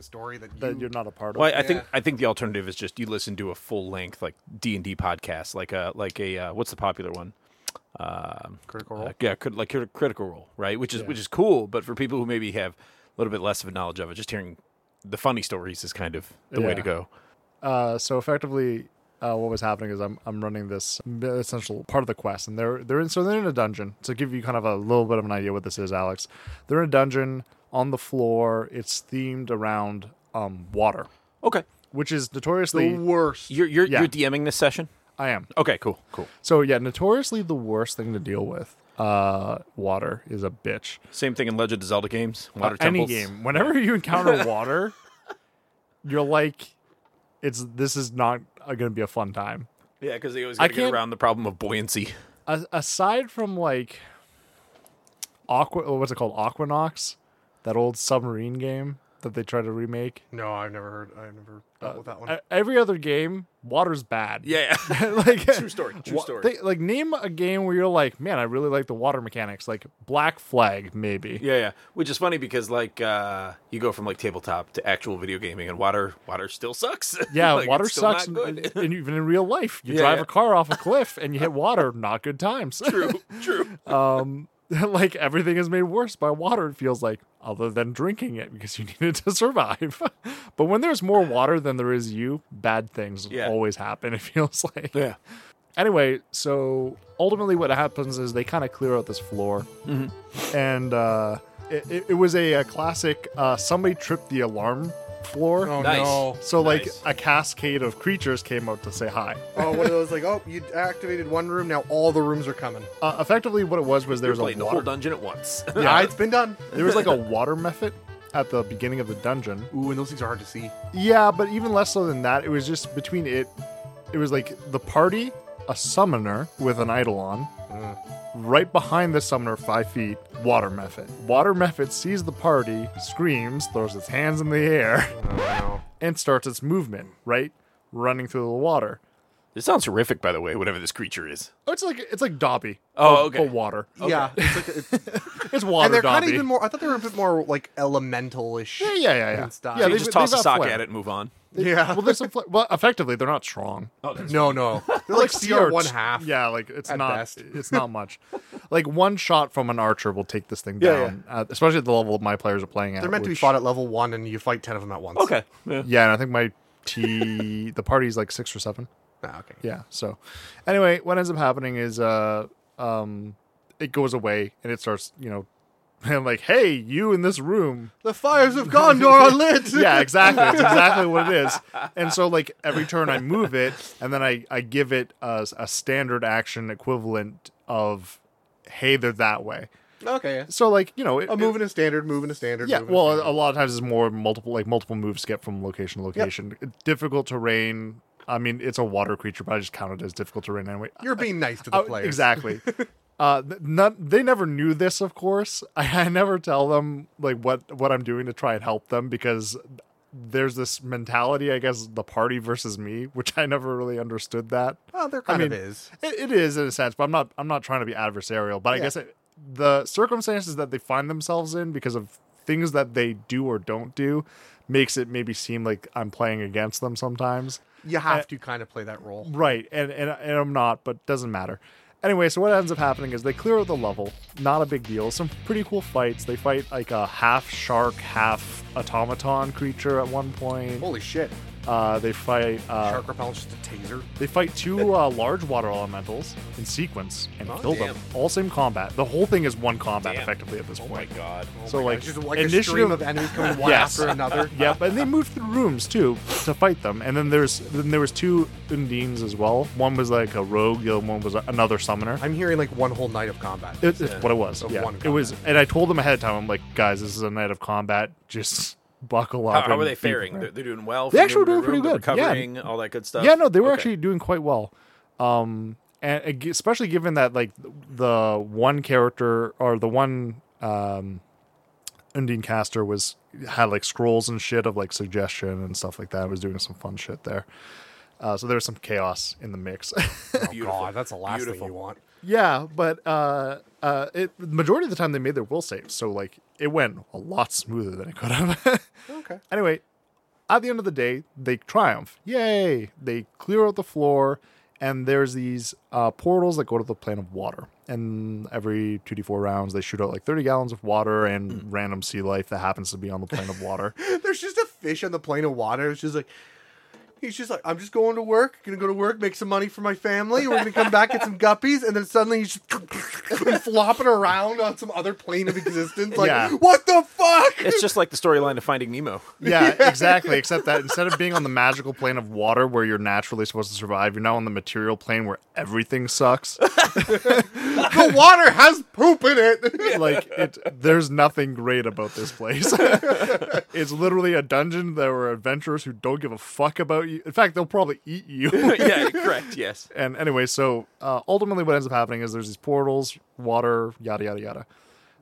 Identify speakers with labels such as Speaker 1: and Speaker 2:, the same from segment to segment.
Speaker 1: story that,
Speaker 2: that
Speaker 1: you,
Speaker 2: you're not a part of.
Speaker 3: Well, I, I think I think the alternative is just you listen to a full length like D and D podcast, like a like a uh, what's the popular one? Um,
Speaker 1: Critical Role?
Speaker 3: uh, yeah, crit- like crit- Critical Role, right? Which is which is cool, but for people who maybe have a little bit less of a knowledge of it, just hearing the funny stories is kind of the way to
Speaker 2: Yeah.
Speaker 3: go.
Speaker 2: uh, so effectively, uh, what was happening is I'm I'm running this essential part of the quest, and they're they're in, so they're in a dungeon. To give you kind of a little bit of an idea what this is, Alex, they're in a dungeon on the floor. It's themed around um, water,
Speaker 3: Okay,
Speaker 2: which is
Speaker 1: the
Speaker 2: notoriously
Speaker 1: worst.
Speaker 3: you're you're,
Speaker 2: Yeah.
Speaker 3: you're DMing this session.
Speaker 2: I am.
Speaker 3: Okay, cool, cool.
Speaker 2: So yeah, notoriously the worst thing to deal with. Uh, water is a bitch.
Speaker 3: Same thing in Legend of Zelda games. Water
Speaker 2: Uh, any
Speaker 3: temples.
Speaker 2: game. Whenever you encounter water, you're like, it's this is not going to be a fun time.
Speaker 3: Yeah, because they always
Speaker 2: I
Speaker 3: got to get
Speaker 2: can't-
Speaker 3: around the problem of buoyancy.
Speaker 2: A- aside from like aqua, what's it called, Aquanox, that old submarine game that they tried to remake.
Speaker 1: no, I've never heard. I've never dealt with that one.
Speaker 2: E- Every other game, water's bad.
Speaker 3: Yeah,
Speaker 2: like
Speaker 3: True story, true
Speaker 2: wa-
Speaker 3: story.
Speaker 2: they- like name a game where you're like, man, I really like the water mechanics. Like Black Flag, maybe.
Speaker 3: Yeah, yeah. Which is funny because like uh you go from like tabletop to actual video gaming and water water still sucks.
Speaker 2: Yeah,
Speaker 3: Like,
Speaker 2: water
Speaker 3: it's still
Speaker 2: sucks,
Speaker 3: Not
Speaker 2: and,
Speaker 3: good.
Speaker 2: and even in real life, you
Speaker 3: Yeah,
Speaker 2: drive
Speaker 3: yeah.
Speaker 2: a car off a cliff and you hit water. Not good times.
Speaker 3: true, true.
Speaker 2: Um, like everything is made worse by water. It feels like, other than drinking it because you need it to survive. but when there's more water than there is you, bad things
Speaker 3: Yeah.
Speaker 2: always happen. It feels like.
Speaker 3: Yeah.
Speaker 2: Anyway, so ultimately, what happens is they kind of clear out this floor,
Speaker 3: Mm-hmm.
Speaker 2: and uh, it, it, it was a, a classic. Uh, somebody tripped the alarm floor.
Speaker 1: oh
Speaker 3: Nice.
Speaker 1: no!
Speaker 2: So like
Speaker 3: Nice.
Speaker 2: a cascade of creatures came out to say hi.
Speaker 1: Oh, one of those like, oh, you activated one room, now all the rooms are coming.
Speaker 2: Uh, effectively, what it was was there
Speaker 3: You're
Speaker 2: was a
Speaker 3: playing the whole
Speaker 2: water,
Speaker 3: dungeon at once.
Speaker 1: Yeah, Ah, it's been done.
Speaker 2: there was like a water method at the beginning of the dungeon.
Speaker 1: Ooh, and those things are hard to see.
Speaker 2: Yeah, but even less so than that, it was just between it. It was like the party, a summoner with an eidolon,
Speaker 3: Mm.
Speaker 2: right behind the summoner, five feet. Water method. Water method sees the party, screams, throws its hands in the air,
Speaker 1: Oh,
Speaker 2: and starts its movement. Right, running through the water.
Speaker 3: this sounds horrific, by the way. Whatever this creature is.
Speaker 2: Oh, it's like it's like Dobby.
Speaker 3: Oh,
Speaker 2: but-
Speaker 3: okay.
Speaker 2: But water.
Speaker 1: no. Yeah, it's like a, it's-
Speaker 2: It's water.
Speaker 1: and they're
Speaker 2: Dobby.
Speaker 1: kind of even more. I thought they were a bit more like elemental-ish.
Speaker 2: Yeah, yeah, yeah, yeah.
Speaker 1: And style.
Speaker 2: yeah
Speaker 1: So
Speaker 3: You
Speaker 1: they-
Speaker 3: just
Speaker 2: they've
Speaker 3: toss a
Speaker 2: got
Speaker 3: sock
Speaker 2: flair.
Speaker 3: at it and move on.
Speaker 1: Yeah.
Speaker 2: Well, there's some. Flair. Well, effectively, they're not strong.
Speaker 1: no, no, they're like
Speaker 2: sea
Speaker 1: CR one
Speaker 2: arch-
Speaker 1: half.
Speaker 2: Yeah, like it's
Speaker 1: at
Speaker 2: not.
Speaker 1: best.
Speaker 2: It's not much. like one shot from an archer will take this thing
Speaker 1: Yeah,
Speaker 2: down. Uh, especially at the level my players are playing at.
Speaker 1: they're meant to be
Speaker 2: which-
Speaker 1: fought at level one, and you fight ten of them at once.
Speaker 3: Okay. Yeah.
Speaker 2: Yeah, Oh, and I think my T the party's like six or seven.
Speaker 1: Ah, okay.
Speaker 2: Yeah. So, anyway, what ends up happening is uh um it goes away and it starts you know. And like, hey, you in this room,
Speaker 1: The fires of Gondor are lit.
Speaker 2: yeah, exactly. That's exactly what it is. And so, like every turn, I move it, and then I I give it a, a standard action equivalent of, hey, they're that way.
Speaker 1: Okay. Yeah.
Speaker 2: So, like you know, it,
Speaker 1: A move and a standard, move and a standard.
Speaker 2: it- yeah.
Speaker 1: move and a
Speaker 2: Well, uh,
Speaker 1: standard.
Speaker 2: a lot of times it's more multiple, like multiple moves get from location to location. Difficult terrain. I mean, it's a water creature, but I just count it as difficult terrain anyway.
Speaker 1: you're being nice to the
Speaker 2: Oh,
Speaker 1: players.
Speaker 2: Exactly. uh, th- none, they never knew this, of course. I, I never tell them like what what I'm doing to try and help them because there's this mentality, I guess, the party versus me, which I never really understood that.
Speaker 1: Well, there
Speaker 2: I
Speaker 1: kind
Speaker 2: mean,
Speaker 1: of is.
Speaker 2: It, it is in a sense, but I'm not I'm not trying to be adversarial. But I
Speaker 1: Yeah.
Speaker 2: guess it, the circumstances that they find themselves in because of things that they do or don't do makes it maybe seem like I'm playing against them sometimes.
Speaker 1: You have
Speaker 2: Uh,
Speaker 1: to kind of play that role.
Speaker 2: Right, and, and and I'm not, but doesn't matter. Anyway, so what ends up happening is they clear out the level. Not a big deal. Some pretty cool fights. They fight like a half shark, half automaton creature at one point.
Speaker 1: Holy shit!
Speaker 2: Uh, they fight. Uh,
Speaker 1: Shark repellent's just a taser.
Speaker 2: they fight two uh, large water elementals in sequence and
Speaker 1: Oh,
Speaker 2: kill them. All same combat. The whole thing is one combat
Speaker 3: Damn.
Speaker 2: effectively at this
Speaker 3: Oh my
Speaker 2: point.
Speaker 3: god.
Speaker 1: Oh
Speaker 2: So,
Speaker 1: my God,
Speaker 2: like,
Speaker 1: it's just like a
Speaker 2: initiative-
Speaker 1: stream of enemies coming one
Speaker 2: Yes.
Speaker 1: after another.
Speaker 2: Yep, and they move through rooms too to fight them. And then there's then there was two undines as well. One was like a rogue. The other one was another summoner.
Speaker 1: I'm hearing like one whole night of combat.
Speaker 2: It, it's what it was.
Speaker 1: Of
Speaker 2: yeah.
Speaker 1: one
Speaker 2: It was, and I told them ahead of time. I'm like, guys, this is a night of combat. Just buckle
Speaker 3: How,
Speaker 2: up.
Speaker 3: how
Speaker 2: and
Speaker 3: are they
Speaker 2: be
Speaker 3: faring? They're,
Speaker 2: prepared."
Speaker 3: they're doing well.
Speaker 2: They
Speaker 3: from
Speaker 2: actually
Speaker 3: room
Speaker 2: were
Speaker 3: to
Speaker 2: doing
Speaker 3: room,
Speaker 2: pretty
Speaker 3: they're
Speaker 2: good. Yeah.
Speaker 3: Recovering, all that good stuff.
Speaker 2: Yeah, no, they were
Speaker 3: Okay.
Speaker 2: actually doing quite well. Um, and ag- especially given that like the one character or the one um, Undine caster was had like scrolls and shit of like suggestion and stuff like that. Was doing some fun shit there. Uh, so there was some chaos in the mix.
Speaker 1: oh
Speaker 3: Beautiful.
Speaker 1: god, that's the last
Speaker 3: Beautiful.
Speaker 1: thing you want.
Speaker 2: Yeah, but uh, uh, it the majority of the time they made their will saves, so like it went a lot smoother than it could have.
Speaker 1: Okay.
Speaker 2: anyway, At the end of the day, they triumph. Yay! They clear out the floor, and there's these uh, portals that go to the plane of water. And every 2d4 rounds, they shoot out like 30 gallons of water and random sea life that happens to be on the plane of water.
Speaker 1: There's just a fish on the plane of water. It's just like he's just like, I'm just going to work, gonna go to work, make some money for my family. We're gonna come back get some guppies, and then suddenly he's just flopping around on some other plane of existence. Like,
Speaker 2: Yeah.
Speaker 1: what the fuck?
Speaker 3: It's just like the storyline of Finding Nemo.
Speaker 2: yeah, exactly. Except that instead of being on the magical plane of water where you're naturally supposed to survive, you're now on the material plane where everything sucks.
Speaker 1: the water has poop in it.
Speaker 2: like it there's nothing great about this place it's literally a dungeon there were adventurers who don't give a fuck about you in fact they'll probably eat you
Speaker 3: yeah, correct. Yes.
Speaker 2: and anyway so uh, ultimately what ends up happening is there's these portals water yada yada yada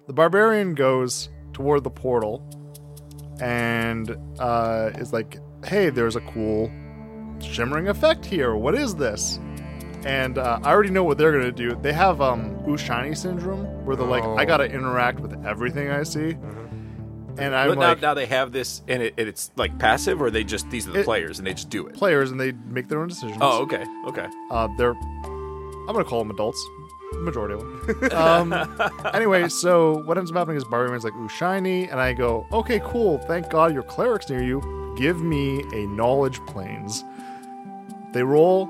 Speaker 2: the barbarian goes toward the portal and uh, is like hey there's a cool shimmering effect here what is this and uh, I already know what they're gonna do. They have um, Ushani syndrome, where they're like,
Speaker 1: Oh.
Speaker 2: "I gotta interact with everything I see," and I'm
Speaker 3: Mm-hmm. But now,
Speaker 2: like,
Speaker 3: now they have this, and, it, and it's like passive, or they just these are the
Speaker 2: It-
Speaker 3: players, and they just do it.
Speaker 2: players, and they make their own decisions.
Speaker 3: Oh, okay, okay.
Speaker 2: Uh, they're, I'm gonna call them adults, majority of them. um, anyway, so what ends up happening is Barbarian's like, ooh, shiny, and I go, okay, cool, thank God your cleric's near you. Give me a knowledge planes. They roll,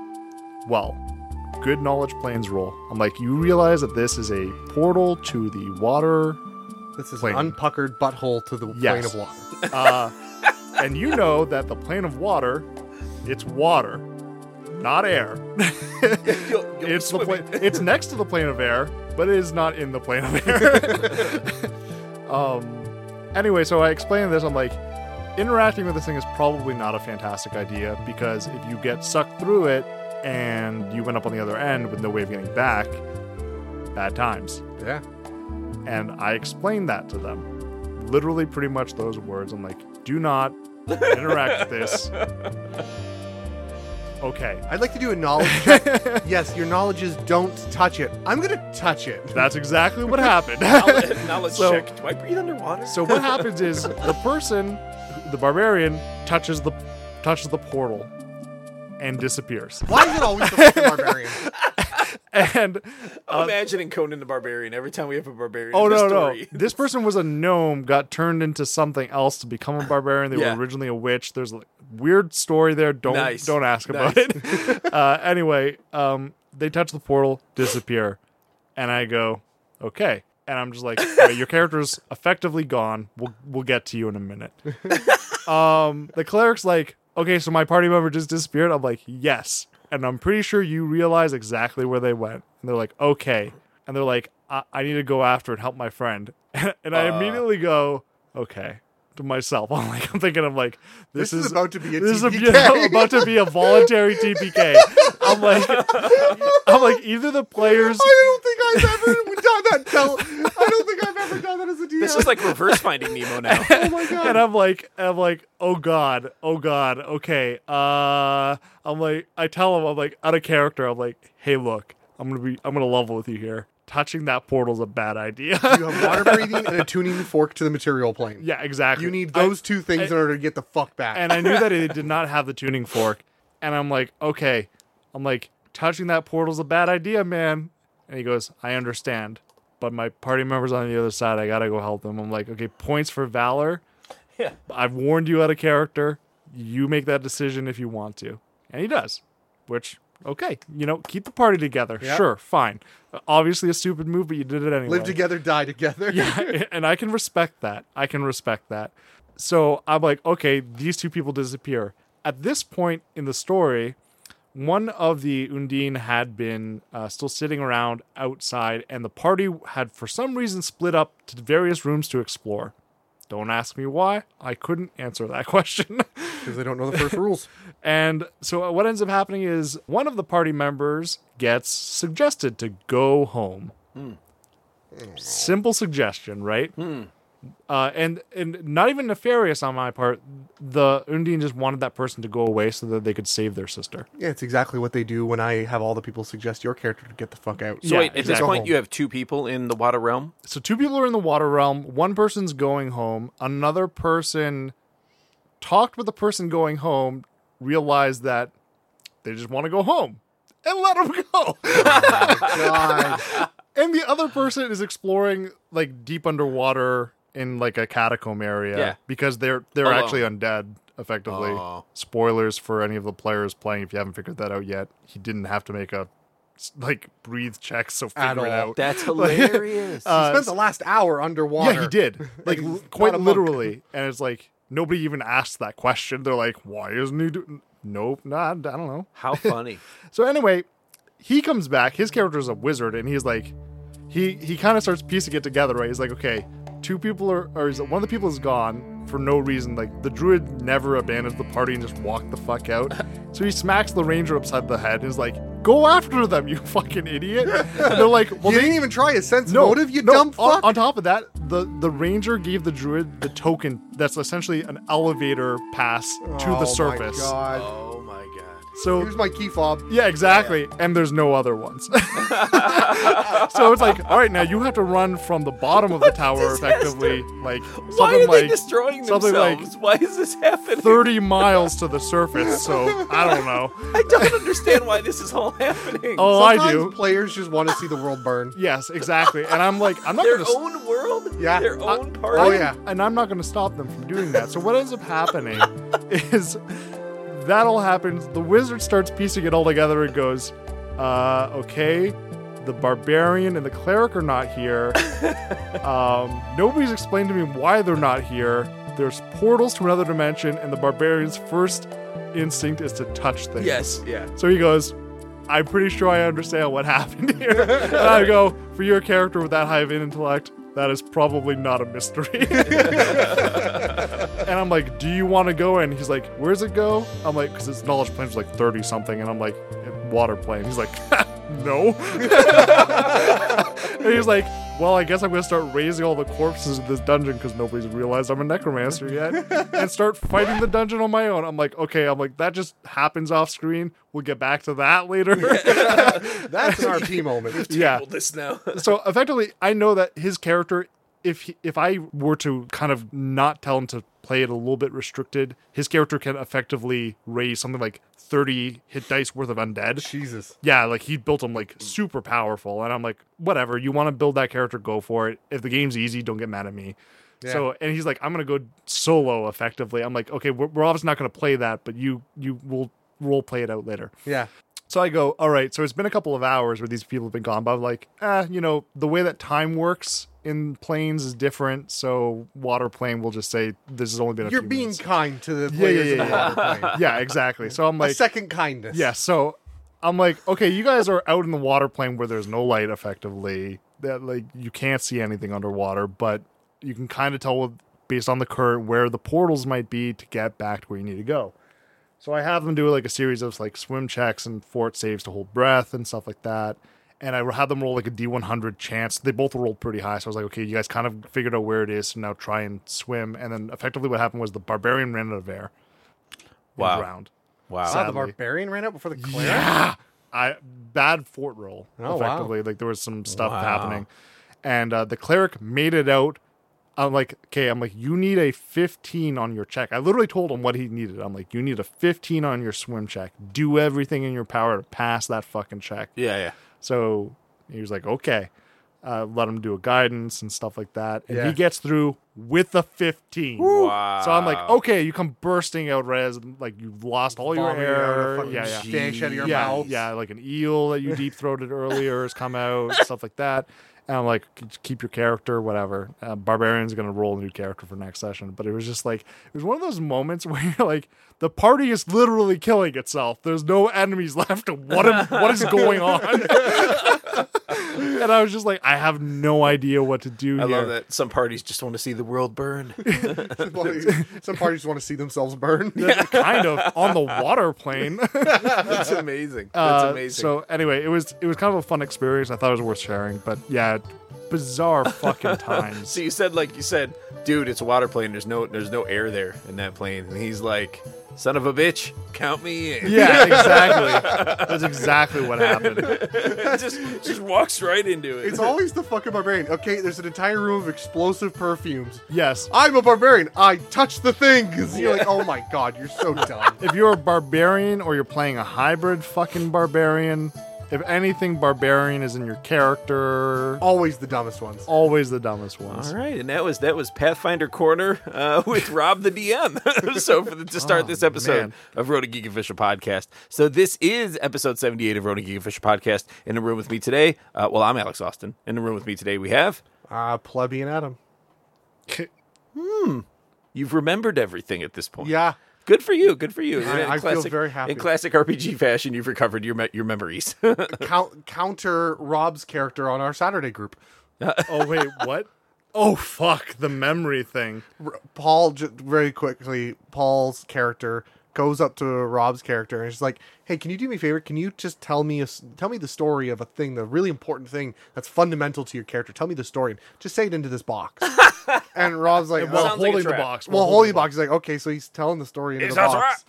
Speaker 2: well, good knowledge planes roll. I'm like, you realize that this is a portal to the water
Speaker 1: This is
Speaker 2: Plane.
Speaker 1: an unpuckered butthole to the
Speaker 2: Yes.
Speaker 1: plane of water.
Speaker 2: Uh, and you know that the plane of water, it's water, not air. it's the plane. It's next to the plane of air, but it is not in the plane of air. um. Anyway, so I explained this. I'm like, interacting with this thing is probably not a fantastic idea because if you get sucked through it and you went up on the other end with no way of getting back, bad times
Speaker 1: Yeah.
Speaker 2: and I explained that to them. Literally, pretty much those words. I'm like, do not interact with this. Okay,
Speaker 1: I'd like to do a knowledge check. yes, your knowledge is don't touch it. I'm gonna touch it.
Speaker 2: that's exactly what happened.
Speaker 3: Knowledge, knowledge
Speaker 2: So-
Speaker 3: check. Do I breathe underwater?
Speaker 2: so what happens is the person, the barbarian, touches the touches the portal and disappears.
Speaker 1: Why is it always the fucking barbarian?
Speaker 2: And
Speaker 3: I'm imagining Conan the Barbarian every time we have a barbarian.
Speaker 2: uh, oh
Speaker 3: in the
Speaker 2: no
Speaker 3: story.
Speaker 2: no, this person was a gnome, got turned into something else to become a barbarian. They
Speaker 3: Yeah.
Speaker 2: were originally a witch. There's a weird story there. Don't
Speaker 3: Nice.
Speaker 2: don't ask about
Speaker 3: Nice.
Speaker 2: it. uh, anyway, um, they touch the portal, disappear, and I go, okay. And I'm just like, "All right, your character's effectively gone. We'll we'll get to you in a minute. um, the cleric's like, okay, so my party member just disappeared. I'm like, yes, and I'm pretty sure you realize exactly where they went. And they're like, okay, and they're like, I, I need to go after and help my friend. and
Speaker 1: Uh.
Speaker 2: I immediately go, okay. To myself, I'm like, I'm thinking, I'm like, this,
Speaker 1: This is about to be a
Speaker 2: this is
Speaker 1: TPK.
Speaker 2: about- about to be a voluntary TPK. I'm like, I'm like, either the players.
Speaker 1: I don't think I've ever done that. Tell, I don't think I've ever done that as a DM.
Speaker 3: This is like reverse Finding Nemo now.
Speaker 1: oh my god.
Speaker 2: And I'm like, I'm like, oh god, oh god, okay. Uh, I'm like, I tell him, I'm like, out of character. I'm like, hey, look, I'm gonna be, I'm gonna level with you here. Touching that portal's a bad idea.
Speaker 1: you have water breathing and a tuning fork to the material plane.
Speaker 2: yeah, exactly.
Speaker 1: You need
Speaker 2: I-
Speaker 1: those two things in order to get the fuck back.
Speaker 2: and I knew that it did not have the tuning fork. And I'm like, okay. I'm like, touching that portal's a bad idea, man. And he goes, I understand. But my party member's on the other side. I gotta go help them. I'm like, okay, points for valor.
Speaker 3: Yeah.
Speaker 2: I've warned you out of character. You make that decision if you want to. And he does. Which, okay, you know, keep the party together.
Speaker 1: Yeah.
Speaker 2: Sure, fine. Obviously a stupid move, but you did it anyway.
Speaker 1: Live together, die together.
Speaker 2: Yeah, and I can respect that. I can respect that. So I'm like, okay, these two people disappear. At this point in the story, one of the Undine had been uh, still sitting around outside, and the party had, for some reason, split up to various rooms to explore. Don't ask me why. I couldn't answer that question.
Speaker 1: Because they don't know the first rules.
Speaker 2: And so what ends up happening is one of the party members gets suggested to go home. Simple suggestion, right? Uh, and and not even nefarious on my part. The Undine just wanted that person to go away so that they could save their sister.
Speaker 1: Yeah, it's exactly what they do when I have all the people suggest your character to get the fuck out.
Speaker 3: So
Speaker 2: Yeah,
Speaker 3: wait, at this
Speaker 2: exactly.
Speaker 3: point, you have two people in the water realm.
Speaker 2: So two people are in the water realm. One person's going home. Another person talked with the person going home, realized that they just want to go home and let them
Speaker 3: Oh
Speaker 2: go.
Speaker 1: God.
Speaker 2: and the other person is exploring like deep underwater in like a catacomb area
Speaker 3: Yeah.
Speaker 2: because they're they're
Speaker 3: Alone.
Speaker 2: actually undead effectively.
Speaker 3: Oh.
Speaker 2: Spoilers for any of the players playing if you haven't figured that out yet. He didn't have to make a like breathe check so figure
Speaker 1: At
Speaker 2: it
Speaker 1: all.
Speaker 2: out.
Speaker 3: That's hilarious.
Speaker 1: he spent the last hour underwater.
Speaker 2: uh, Yeah, he did. Like
Speaker 1: He's
Speaker 2: l-
Speaker 1: not a
Speaker 2: quite
Speaker 1: monk.
Speaker 2: literally. And it's like nobody even asked that question. They're like, "Why isn't he doing?" Nope, nah, I don't know.
Speaker 3: How funny.
Speaker 2: So anyway, he comes back. His character is a wizard, and he's like, he he kind of starts piecing it together, right? He's like, okay, two people are, or is it- one of the people is gone for no reason. Like the druid never abandons the party and just walked the fuck out. so he smacks the ranger upside the head and is like, go after them, you fucking idiot. And they're like, well,
Speaker 1: you
Speaker 2: they
Speaker 1: didn't even try his sense motive, you
Speaker 2: no, uh,
Speaker 1: dumb
Speaker 2: on-
Speaker 1: fuck.
Speaker 2: On, top of that, the, the ranger gave the druid the token that's essentially an elevator pass to
Speaker 1: Oh my
Speaker 2: the surface.
Speaker 1: God.
Speaker 3: oh my god.
Speaker 2: So
Speaker 1: Here's my key fob.
Speaker 2: yeah, exactly. And there's no other ones. so it's like, all right, now you have to run from the bottom of the tower
Speaker 3: disaster.
Speaker 2: effectively, like something
Speaker 3: Why are they
Speaker 2: like
Speaker 3: destroying
Speaker 2: something like
Speaker 3: themselves? Why is this happening?
Speaker 2: 30 miles to the surface. So I don't know.
Speaker 3: I don't understand why this is all happening.
Speaker 2: Oh, I
Speaker 1: Sometimes
Speaker 2: do.
Speaker 1: Players just want to see the world burn.
Speaker 2: Yes, exactly. And I'm like, I'm not
Speaker 3: Their
Speaker 2: going to
Speaker 3: own world?
Speaker 1: Yeah.
Speaker 3: Their
Speaker 1: Uh,
Speaker 3: own party?
Speaker 1: oh yeah.
Speaker 2: and I'm not going to stop them from doing that. So what ends up happening is that all happens. The wizard starts piecing it all together and goes, uh, "Okay, the barbarian and the cleric are not here. Um, nobody's explained to me why they're not here. There's portals to another dimension, and the barbarian's first instinct is to touch things.
Speaker 3: Yes. Yeah.
Speaker 2: So he goes, I'm pretty sure I understand what happened here. and I go, for your character with that high of an intellect, that is probably not a mystery. and I'm like, do you want to go? And he's like, where's it go? I'm like, because his knowledge plane's like 30 something. And I'm like, water plane. He's like, no. and he's like, well, I guess I'm going to start raising all the corpses in this dungeon because nobody's realized I'm a necromancer yet and start fighting the dungeon on my own. I'm like, okay, I'm like, that just happens off screen. We'll get back to that later.
Speaker 1: That's an RP moment.
Speaker 2: yeah.
Speaker 3: Well, this now.
Speaker 2: So effectively, I know that his character, if he, if I were to kind of not tell him to play it a little bit restricted, his character can effectively raise something like 30 hit dice worth of undead.
Speaker 1: Jesus.
Speaker 2: Yeah, like he built them like super powerful, and I'm like, whatever. You want to build that character, go for it. If the game's easy, don't get mad at me. So, and he's like, I'm gonna go solo effectively. I'm like, okay, we're, we're obviously not gonna play that, but you you will role play it out later.
Speaker 1: Yeah.
Speaker 2: So I go, all right. So it's been a couple of hours where these people have been gone, but I'm like, ah, you know, the way that time works in planes is different. So water plane will just say this has only been a
Speaker 1: You're
Speaker 2: few
Speaker 1: being
Speaker 2: minutes.
Speaker 1: kind to the
Speaker 2: Yeah,
Speaker 1: players
Speaker 2: yeah,
Speaker 1: in the
Speaker 2: yeah,
Speaker 1: water plane.
Speaker 2: yeah, exactly. So I'm
Speaker 1: a
Speaker 2: like,
Speaker 1: second kindness.
Speaker 2: yeah, so I'm like, okay, you guys are out in the water plane where there's no light effectively. That like you can't see anything underwater, but you can kind of tell with, based on the current where the portals might be to get back to where you need to go. So I have them do like a series of like swim checks and fort saves to hold breath and stuff like that. And I had them roll like a D100 chance. They both rolled pretty high. So I was like, okay, you guys kind of figured out where it is. So now try and swim. And then effectively what happened was the barbarian ran out of air. and
Speaker 3: Wow.
Speaker 2: drowned.
Speaker 3: Wow.
Speaker 1: Wow, the
Speaker 2: Sadly.
Speaker 1: barbarian ran out before the cleric.
Speaker 2: Yeah. I bad fort roll
Speaker 1: Oh, wow.
Speaker 2: effectively. Like there was some stuff
Speaker 3: Wow.
Speaker 2: happening. And uh, the cleric made it out. I'm like, okay, I'm like, you need a 15 on your check. I literally told him what he needed. I'm like, you need a 15 on your swim check. Do everything in your power to pass that fucking check.
Speaker 3: Yeah. Yeah.
Speaker 2: So he was like, okay. Uh, let him do a guidance and stuff like that. And
Speaker 1: Yeah.
Speaker 2: he gets through with a 15.
Speaker 3: Wow.
Speaker 2: So I'm like, okay, you come bursting out right as like you've lost all your
Speaker 1: Vomiting out a
Speaker 2: air.
Speaker 1: fucking
Speaker 2: yeah, yeah
Speaker 1: Dish out of your
Speaker 2: yeah,
Speaker 1: mouth.
Speaker 2: Yeah, like an eel that you deep throated earlier has come out, stuff like that. And I'm like, "Just keep your character, whatever. Uh, Barbarian's gonna roll a new character for next session. But it was just like it was one of those moments where you're like, the party is literally killing itself. There's no enemies left. What am- what is going on? and I was just like, I have no idea what to do
Speaker 3: I
Speaker 2: here.
Speaker 3: love that some parties just want to see the world burn.
Speaker 1: Some parties want to see themselves burn.
Speaker 2: kind of on the water plane.
Speaker 3: That's amazing.
Speaker 2: Uh,
Speaker 3: That's amazing.
Speaker 2: So anyway, it was it was kind of a fun experience. I thought it was worth sharing, but yeah, bizarre fucking times.
Speaker 3: So you said like you said, dude, it's a water plane. There's no there's no air there in that plane. And he's like, son of a bitch, count me in.
Speaker 2: Yeah, exactly. That's exactly what happened.
Speaker 3: just just walks right into it.
Speaker 1: It's always the fucking barbarian. Okay, there's an entire room of explosive perfumes.
Speaker 2: Yes.
Speaker 1: I'm a barbarian. I touch the things. You're like, oh my god, you're so dumb.
Speaker 2: If you're a barbarian or you're playing a hybrid fucking barbarian, if anything barbarian is in your character,
Speaker 1: Always the dumbest ones.
Speaker 2: always the dumbest ones.
Speaker 3: All right, and that was that was Pathfinder Corner uh, with Rob the DM. so for the, to start
Speaker 2: Oh,
Speaker 3: this episode
Speaker 2: man.
Speaker 3: of Road to Geek Official podcast, so this is episode seventy eight of Road to Geek Official podcast. In the room with me today, uh, well, I'm Alex Austin. In the room with me today, we have
Speaker 1: Ah, plebeian Adam.
Speaker 3: you've remembered everything at this point.
Speaker 1: Yeah.
Speaker 3: Good for you. Good for you.
Speaker 1: I- I feel very happy.
Speaker 3: In classic RPG fashion, you've recovered your me- your memories.
Speaker 1: Count, counter Rob's character on our Saturday group.
Speaker 2: Oh wait, what? Oh fuck, the memory thing.
Speaker 1: R- Paul, j- very quickly, Paul's character goes up to Rob's character and is like, "Hey, can you do me a favor? Can you just tell me a s tell me the story of a thing, the really important thing that's fundamental to your character? Tell me the story. Just say it into this box." and Rob's like,
Speaker 2: While
Speaker 1: "Oh,
Speaker 3: sounds like a
Speaker 2: holding the
Speaker 3: trap.
Speaker 2: box.
Speaker 1: Well,
Speaker 2: while
Speaker 1: holy
Speaker 2: holding the
Speaker 1: box is like, okay, so he's telling the story into
Speaker 3: Is
Speaker 1: the
Speaker 3: that
Speaker 1: box.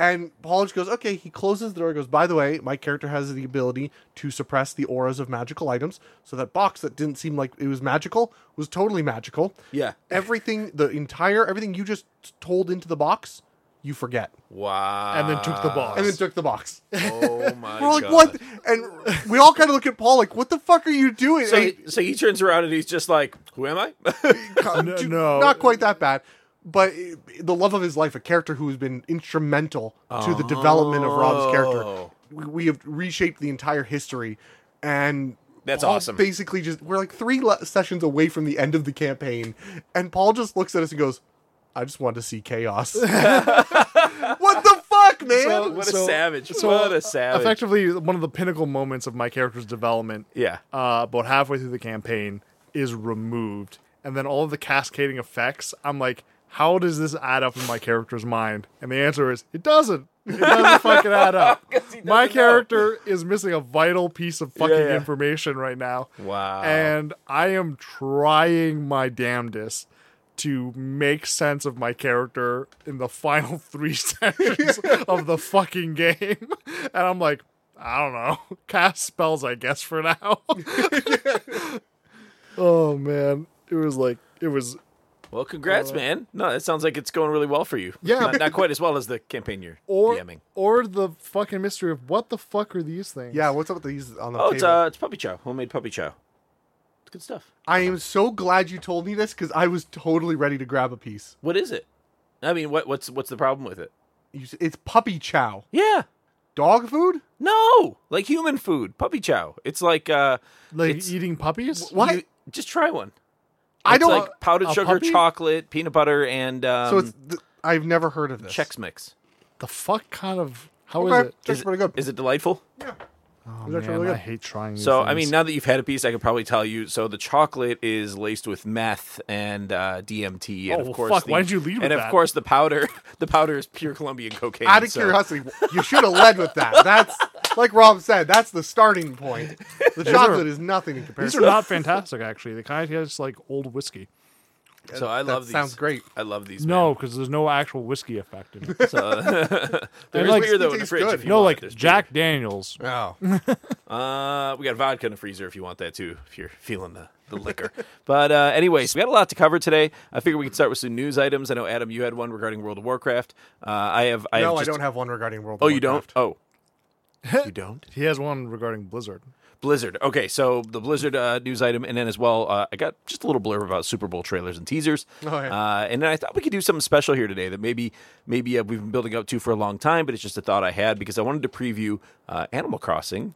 Speaker 1: And Paul just goes, okay, he closes the door, goes, by the way, my character has the ability to suppress the auras of magical items. So that box that didn't seem like it was magical was totally magical.
Speaker 3: Yeah.
Speaker 1: Everything, the entire, everything you just told into the box, you forget.
Speaker 3: wow.
Speaker 2: And then took the box.
Speaker 1: Ah. And then took the box.
Speaker 3: Oh my
Speaker 1: We're like,
Speaker 3: God.
Speaker 1: what? And we all kind of look at Paul like, what the fuck are you doing?
Speaker 3: So
Speaker 1: And
Speaker 3: he, so he turns around and he's just like, "Who am I?"
Speaker 1: Co-
Speaker 2: No,
Speaker 1: to-
Speaker 2: no.
Speaker 1: not quite that bad. But i- the love of his life, a character who has been instrumental to the development of Rob's character.
Speaker 3: Oh.
Speaker 1: We, we have reshaped the entire history, and
Speaker 3: That's
Speaker 1: Paul
Speaker 3: awesome.
Speaker 1: Basically, just we're like three le- sessions away from the end of the campaign, and Paul just looks at us and goes, "I just wanted to see chaos." what the fuck, man?
Speaker 2: So-
Speaker 3: what a savage. what a savage.
Speaker 2: Effectively, one of the pinnacle moments of my character's development,
Speaker 3: Yeah.
Speaker 2: uh, about halfway through the campaign, is removed, and then all of the cascading effects. I'm like, how does this add up in my character's mind? And the answer is, it doesn't. It doesn't fucking add up.
Speaker 3: he
Speaker 2: My
Speaker 3: doesn't know.
Speaker 2: character is missing a vital piece of fucking
Speaker 3: yeah.
Speaker 2: information right now.
Speaker 3: Wow.
Speaker 2: And I am trying my damnedest to make sense of my character in the final three sessions of the fucking game. And I'm like, I don't know. Cast spells, I guess, for now. oh, man. It was like, it was.
Speaker 3: Well,
Speaker 1: Uh,
Speaker 3: congrats, man. No, that sounds like it's going really well for you.
Speaker 2: Yeah.
Speaker 3: Not, not quite as well as the campaign you're
Speaker 2: Or,
Speaker 3: DMing.
Speaker 2: or the fucking mystery of what the fuck are these things?
Speaker 1: yeah, what's up with these on the
Speaker 3: Oh,
Speaker 1: table?
Speaker 3: it's uh, it's puppy chow, homemade puppy chow. It's good stuff.
Speaker 1: I am so glad you told me this because I was totally ready to grab a piece.
Speaker 3: What is it? I mean, what what's what's the problem with it?
Speaker 1: You s- It's puppy chow,
Speaker 3: Yeah.
Speaker 1: dog food.
Speaker 3: No, like human food, puppy chow. It's like uh,
Speaker 2: Like
Speaker 3: it's-
Speaker 2: eating puppies?
Speaker 1: What?
Speaker 3: you- just try one.
Speaker 1: I
Speaker 3: It's
Speaker 1: don't.
Speaker 3: like powdered
Speaker 2: a
Speaker 3: sugar,
Speaker 2: puppy?
Speaker 3: chocolate, peanut butter, and um,
Speaker 1: So it's th- I've never heard of this.
Speaker 3: Chex Mix.
Speaker 2: The fuck kind of. How is
Speaker 1: Okay,
Speaker 2: it?
Speaker 1: Chex
Speaker 3: it-
Speaker 1: pretty good.
Speaker 3: Is it delightful?
Speaker 2: Oh,
Speaker 1: It's actually
Speaker 2: man,
Speaker 1: really
Speaker 2: I
Speaker 1: good.
Speaker 2: hate trying these
Speaker 3: So, I
Speaker 2: things.
Speaker 3: mean, now that you've had a piece, I could probably tell you. So, the chocolate is laced with meth and uh, DMT, and
Speaker 2: Oh,
Speaker 3: of course,
Speaker 2: fuck,
Speaker 3: the-
Speaker 2: why'd you lead
Speaker 3: And
Speaker 2: with
Speaker 3: of
Speaker 2: that?
Speaker 3: course, the powder, the powder is pure Colombian cocaine.
Speaker 1: Out of
Speaker 3: so-
Speaker 1: curiosity, you should have led with that. That's like Rob said. That's the starting point. The chocolate is nothing in
Speaker 2: These
Speaker 1: comparison.
Speaker 2: are not fantastic, actually. They kind of taste like old whiskey.
Speaker 3: so I
Speaker 1: that
Speaker 3: love these.
Speaker 1: sounds great.
Speaker 3: I love these.
Speaker 2: No, because there's no actual whiskey effect in it.
Speaker 3: so, there
Speaker 2: like-
Speaker 3: is beer though in the
Speaker 1: Tastes
Speaker 3: fridge.
Speaker 1: good.
Speaker 3: If you
Speaker 2: no,
Speaker 3: want
Speaker 2: like
Speaker 3: it, there's
Speaker 2: Jack Daniels.
Speaker 1: Oh,
Speaker 3: beer. Uh, we got vodka in the freezer if you want that too. If you're feeling the. The liquor, but uh, anyways, we got a lot to cover today. I figure we can start with some news items. I know Adam, you had one regarding World of Warcraft. Uh, I have. I
Speaker 1: no,
Speaker 3: have
Speaker 1: I
Speaker 3: just-
Speaker 1: don't have one regarding World. of
Speaker 3: Oh, you
Speaker 1: Warcraft.
Speaker 3: don't. Oh, you don't.
Speaker 2: He has one regarding Blizzard.
Speaker 3: Blizzard. Okay, so the Blizzard uh, news item, and then as well, uh, I got just a little blurb about Super Bowl trailers and teasers.
Speaker 1: Oh, yeah.
Speaker 3: uh, and then I thought we could do something special here today that maybe maybe uh, we've been building up to for a long time, but it's just a thought I had because I wanted to preview uh, Animal Crossing.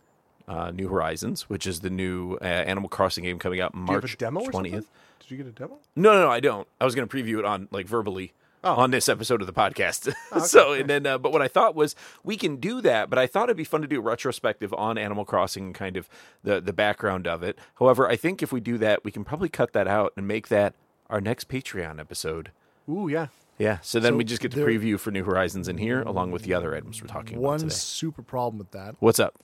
Speaker 3: Uh, new Horizons, which is the new uh, Animal Crossing game coming out
Speaker 1: Do you have
Speaker 3: March
Speaker 1: a demo or something?
Speaker 3: twentieth.
Speaker 1: Did you get a demo?
Speaker 3: No, no, no, I don't. I was going to preview it on like verbally
Speaker 2: Oh.
Speaker 3: on this episode of the podcast. so and then, uh, but what I thought was we can do that. But I thought it'd be fun to do a retrospective on Animal Crossing and kind of the the background of it. However, I think if we do that, we can probably cut that out and make that our next Patreon episode.
Speaker 1: Ooh, yeah.
Speaker 3: Yeah. So then
Speaker 2: So
Speaker 3: we just get the
Speaker 2: there-
Speaker 3: preview for New Horizons in here, along with the other items we're talking about
Speaker 2: One
Speaker 3: today.
Speaker 2: super problem with that.
Speaker 3: What's up?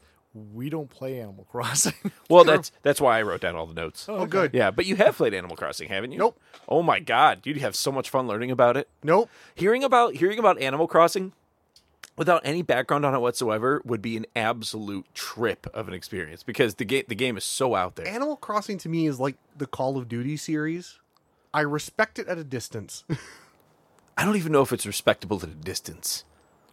Speaker 2: we don't play Animal Crossing.
Speaker 3: Well, that's that's why I wrote down all the notes.
Speaker 1: Oh, good.
Speaker 3: Yeah, but you have played Animal Crossing, haven't you?
Speaker 1: Nope.
Speaker 3: Oh my god, you'd have so much fun learning about it.
Speaker 1: Nope.
Speaker 3: Hearing about hearing about Animal Crossing without any background on it whatsoever would be an absolute trip of an experience because the game the game is so out there.
Speaker 1: Animal Crossing to me is like the Call of Duty series. I respect it at a distance. yeah,
Speaker 3: I don't even know if it's respectable to the distance.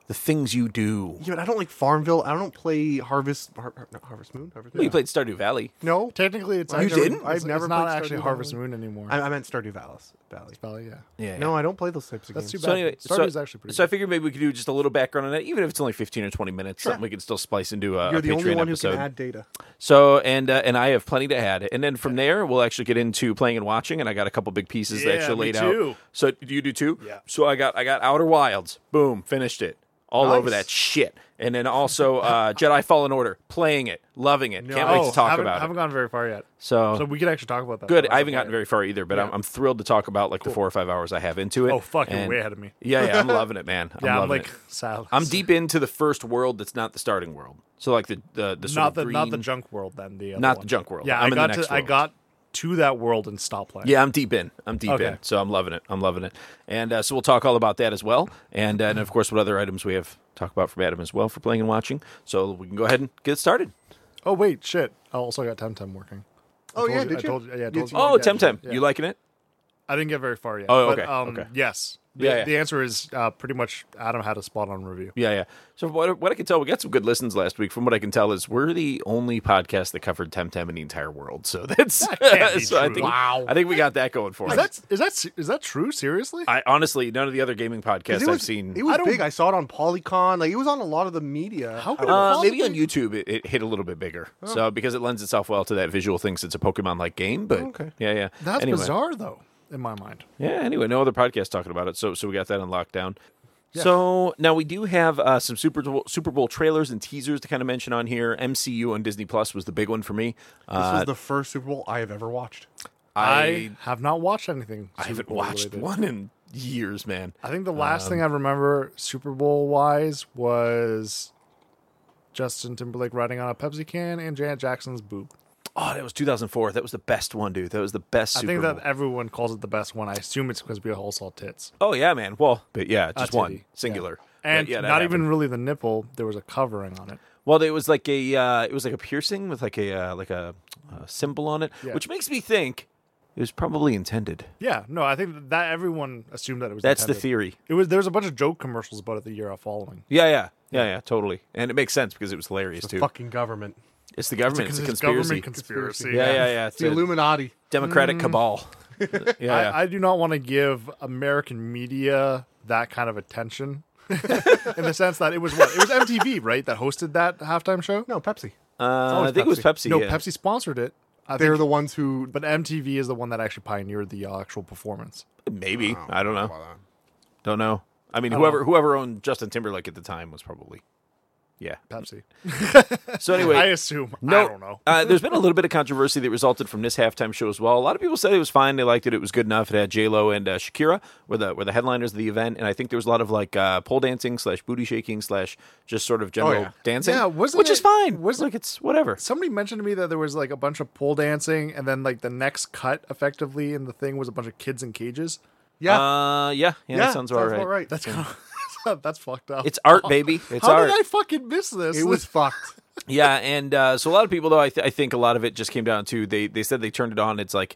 Speaker 3: The things you do.
Speaker 1: but I don't like Farmville. I don't play Harvest Har- Har- no, Harvest Moon. Harvest
Speaker 3: Well,
Speaker 1: Moon.
Speaker 3: you played Stardew Valley.
Speaker 1: No,
Speaker 2: Technically, it's
Speaker 1: You
Speaker 2: actually,
Speaker 3: Oh, didn't?
Speaker 2: It's,
Speaker 1: I've
Speaker 2: it's
Speaker 1: never
Speaker 2: not
Speaker 1: played
Speaker 2: actually
Speaker 1: Stardew
Speaker 2: Harvest
Speaker 1: Valley.
Speaker 2: Moon anymore.
Speaker 1: I, I meant Stardew Valley. Valley.
Speaker 2: Valley, yeah.
Speaker 3: Yeah.
Speaker 1: No, I don't play those types of games.
Speaker 2: That's too bad.
Speaker 3: So anyway, so,
Speaker 2: Stardew's actually pretty.
Speaker 3: so I
Speaker 2: good.
Speaker 3: figured maybe we could do just a little background on it, even if it's only fifteen or twenty minutes. Something we can still splice into a, a
Speaker 1: You're the
Speaker 3: Patreon
Speaker 1: only one
Speaker 3: episode.
Speaker 1: who can add data.
Speaker 3: So and uh, and I have plenty to add, and then from there we'll actually get into playing and watching, and I got a couple big pieces that
Speaker 2: Yeah,
Speaker 3: actually
Speaker 2: me
Speaker 3: laid out.
Speaker 2: too.
Speaker 3: So do you do too?
Speaker 2: Yeah.
Speaker 3: So I got I got Outer Wilds, boom, finished it, all over
Speaker 1: Nice.
Speaker 3: that shit, and then also uh, Jedi Fallen Order, playing it, loving it, can't wait
Speaker 2: Oh,
Speaker 3: to talk
Speaker 2: haven't,
Speaker 3: about
Speaker 2: haven't
Speaker 3: it.
Speaker 2: gone very far yet.
Speaker 3: So,
Speaker 2: So we could actually talk about that.
Speaker 3: good,
Speaker 2: though.
Speaker 3: I haven't gotten very far either, but I'm, I'm thrilled to talk about like the four or five hours I have into it.
Speaker 2: Oh fuck, you're
Speaker 3: And-
Speaker 2: way ahead of me.
Speaker 3: Yeah, yeah, I'm loving it, man. I'm
Speaker 2: Yeah, I'm,
Speaker 3: loving
Speaker 2: like
Speaker 3: it.
Speaker 2: sad.
Speaker 3: I'm deep into the first world that's not the starting world. So like the the, the sort
Speaker 2: Not
Speaker 3: of
Speaker 2: the not the
Speaker 3: green-
Speaker 2: junk world then. The other
Speaker 3: Not the
Speaker 2: one.
Speaker 3: junk world.
Speaker 2: Yeah,
Speaker 3: I'm in
Speaker 2: I
Speaker 3: the
Speaker 2: got
Speaker 3: next
Speaker 2: to I
Speaker 3: world.
Speaker 2: got to that world and stopped playing.
Speaker 3: Yeah, I'm deep in. I'm deep in.
Speaker 2: Okay.
Speaker 3: So I'm loving it. I'm loving it. And uh, so we'll talk all about that as well. And, uh, and of course, what other items we have talk about from Adam as well for playing and watching. So we can go ahead and get started.
Speaker 2: Oh wait, shit. I also got Temtem working.
Speaker 1: Oh
Speaker 2: I told
Speaker 1: yeah,
Speaker 2: you-
Speaker 1: did
Speaker 2: I
Speaker 1: you?
Speaker 2: told you- yeah, I
Speaker 1: Did
Speaker 2: told you.
Speaker 3: Oh,
Speaker 2: yeah,
Speaker 3: Temtem,
Speaker 2: yeah.
Speaker 3: you liking it?
Speaker 2: I didn't get very far yet.
Speaker 3: Oh,
Speaker 2: but,
Speaker 3: okay,
Speaker 2: um,
Speaker 3: okay.
Speaker 2: Yes. The,
Speaker 3: Yeah, yeah.
Speaker 2: the answer is uh, pretty much Adam had a spot on review.
Speaker 3: Yeah, yeah. So what, what I can tell, we got some good listens last week. From what I can tell, is we're the only podcast that covered Temtem in the entire world. So that's
Speaker 2: can't be
Speaker 3: so I
Speaker 2: true.
Speaker 3: think
Speaker 2: Wow.
Speaker 3: I think we got that going for us.
Speaker 2: Is that is that se- is that true? Seriously?
Speaker 3: I honestly none of the other gaming podcasts
Speaker 1: It was,
Speaker 3: I've seen.
Speaker 1: It was
Speaker 2: I don't-
Speaker 1: big. I saw it on Polycon. Like it was on a lot of the media.
Speaker 2: How could
Speaker 1: I-
Speaker 3: Uh,
Speaker 2: Well, Oh.
Speaker 3: maybe
Speaker 2: you-
Speaker 3: on YouTube it, it hit a little bit bigger, so because it lends itself well to that visual thing, since it's a Pokemon-like game. But
Speaker 1: Okay.
Speaker 3: yeah, yeah,
Speaker 2: That's
Speaker 3: anyway.
Speaker 2: bizarre though, in my mind.
Speaker 3: Yeah. Anyway, no other podcast talking about it, so so we got that on lockdown. So now we do have uh, some Super Bowl, Super Bowl trailers and teasers to kind of mention on here. MCU on Disney Plus was the big one for me.
Speaker 1: this
Speaker 3: Uh,
Speaker 1: was the first Super Bowl I have ever watched.
Speaker 2: I
Speaker 3: I
Speaker 2: have not watched anything.
Speaker 3: I haven't
Speaker 2: Super Bowl
Speaker 3: watched
Speaker 2: related.
Speaker 3: one in years, man.
Speaker 2: I think the last thing I remember Super Bowl wise was Justin Timberlake riding on a Pepsi can and Janet Jackson's boob.
Speaker 3: Oh, that was 2004. That was the best one, dude. That was the best Super
Speaker 2: I think
Speaker 3: Bowl.
Speaker 2: that everyone calls it the best one. I assume it's because we all saw tits.
Speaker 3: oh yeah, man. Well, but yeah, just
Speaker 2: titty.
Speaker 3: one singular.
Speaker 2: And
Speaker 3: But yeah, that
Speaker 2: not
Speaker 3: happened.
Speaker 2: even really the nipple. There was a covering on it.
Speaker 3: Well, it was like a uh, it was like a piercing with like a uh, like a uh, symbol on it,
Speaker 2: Yeah.
Speaker 3: which makes me think it was probably intended.
Speaker 2: Yeah, no, I think that everyone assumed that it was.
Speaker 3: That's the
Speaker 2: intended.
Speaker 3: theory.
Speaker 2: It was. There was a bunch of joke commercials about it the year following.
Speaker 3: Yeah, yeah, yeah, yeah, totally. And it makes sense because it was hilarious too.
Speaker 1: Fucking government.
Speaker 3: It's the government. It's, a
Speaker 2: Because
Speaker 3: conspiracy.
Speaker 2: government conspiracy.
Speaker 3: yeah, yeah, yeah. It's
Speaker 1: It's the
Speaker 3: a
Speaker 1: Illuminati.
Speaker 3: democratic cabal. yeah, yeah.
Speaker 2: I, I do not want to give American media that kind of attention. in the sense that it was what it was MTV right that hosted that halftime show.
Speaker 1: No, Pepsi.
Speaker 3: uh, I
Speaker 1: always
Speaker 3: think it was Pepsi.
Speaker 2: No,
Speaker 3: yeah.
Speaker 2: Pepsi sponsored it. I
Speaker 1: They're
Speaker 2: think,
Speaker 1: the ones who.
Speaker 2: but MTV is the one that actually pioneered the actual performance.
Speaker 3: Maybe I don't know.
Speaker 1: Wow.
Speaker 3: Don't know. I mean, whoever whoever owned Justin Timberlake at the time was probably. Yeah.
Speaker 2: Pepsi.
Speaker 3: So anyway,
Speaker 2: I assume. I don't know.
Speaker 3: uh, there's been a little bit of controversy that resulted from this halftime show as well. A lot of people said it was fine. They liked it. It was good enough. It had J Lo and uh, Shakira were the were the headliners of the event, and I think there was a lot of like uh, pole dancing slash booty shaking slash just sort of general
Speaker 1: yeah.
Speaker 3: dancing.
Speaker 2: Oh, Yeah, wasn't
Speaker 3: which is
Speaker 2: it-
Speaker 3: fine. like it's whatever.
Speaker 2: Somebody mentioned to me that there was like a bunch of pole dancing, and then like the next cut, effectively, in the thing was a bunch of kids in cages.
Speaker 1: Yeah,
Speaker 3: Uh, yeah, yeah,
Speaker 1: yeah,
Speaker 3: that sounds all right.
Speaker 1: all right.
Speaker 2: That's kind of that's fucked up.
Speaker 3: It's art, baby. It's
Speaker 2: How
Speaker 3: art.
Speaker 2: did I fucking miss this?
Speaker 1: it was fucked.
Speaker 3: Yeah, and uh, so a lot of people though, I, th- I think a lot of it just came down to they they said they turned it on. It's like,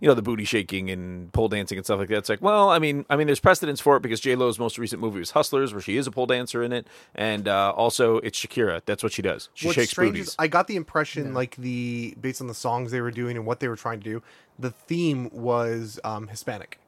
Speaker 3: you know, the booty shaking and pole dancing and stuff like that. It's like, well, I mean, I mean, there's precedence for it because J Lo's most recent movie was Hustlers, where she is a pole dancer in it, and uh, also it's Shakira. That's what she does. She
Speaker 1: What's
Speaker 3: shakes
Speaker 1: strange
Speaker 3: booties.
Speaker 1: is I got the impression, like the based on the songs they were doing and what they were trying to do, the theme was um, Hispanic.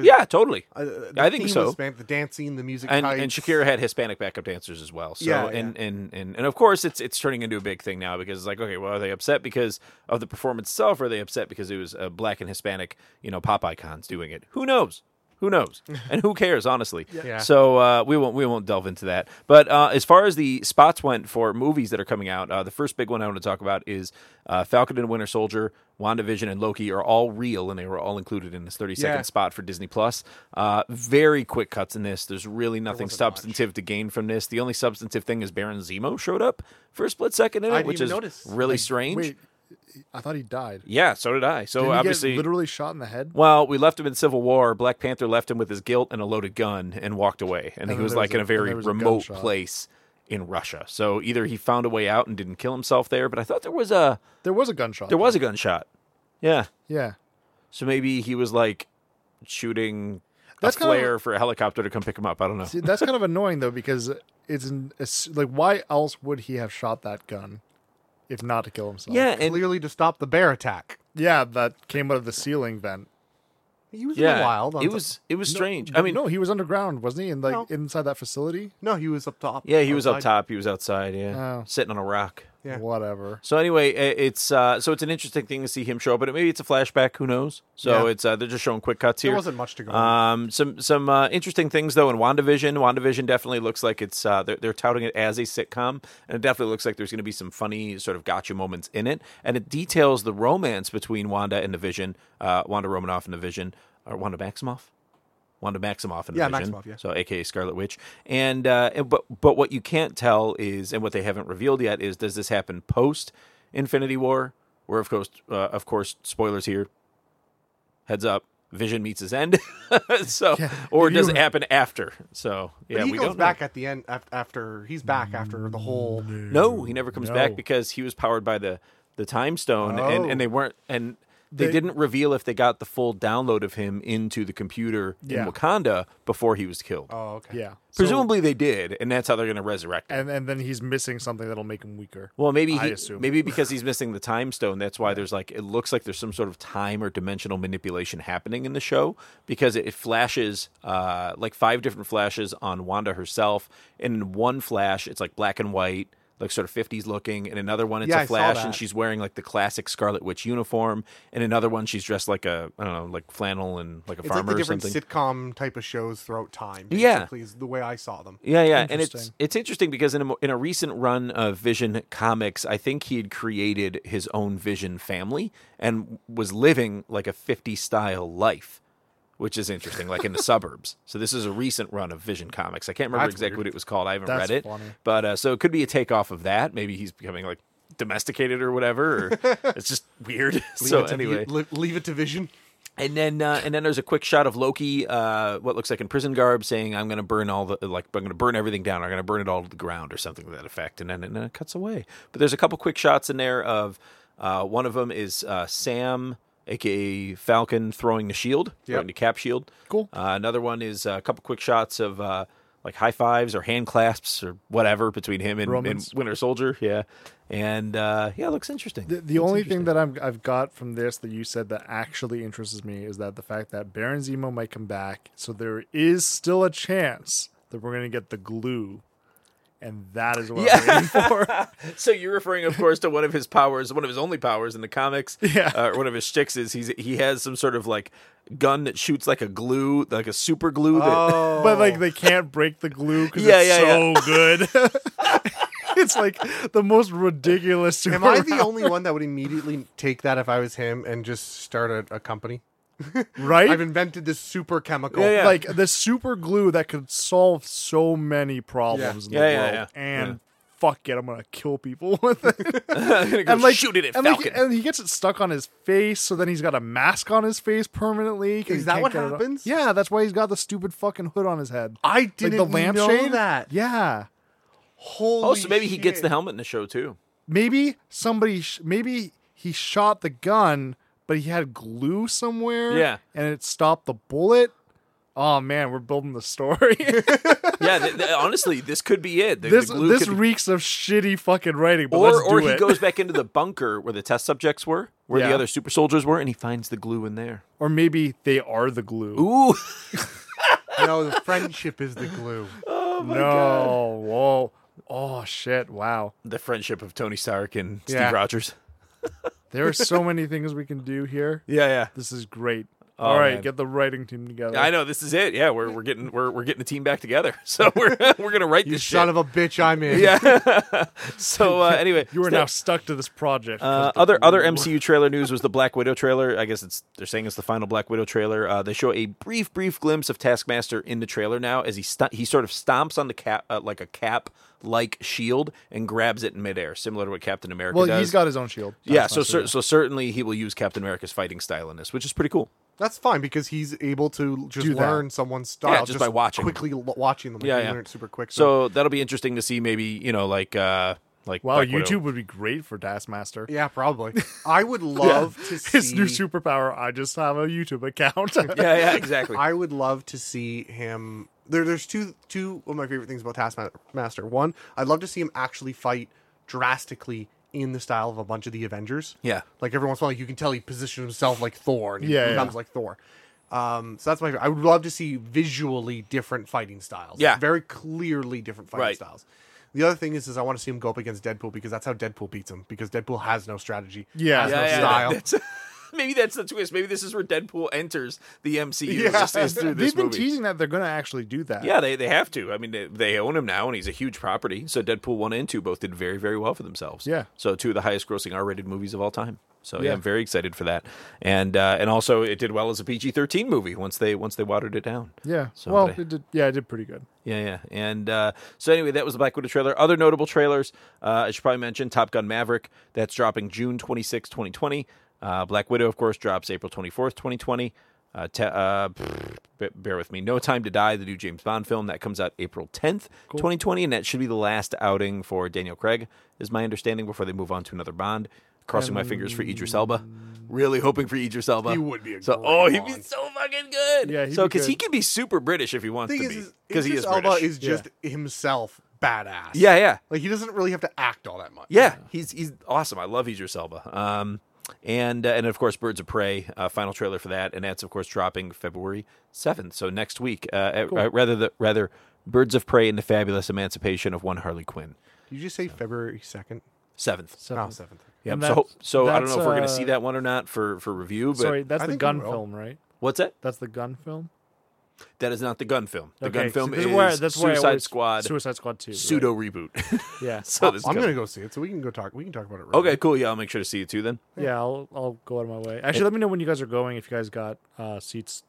Speaker 3: yeah, totally.
Speaker 1: Uh, the
Speaker 3: I think
Speaker 1: theme
Speaker 3: so.
Speaker 1: Was Hispanic, the dancing, the music,
Speaker 3: and,
Speaker 1: types.
Speaker 3: and Shakira had Hispanic backup dancers as well. So
Speaker 1: Yeah,
Speaker 3: and, and and and of course it's it's turning into a big thing now because it's like okay, well are they upset because of the performance itself? Or are they upset because it was uh, black and Hispanic you know pop icons doing it? Who knows? Who knows? And who cares, honestly?
Speaker 2: Yeah.
Speaker 3: So uh, we won't we won't delve into that. But uh, as far as the spots went for movies that are coming out, uh, the first big one I want to talk about is uh, Falcon and Winter Soldier, WandaVision, and Loki are all real, and they were all included in this thirty second
Speaker 1: Yeah.
Speaker 3: spot for Disney Plus. Uh, very quick cuts in this. There's really nothing
Speaker 1: wasn't
Speaker 3: substantive to gain from this. The only substantive thing is Baron Zemo showed up for a split second in
Speaker 1: I
Speaker 3: it,
Speaker 1: didn't
Speaker 3: which
Speaker 1: even
Speaker 3: is
Speaker 1: notice.
Speaker 3: really
Speaker 1: Like,
Speaker 3: strange.
Speaker 2: Wait, I thought he died.
Speaker 3: Yeah, so did I. So
Speaker 2: Didn't he get
Speaker 3: obviously,
Speaker 2: literally shot in the head.
Speaker 3: well, we left him in Civil War. Black Panther left him with his guilt and a loaded gun and walked away. And,
Speaker 2: And
Speaker 3: he
Speaker 2: then
Speaker 3: was
Speaker 2: there
Speaker 3: like
Speaker 2: was a-
Speaker 3: in a
Speaker 2: and there
Speaker 3: very
Speaker 2: was a
Speaker 3: remote
Speaker 2: gunshot.
Speaker 3: place in Russia. So either he found a way out and didn't kill himself there, but I thought there was a
Speaker 2: There was a gunshot.
Speaker 3: there was a gunshot. Yeah.
Speaker 2: Yeah.
Speaker 3: So maybe he was like shooting
Speaker 2: That's
Speaker 3: a
Speaker 2: kind of-
Speaker 3: flare for a helicopter to come pick him up. I don't know.
Speaker 2: See, that's kind of annoying though because it's, an- it's like why else would he have shot that gun if not to kill himself?
Speaker 3: Yeah, and
Speaker 1: Clearly to stop the bear attack.
Speaker 2: Yeah, that came out of the ceiling vent.
Speaker 1: He was in
Speaker 3: yeah,
Speaker 1: the wild. on
Speaker 3: it
Speaker 1: the-
Speaker 3: was it was strange.
Speaker 2: No,
Speaker 3: I mean,
Speaker 2: no, he was underground, wasn't he? And like
Speaker 1: No.
Speaker 2: inside that facility.
Speaker 1: no, he was up top.
Speaker 3: yeah, he was up
Speaker 1: outside.
Speaker 3: top. He was outside. Yeah,
Speaker 2: Oh.
Speaker 3: sitting on a rock.
Speaker 1: Yeah.
Speaker 2: Whatever.
Speaker 3: So anyway, i- it's uh, so it's an interesting thing to see him show up, but maybe it's a flashback. Who knows? So
Speaker 2: Yeah.
Speaker 3: it's uh, they're just showing quick cuts here.
Speaker 1: There wasn't much to go. on.
Speaker 3: Um, some some uh, interesting things though in WandaVision. WandaVision definitely looks like it's uh, they're, they're touting it as a sitcom, and it definitely looks like there's going to be some funny sort of gotcha moments in it, and it details the romance between Wanda and the Vision, uh, Wanda Romanoff and the Vision, or Wanda Maximoff. Wanda Maximoff and the
Speaker 1: Yeah,
Speaker 3: Vision,
Speaker 1: Maximoff, yeah.
Speaker 3: so aka Scarlet Witch, and, uh, and but but what you can't tell is, and what they haven't revealed yet is, does this happen post Infinity War, where of course uh, of course spoilers here, heads up, Vision meets his end. so, or
Speaker 2: if
Speaker 3: does
Speaker 2: you-
Speaker 3: it happen after? So, yeah,
Speaker 1: But he
Speaker 3: we
Speaker 1: goes
Speaker 3: don't
Speaker 1: back at the end af- after he's back after the whole.
Speaker 3: know. No, he never comes
Speaker 2: No.
Speaker 3: back because he was powered by the the time stone, and,
Speaker 2: Oh.
Speaker 3: and they weren't and. They,
Speaker 2: They-
Speaker 3: didn't reveal if they got the full download of him into the computer
Speaker 2: Yeah.
Speaker 3: in Wakanda before he was killed.
Speaker 1: Oh, okay.
Speaker 2: Yeah. So-
Speaker 3: Presumably they did, and that's how they're going to resurrect him.
Speaker 2: and and then he's missing something that'll make him weaker.
Speaker 3: Well, maybe
Speaker 2: I
Speaker 3: he,
Speaker 2: assume.
Speaker 3: maybe because he's missing the time stone, that's why there's like it looks like there's some sort of time or dimensional manipulation happening in the show because it, it flashes uh, like five different flashes on Wanda herself, and in one flash it's like black and white, like sort of 50s looking, and another one it's
Speaker 1: Yeah,
Speaker 3: a
Speaker 1: I saw
Speaker 3: flash and
Speaker 1: that.
Speaker 3: she's wearing like the classic Scarlet Witch uniform, and another one she's dressed like a I don't know like flannel and like a
Speaker 1: It's like
Speaker 3: farmer
Speaker 1: the
Speaker 3: or
Speaker 1: different
Speaker 3: something.
Speaker 1: sitcom type of shows throughout time.
Speaker 3: Yeah.
Speaker 1: Basically, is the way I saw them.
Speaker 3: Yeah, yeah, and it's
Speaker 2: Interesting.
Speaker 3: it's interesting because in a, mo- in a recent run of Vision comics, I think he had created his own Vision family and was living like a 50 style life, which is interesting, like in the suburbs. So this is a recent run of Vision comics. I can't remember
Speaker 1: That's
Speaker 3: exactly
Speaker 1: weird.
Speaker 3: what it was called. I haven't
Speaker 2: That's
Speaker 3: read it,
Speaker 2: funny.
Speaker 3: but uh, so it could be a takeoff of that. Maybe he's becoming like domesticated or whatever. Or it's just weird. so
Speaker 1: Leave it to-
Speaker 3: anyway,
Speaker 1: li- leave it to Vision.
Speaker 3: and then, uh, and then there's a quick shot of Loki, uh, what looks like in prison garb, saying, "I'm going to burn all the like, I'm going to burn everything down. I'm going to burn it all to the ground, or something to that effect." And then, and then it cuts away. But there's a couple quick shots in there of uh, one of them is uh, Sam, aka Falcon, throwing the shield,
Speaker 1: Yep.
Speaker 3: throwing the cap shield.
Speaker 2: Cool.
Speaker 3: Uh, another one is uh, a couple quick shots of uh, like high fives or hand clasps or whatever between him and, and
Speaker 2: Romans.
Speaker 3: Winter Soldier. Yeah, and uh, yeah, it looks interesting.
Speaker 2: The, the only thing that I'm, I've got from this that you said that actually interests me is that the fact that Baron Zemo might come back, so there is still a chance that we're going to get the glue, and that is what I'm waiting for.
Speaker 3: So you're referring, of course, to one of his powers, one of his only powers in the comics.
Speaker 2: Yeah.
Speaker 3: Uh, or one of his sticks is he's he has some sort of like gun that shoots like a glue, like a super glue. That,
Speaker 1: Oh,
Speaker 2: But like they can't break the glue because
Speaker 3: Yeah,
Speaker 2: it's
Speaker 3: yeah,
Speaker 2: so good. it's like the most ridiculous. Super
Speaker 1: am I the only one that would immediately take that if I was him and just start a, a company?
Speaker 2: right?
Speaker 1: I've invented this super chemical.
Speaker 3: Yeah, yeah.
Speaker 2: like the super glue that could solve so many problems
Speaker 3: Yeah.
Speaker 2: in the
Speaker 3: Yeah, yeah,
Speaker 2: world.
Speaker 3: yeah.
Speaker 2: And
Speaker 3: Yeah.
Speaker 2: fuck it, I'm gonna kill people with it.
Speaker 3: I'm gonna go
Speaker 2: and like
Speaker 3: shoot it at
Speaker 2: and, like,
Speaker 3: Falcon.
Speaker 2: and he gets it stuck on his face, so then he's got a mask on his face permanently. 'cause
Speaker 1: Is
Speaker 2: he
Speaker 1: that
Speaker 2: can't
Speaker 1: what
Speaker 2: get it off.
Speaker 1: happens?
Speaker 2: Yeah, that's why he's got the stupid fucking hood on his head.
Speaker 1: I didn't
Speaker 2: like the lampshade.
Speaker 1: know that.
Speaker 2: Yeah.
Speaker 1: Holy
Speaker 3: oh, so maybe he gets
Speaker 1: shit.
Speaker 3: the helmet in the show too.
Speaker 2: Maybe somebody. Sh- maybe he shot the gun, but he had glue somewhere.
Speaker 3: Yeah.
Speaker 2: And it stopped the bullet. Oh man, we're building the story.
Speaker 3: Yeah, th- th- honestly, this could be it. The, the
Speaker 2: this
Speaker 3: glue
Speaker 2: this
Speaker 3: could be-
Speaker 2: reeks of shitty fucking writing. But
Speaker 3: or
Speaker 2: let's do
Speaker 3: or he
Speaker 2: it.
Speaker 3: goes back into the bunker where the test subjects were, where the
Speaker 2: Yeah.
Speaker 3: other super soldiers were, and he finds the glue in there.
Speaker 2: or maybe they are the glue.
Speaker 3: Ooh,
Speaker 1: No, the friendship is the glue.
Speaker 3: Oh,
Speaker 2: no, whoa, oh shit, wow.
Speaker 3: the friendship of Tony Stark and
Speaker 2: Yeah.
Speaker 3: Steve Rogers.
Speaker 2: There are so many things we can do here.
Speaker 3: Yeah, yeah.
Speaker 2: This is great. All right,
Speaker 3: Oh, man.
Speaker 2: get the writing team together.
Speaker 3: I know this is it. Yeah, we're we're getting we're we're getting the team back together. So we're we're gonna write
Speaker 1: You
Speaker 3: this
Speaker 1: son
Speaker 3: shit.
Speaker 1: of a bitch, I'm in.
Speaker 3: yeah. so uh, anyway,
Speaker 2: You are
Speaker 3: so-
Speaker 2: now stuck to this project. 'cause
Speaker 3: Uh,
Speaker 2: the-
Speaker 3: other other MCU trailer news was the Black Widow trailer. I guess it's they're saying it's the final Black Widow trailer. Uh, they show a brief brief glimpse of Taskmaster in the trailer now as he st- he sort of stomps on the cap uh, like a cap like shield and grabs it in midair, similar to what Captain America
Speaker 2: Well,
Speaker 3: does.
Speaker 2: he's got his own shield.
Speaker 3: yeah,
Speaker 2: That's
Speaker 3: so
Speaker 2: not
Speaker 3: cer- so certainly he will use Captain America's fighting style in this, which is pretty cool.
Speaker 1: That's fine because he's able to just
Speaker 2: Do that.
Speaker 1: learn someone's style
Speaker 3: Yeah, just by watching.
Speaker 1: quickly l- watching them. Like,
Speaker 3: Yeah,
Speaker 1: you
Speaker 3: yeah.
Speaker 1: learn it super quick.
Speaker 3: So that'll be interesting to see. Maybe you know like uh like
Speaker 2: Wow,
Speaker 3: Black
Speaker 2: YouTube
Speaker 3: Widow.
Speaker 2: would be great for Taskmaster.
Speaker 1: yeah, probably. I would love to see
Speaker 2: His new superpower. I just have a YouTube account.
Speaker 3: Yeah, yeah, exactly.
Speaker 1: I would love to see him. There, there's two two of my favorite things about Taskmaster. One, I'd love to see him actually fight drastically in the style of a bunch of the Avengers.
Speaker 3: yeah.
Speaker 1: Like every once in a while, you can tell he positioned himself like Thor. And he
Speaker 2: Yeah, yeah.
Speaker 1: becomes like Thor. Um, so that's my. I would love to see visually different fighting styles.
Speaker 3: Yeah.
Speaker 1: very clearly different fighting
Speaker 3: Right.
Speaker 1: styles. The other thing is, is I want to see him go up against Deadpool because that's how Deadpool beats him. Because Deadpool has no strategy.
Speaker 2: Yeah.
Speaker 1: has
Speaker 2: Yeah,
Speaker 1: no
Speaker 2: yeah,
Speaker 1: style.
Speaker 3: that's- maybe that's the twist. Maybe this is where Deadpool enters the MCU. is
Speaker 1: Yeah.
Speaker 3: just- is through this
Speaker 2: They've been
Speaker 3: movie.
Speaker 2: teasing that they're going to actually do that.
Speaker 3: yeah, they, they have to. I mean, they, they own him now, and he's a huge property. So Deadpool one and two both did very very well for themselves.
Speaker 2: Yeah.
Speaker 3: So two of the highest grossing R rated movies of all time. So yeah.
Speaker 2: Yeah.
Speaker 3: I'm very excited for that, and uh, and also it did well as a PG thirteen movie once they once they watered it down.
Speaker 2: Yeah.
Speaker 3: So
Speaker 2: well,
Speaker 3: they-
Speaker 2: it did, yeah, it did pretty good.
Speaker 3: Yeah, yeah. And uh, so anyway, that was the Black Widow trailer. Other notable trailers, uh, I should probably mention Top Gun Maverick. That's dropping June 26, 2020. Uh, Black Widow, of course, drops April 24th, 2020. Uh, te- uh, pfft, b- bear with me. No Time to Die, the new James Bond film, that comes out April 10th, 2020. And that should be the last outing for Daniel Craig, is my understanding, before they move on to another Bond. Crossing my fingers for Idris Elba. Really hoping for Idris Elba.
Speaker 1: He would be a
Speaker 3: so.
Speaker 1: great
Speaker 3: Oh, he'd be
Speaker 1: Bond.
Speaker 3: so fucking good.
Speaker 2: Yeah, he'd
Speaker 3: so
Speaker 2: be
Speaker 3: because
Speaker 2: good.
Speaker 3: he can be super British if he wants
Speaker 1: thing
Speaker 3: to
Speaker 1: is, is
Speaker 3: be, because he
Speaker 1: Idris
Speaker 3: is
Speaker 1: Elba
Speaker 3: British.
Speaker 1: is just himself badass.
Speaker 3: Yeah, yeah,
Speaker 1: like he doesn't really have to act all that much.
Speaker 3: yeah. He's he's awesome. I love Idris Elba. Um, and uh, and of course, Birds of Prey. Uh, final trailer for that, and that's of course dropping February seventh. So next week, uh, at- uh, rather the rather Birds of Prey and the Fabulous Emancipation of One Harley Quinn
Speaker 1: Did you just say February second?
Speaker 3: seventh.
Speaker 1: No, seventh.
Speaker 3: Yeah.
Speaker 2: And
Speaker 3: So
Speaker 2: that's-
Speaker 3: so I don't know
Speaker 2: that's,
Speaker 3: if we're gonna
Speaker 2: uh,
Speaker 3: see that one or not for for review. But
Speaker 2: Sorry, that's
Speaker 1: I
Speaker 2: the
Speaker 1: think
Speaker 2: gun
Speaker 1: we will.
Speaker 2: film, right?
Speaker 3: what's that?
Speaker 2: That's the gun film.
Speaker 3: That is not the gun film. The gun
Speaker 2: Okay, so
Speaker 3: film
Speaker 2: this
Speaker 3: is
Speaker 2: where- that's where I
Speaker 3: Suicide
Speaker 2: always-
Speaker 3: Squad
Speaker 2: Suicide Squad 2. right.
Speaker 3: pseudo reboot.
Speaker 2: Yeah.
Speaker 3: so this is
Speaker 1: Oh, I'm
Speaker 3: gun-
Speaker 1: gonna go see it, so we can go talk. We can talk about it. Right
Speaker 3: Okay, cool. Yeah, I'll make sure to see it too then.
Speaker 2: Yeah, I'll, I'll go out of my way. Actually, let me know when you guys are going if you guys got uh, seats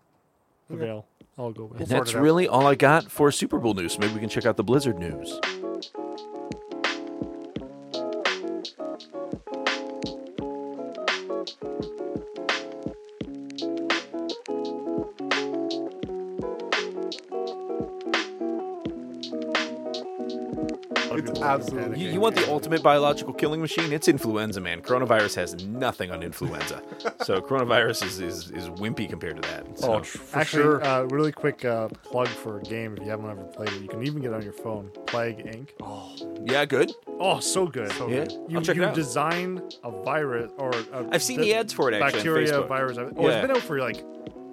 Speaker 2: avail. I'll go with.
Speaker 3: And
Speaker 1: sort
Speaker 3: that's
Speaker 1: it out.
Speaker 3: really all I got for Super Bowl news. Maybe we can check out the Blizzard news.
Speaker 1: now. It's absolutely.
Speaker 3: You, you want the ultimate biological killing machine? It's influenza, man. Coronavirus has nothing on influenza. so coronavirus is, is, is wimpy compared to that. So.
Speaker 1: Oh, tr- for
Speaker 2: Actually,
Speaker 1: sure.
Speaker 2: uh, really quick uh, plug for a game if you haven't ever played it. You can even get it on your phone. Plague Inc.
Speaker 3: yeah, good.
Speaker 2: Oh, so good.
Speaker 1: So
Speaker 3: Yeah,
Speaker 1: good.
Speaker 2: You,
Speaker 3: I'll check
Speaker 2: you
Speaker 3: it out.
Speaker 2: design a virus or a,
Speaker 3: I've seen the ads for it actually. on
Speaker 2: bacteria
Speaker 3: Facebook.
Speaker 2: virus. Oh,
Speaker 3: Yeah.
Speaker 2: it's been out for like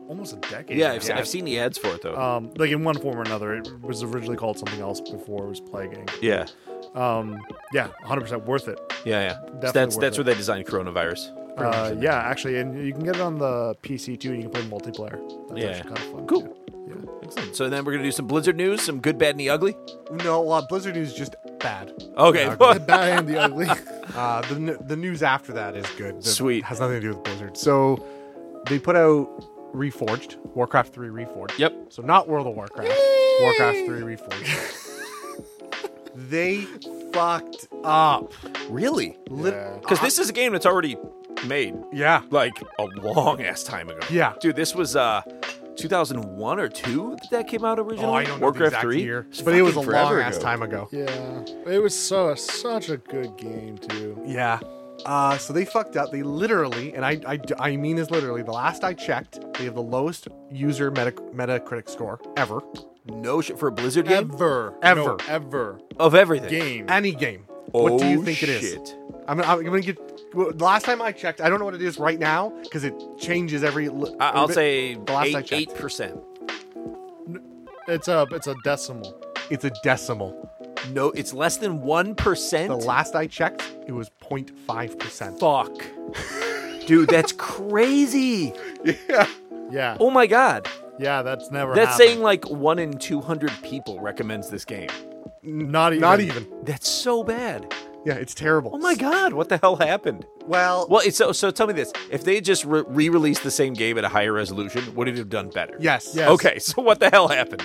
Speaker 2: almost a decade.
Speaker 3: Yeah,
Speaker 2: now.
Speaker 3: I've, se- I've seen the ads for it though.
Speaker 2: um, like in one form or another. It was originally called something else before it was Plague Inc.
Speaker 3: yeah,
Speaker 2: Um, yeah, 100% worth it.
Speaker 3: yeah, yeah. So
Speaker 2: worth
Speaker 3: that's that's
Speaker 2: it.
Speaker 3: where they designed coronavirus.
Speaker 2: Uh, yeah, actually, and you can get it on the PC too. You can play multiplayer. That's
Speaker 3: Yeah.
Speaker 2: actually kind of fun.
Speaker 3: Cool.
Speaker 2: too. Yeah.
Speaker 3: Excellent. So then we're gonna do some Blizzard news, some good, bad, and the ugly.
Speaker 1: No, uh, Blizzard news is just bad.
Speaker 3: Okay.
Speaker 2: The bad and the ugly.
Speaker 1: Uh, the n- the news after that is good. The-
Speaker 3: Sweet.
Speaker 1: has nothing to do with Blizzard. So they put out Reforged, Warcraft Three Reforged.
Speaker 3: Yep.
Speaker 1: So not World of Warcraft. Warcraft Three Reforged. they fucked up.
Speaker 3: really?
Speaker 1: Lit-
Speaker 2: Yeah.
Speaker 3: Because this is a game that's already made.
Speaker 1: Yeah.
Speaker 3: like a long ass time ago.
Speaker 1: Yeah.
Speaker 3: dude, this was uh 2001 or two that that came out originally.
Speaker 1: Oh, I don't know
Speaker 3: Warcraft
Speaker 1: the exact
Speaker 3: three,
Speaker 1: year,
Speaker 3: It's
Speaker 1: but it was a
Speaker 3: fucking forever
Speaker 1: long ass
Speaker 3: ago.
Speaker 1: time ago.
Speaker 2: yeah, it was so such a good game too.
Speaker 1: Yeah. Uh, so they fucked up. They literally, and I, I, I mean this literally, the last I checked, they have the lowest user meta, Metacritic score ever.
Speaker 3: No shit for a Blizzard game
Speaker 2: Ever,
Speaker 1: Ever.
Speaker 2: No, ever
Speaker 3: of everything.
Speaker 2: game.
Speaker 1: Any game.
Speaker 3: Oh,
Speaker 1: what do you think it is?
Speaker 3: shit.
Speaker 1: I'm, I'm, going to get. Well, the last time I checked, I don't know what it is right now because it changes every. li-
Speaker 3: I- I'll
Speaker 1: bit.
Speaker 3: say
Speaker 1: The last I
Speaker 3: eight
Speaker 1: checked.
Speaker 3: eight percent.
Speaker 2: It's a it's a decimal.
Speaker 1: it's a decimal.
Speaker 3: No, it's less than one
Speaker 1: The
Speaker 3: percent.
Speaker 1: last I checked, it was 0.5 percent.
Speaker 3: Fuck, dude, that's crazy.
Speaker 1: Yeah.
Speaker 2: Yeah.
Speaker 3: Oh my god.
Speaker 2: Yeah, that's never
Speaker 3: That's
Speaker 2: happened.
Speaker 3: saying like 1 in 200 people recommends this game.
Speaker 2: not even
Speaker 1: Not even.
Speaker 3: That's so bad.
Speaker 1: Yeah, it's terrible.
Speaker 3: Oh my god, what the hell happened?
Speaker 1: Well,
Speaker 3: Well, it's, so so tell me this. If they just re- re-released the same game at a higher resolution, would it have done better?
Speaker 1: yes.
Speaker 2: Yeah.
Speaker 3: Okay, so what the hell happened?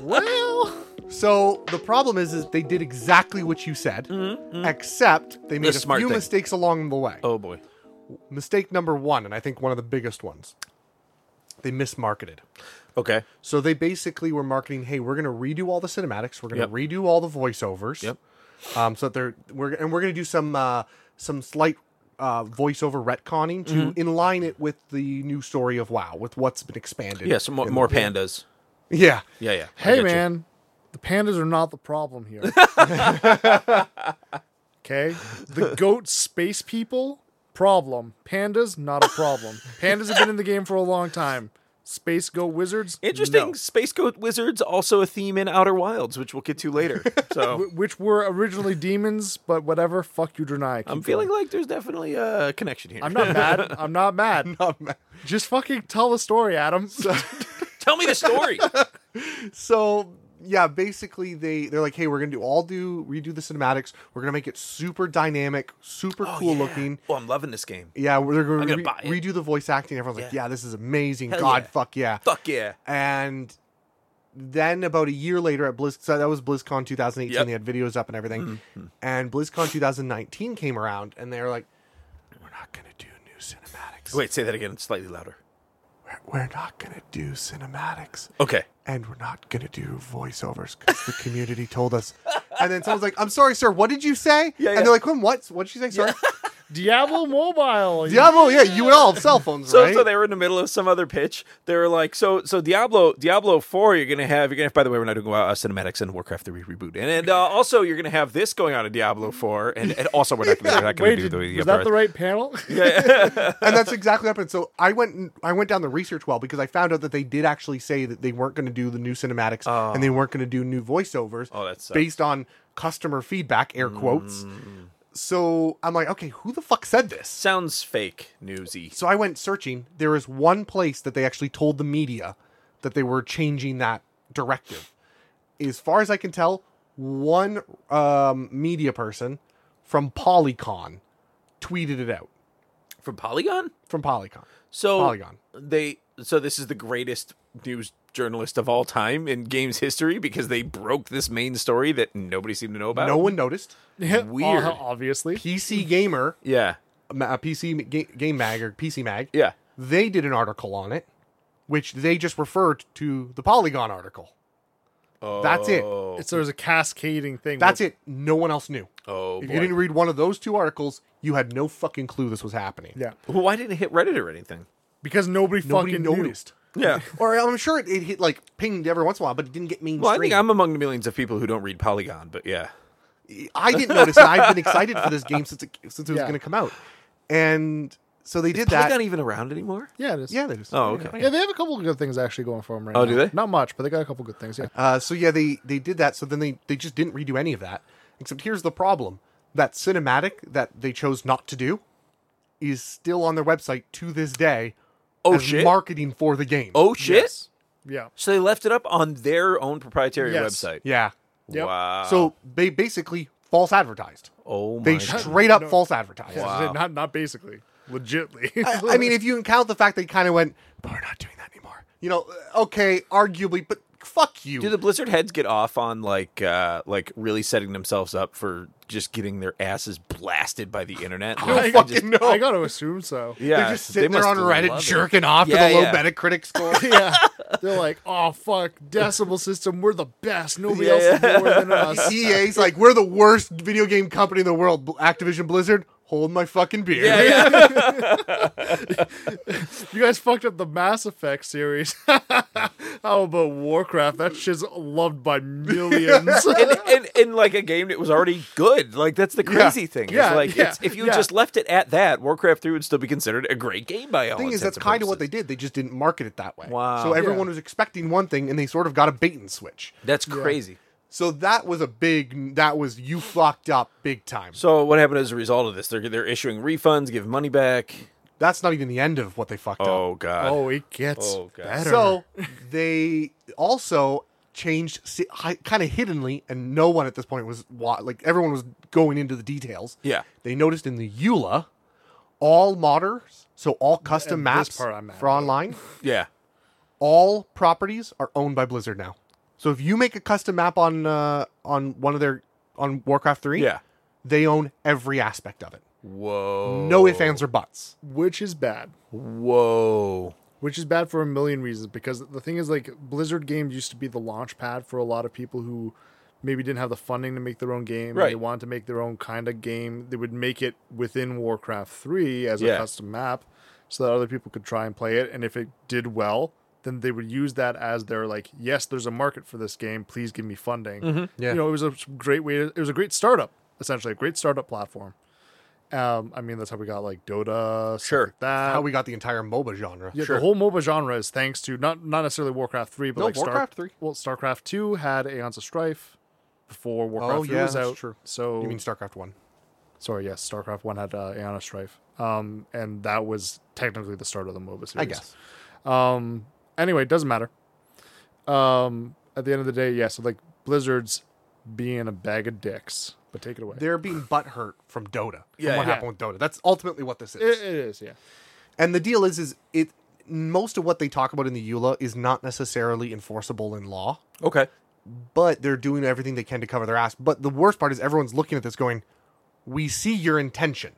Speaker 1: Well, so the problem is, is they did exactly what you said, except they made a
Speaker 3: Mm-hmm, smart
Speaker 1: few
Speaker 3: thing.
Speaker 1: mistakes along the way.
Speaker 3: Oh boy.
Speaker 1: Mistake number one, and I think one of the biggest ones, they mismarketed.
Speaker 3: Okay.
Speaker 1: So they basically were marketing, hey, we're going to redo all the cinematics, we're going
Speaker 3: Yep.
Speaker 1: to redo all the voiceovers.
Speaker 3: Yep.
Speaker 1: Um, so that they're we're and we're going to do some uh, some slight uh, voiceover retconning to
Speaker 3: Mm-hmm.
Speaker 1: inline it with the new story of WoW, with what's been expanded.
Speaker 3: Yeah, some more,
Speaker 1: in-
Speaker 3: more pandas.
Speaker 1: Yeah.
Speaker 3: Yeah, yeah. I
Speaker 2: Hey
Speaker 3: got you.
Speaker 2: man, the pandas are not the problem here. okay? The goat space people problem. Pandas not a problem. Pandas have been in the game for a long time. Space goat wizards
Speaker 3: Interesting.
Speaker 2: no.
Speaker 3: Space Goat Wizards also a theme in Outer Wilds, which we'll get to later. So
Speaker 2: Wh- Which were originally demons, but whatever. Fuck you, Drenai. Keep
Speaker 3: I'm feeling
Speaker 2: going.
Speaker 3: like there's definitely a connection here.
Speaker 2: I'm not mad. I'm not mad.
Speaker 1: Um,
Speaker 2: Just fucking tell the story, Adam.
Speaker 3: Tell me the story.
Speaker 1: so yeah basically they they're like hey we're gonna do all do redo the cinematics we're gonna make it super dynamic super cool looking
Speaker 3: Oh, I'm loving this game.
Speaker 1: yeah we're they're gonna,
Speaker 3: I'm gonna
Speaker 1: re-
Speaker 3: buy it.
Speaker 1: redo the voice acting everyone's like
Speaker 3: Yeah.
Speaker 1: yeah this is amazing
Speaker 3: Hell
Speaker 1: god
Speaker 3: yeah.
Speaker 1: fuck yeah
Speaker 3: Fuck yeah.
Speaker 1: and then about a year later at Blizz, so that was BlizzCon 2018.
Speaker 3: Yep. Mm-hmm.
Speaker 1: They had videos up and everything, and BlizzCon 2019 came around, and they were like, "We're not gonna do new cinematics.
Speaker 3: Wait, say that again slightly louder.
Speaker 1: We're, we're not gonna do cinematics."
Speaker 3: Okay.
Speaker 1: and we're not going to do voiceovers because the community told us. And then someone's like, I'm sorry, sir, what did you say?
Speaker 3: Yeah,
Speaker 1: and
Speaker 3: yeah.
Speaker 1: they're like, "When? what? What did she say? Sorry.
Speaker 2: Diablo Mobile.
Speaker 1: Diablo, yeah, you and all have cell phones,
Speaker 3: So,
Speaker 1: right?
Speaker 3: so they were in the middle of some other pitch. They were like, so so Diablo Diablo four, you're gonna have you're gonna. By the way, we're not doing uh, cinematics and Warcraft three reboot, and, and uh, also you're gonna have this going on in Diablo four, and, and also we're not gonna, we're not gonna
Speaker 2: Wait,
Speaker 3: do
Speaker 2: did,
Speaker 3: the, uh, the
Speaker 2: was that the
Speaker 3: uprising.
Speaker 2: right panel?
Speaker 1: and that's exactly what happened. So I went and- I went down the research well because I found out that they did actually say that they weren't going to do the new cinematics and they weren't going to do new voiceovers
Speaker 3: Oh, that sucks. Mm.
Speaker 1: based on customer feedback, air quotes. So I'm like, okay, who the fuck said this?
Speaker 3: Sounds fake, newsy.
Speaker 1: So I went searching. There is one place that they actually told the media that they were changing that directive. As far as I can tell, one um, media person from Polycon tweeted it out.
Speaker 3: From Polygon.
Speaker 1: From Polycon.
Speaker 3: So
Speaker 1: Polygon.
Speaker 3: They so this is the greatest news journalist of all time in games history because they broke this main story that nobody seemed to know about.
Speaker 1: No one noticed.
Speaker 3: Weird.
Speaker 2: Oh, obviously.
Speaker 1: PC Gamer,
Speaker 3: Yeah.
Speaker 1: ma- a PC ga- Game Mag or PC Mag,
Speaker 3: Yeah.
Speaker 1: they did an article on it, which they just referred to the Polygon article. That's it.
Speaker 3: Oh.
Speaker 2: So there's a cascading thing.
Speaker 1: That's
Speaker 2: where-
Speaker 1: it. No one else knew.
Speaker 3: Oh.
Speaker 1: If
Speaker 3: boy.
Speaker 1: you didn't read one of those two articles, you had no fucking clue this was happening.
Speaker 2: Yeah.
Speaker 3: Well, why didn't it hit Reddit or anything?
Speaker 2: Because nobody,
Speaker 1: Nobody
Speaker 2: fucking knew.
Speaker 1: noticed.
Speaker 3: Yeah.
Speaker 1: Or I'm sure it, it hit like pinged every once in a while, but it didn't get mainstream.
Speaker 3: Well, I think I'm among the millions of people who don't read Polygon, but yeah.
Speaker 1: I didn't notice. And I've been excited for this game since it, since it was
Speaker 2: Yeah.
Speaker 1: going to come out, and so they did that.
Speaker 3: Polygon even around anymore?
Speaker 2: Yeah, it is.
Speaker 1: yeah, they just.
Speaker 3: Oh, okay.
Speaker 2: Yeah, they have a couple of good things actually going for them right
Speaker 3: Oh,
Speaker 2: now.
Speaker 3: do they?
Speaker 2: Not much, but they got a couple of good things. Yeah.
Speaker 1: Uh, so yeah, they they did that. So then they they just didn't redo any of that. Except here's the problem: that cinematic that they chose not to do is still on their website to this day.
Speaker 3: Oh,
Speaker 1: as
Speaker 3: shit.
Speaker 1: Marketing for the game.
Speaker 3: Oh shit.
Speaker 2: Yeah.
Speaker 3: So they left it up on their own proprietary
Speaker 2: Yes.
Speaker 3: website.
Speaker 1: yeah.
Speaker 2: Yep.
Speaker 3: Wow.
Speaker 1: So they basically false advertised.
Speaker 3: oh my
Speaker 1: They
Speaker 3: God.
Speaker 1: straight up false advertised.
Speaker 3: Wow.
Speaker 2: Not not basically. Legitly.
Speaker 1: I, I mean, if you count the fact they kind of went, but we're not doing that anymore. You know, uh, okay, arguably, but fuck you.
Speaker 3: Do the Blizzard heads get off on like uh like really setting themselves up for just getting their asses blasted by the internet?
Speaker 2: Oh,
Speaker 1: don't
Speaker 3: Like,
Speaker 1: fucking
Speaker 3: just-
Speaker 1: know.
Speaker 2: I gotta assume so.
Speaker 3: yeah,
Speaker 1: They're just sitting
Speaker 3: they
Speaker 1: there on
Speaker 3: must
Speaker 1: Reddit
Speaker 3: love it.
Speaker 1: jerking off
Speaker 3: Yeah,
Speaker 1: to the low
Speaker 3: yeah.
Speaker 1: Metacritic score.
Speaker 2: yeah. They're like, oh fuck, decimal system, we're the best. Nobody
Speaker 3: Yeah,
Speaker 2: else is
Speaker 3: yeah.
Speaker 2: more than us.
Speaker 1: EA's like, we're the worst video game company in the world. Bl- Activision Blizzard, hold my fucking beer.
Speaker 3: Yeah, yeah.
Speaker 2: You guys fucked up the Mass Effect series. How about Warcraft? That shit's loved by millions.
Speaker 3: and, and and like a game that was already good. Like that's the crazy thing. It's
Speaker 2: Yeah,
Speaker 3: like
Speaker 2: yeah,
Speaker 3: it's, if you
Speaker 2: yeah.
Speaker 3: just left it at that, Warcraft Three would still be considered a great game by all.
Speaker 1: The thing is, that's
Speaker 3: intents and
Speaker 1: kind of what they
Speaker 3: purposes.
Speaker 1: did. They just didn't market it that way.
Speaker 3: Wow.
Speaker 1: So everyone
Speaker 2: Yeah.
Speaker 1: was expecting one thing, and they sort of got a bait and switch.
Speaker 3: That's crazy.
Speaker 1: So that was a big. That was you fucked up big time.
Speaker 3: So what happened as a result of this? They're they're issuing refunds, give money back.
Speaker 1: that's not even the end of what they fucked up.
Speaker 3: Oh god.
Speaker 2: oh, it gets
Speaker 3: Oh, God.
Speaker 2: better.
Speaker 1: So they also changed kind of hiddenly, and no one at this point was wa- like everyone was going into the details.
Speaker 3: Yeah.
Speaker 1: they noticed in the EULA all modders, so all custom
Speaker 2: And this
Speaker 1: maps
Speaker 2: part I'm mad
Speaker 1: for online,
Speaker 3: Yeah.
Speaker 1: all properties are owned by Blizzard now. So if you make a custom map on uh, on one of their on Warcraft three,
Speaker 3: Yeah.
Speaker 1: they own every aspect of it.
Speaker 3: Whoa.
Speaker 1: No ifs, ands, or buts.
Speaker 2: which is bad.
Speaker 3: Whoa.
Speaker 2: which is bad for a million reasons because the thing is like blizzard games used to be the launch pad for a lot of people who maybe didn't have the funding to make their own game and they
Speaker 3: Right.
Speaker 2: wanted to make their own kind of game they would make it within warcraft 3 as a
Speaker 3: Yeah.
Speaker 2: custom map so that other people could try and play it and if it did well then they would use that as their like yes there's a market for this game please give me funding
Speaker 3: Mm-hmm.
Speaker 1: Yeah.
Speaker 2: you know it was a great way to, it was a great startup essentially a great startup platform um, i mean that's how we got like dota stuff
Speaker 3: Sure.
Speaker 2: like that
Speaker 1: How we got the entire MOBA genre.
Speaker 2: Uh, yeah,
Speaker 3: Sure.
Speaker 2: the whole MOBA genre is thanks to not not necessarily Warcraft three, but
Speaker 1: No,
Speaker 2: like Star-
Speaker 1: Warcraft 3.
Speaker 2: Well, Starcraft two had Aeons of Strife before Warcraft
Speaker 1: Oh,
Speaker 2: three
Speaker 1: yeah,
Speaker 2: was
Speaker 1: that's
Speaker 2: out.
Speaker 1: true.
Speaker 2: So
Speaker 1: You mean StarCraft one?
Speaker 2: sorry, yes, Starcraft one had uh, Aeons of Strife, um, and that was technically the start of the MOBA series.
Speaker 1: I guess.
Speaker 2: Um, anyway, it doesn't matter. Um, at the end of the day, yeah. So like Blizzard's being a bag of dicks, but take it away.
Speaker 1: they're being butthurt from Dota. Yeah,
Speaker 3: Yeah,
Speaker 1: from what
Speaker 3: yeah.
Speaker 1: happened with Dota. That's ultimately what this is.
Speaker 2: It- it is, yeah.
Speaker 1: and the deal is, is it most of what they talk about in the EULA is not necessarily enforceable in law,
Speaker 3: Okay.
Speaker 1: but they're doing everything they can to cover their ass. But the worst part is everyone's looking at this going, "We see your intention.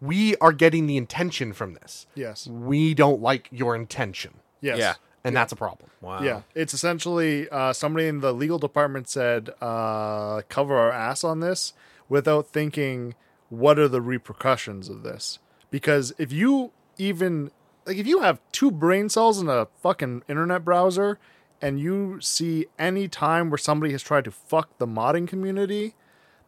Speaker 1: We are getting the intention from this.
Speaker 2: Yes.
Speaker 1: We don't like your intention,
Speaker 2: Yes.
Speaker 3: Yeah.
Speaker 1: and that's a problem."
Speaker 3: Wow.
Speaker 2: Yeah, it's essentially uh, somebody in the legal department said, uh, "Cover our ass on this," without thinking what are the repercussions of this. Because if you even like, if you have two brain cells in a fucking internet browser, and you see any time where somebody has tried to fuck the modding community,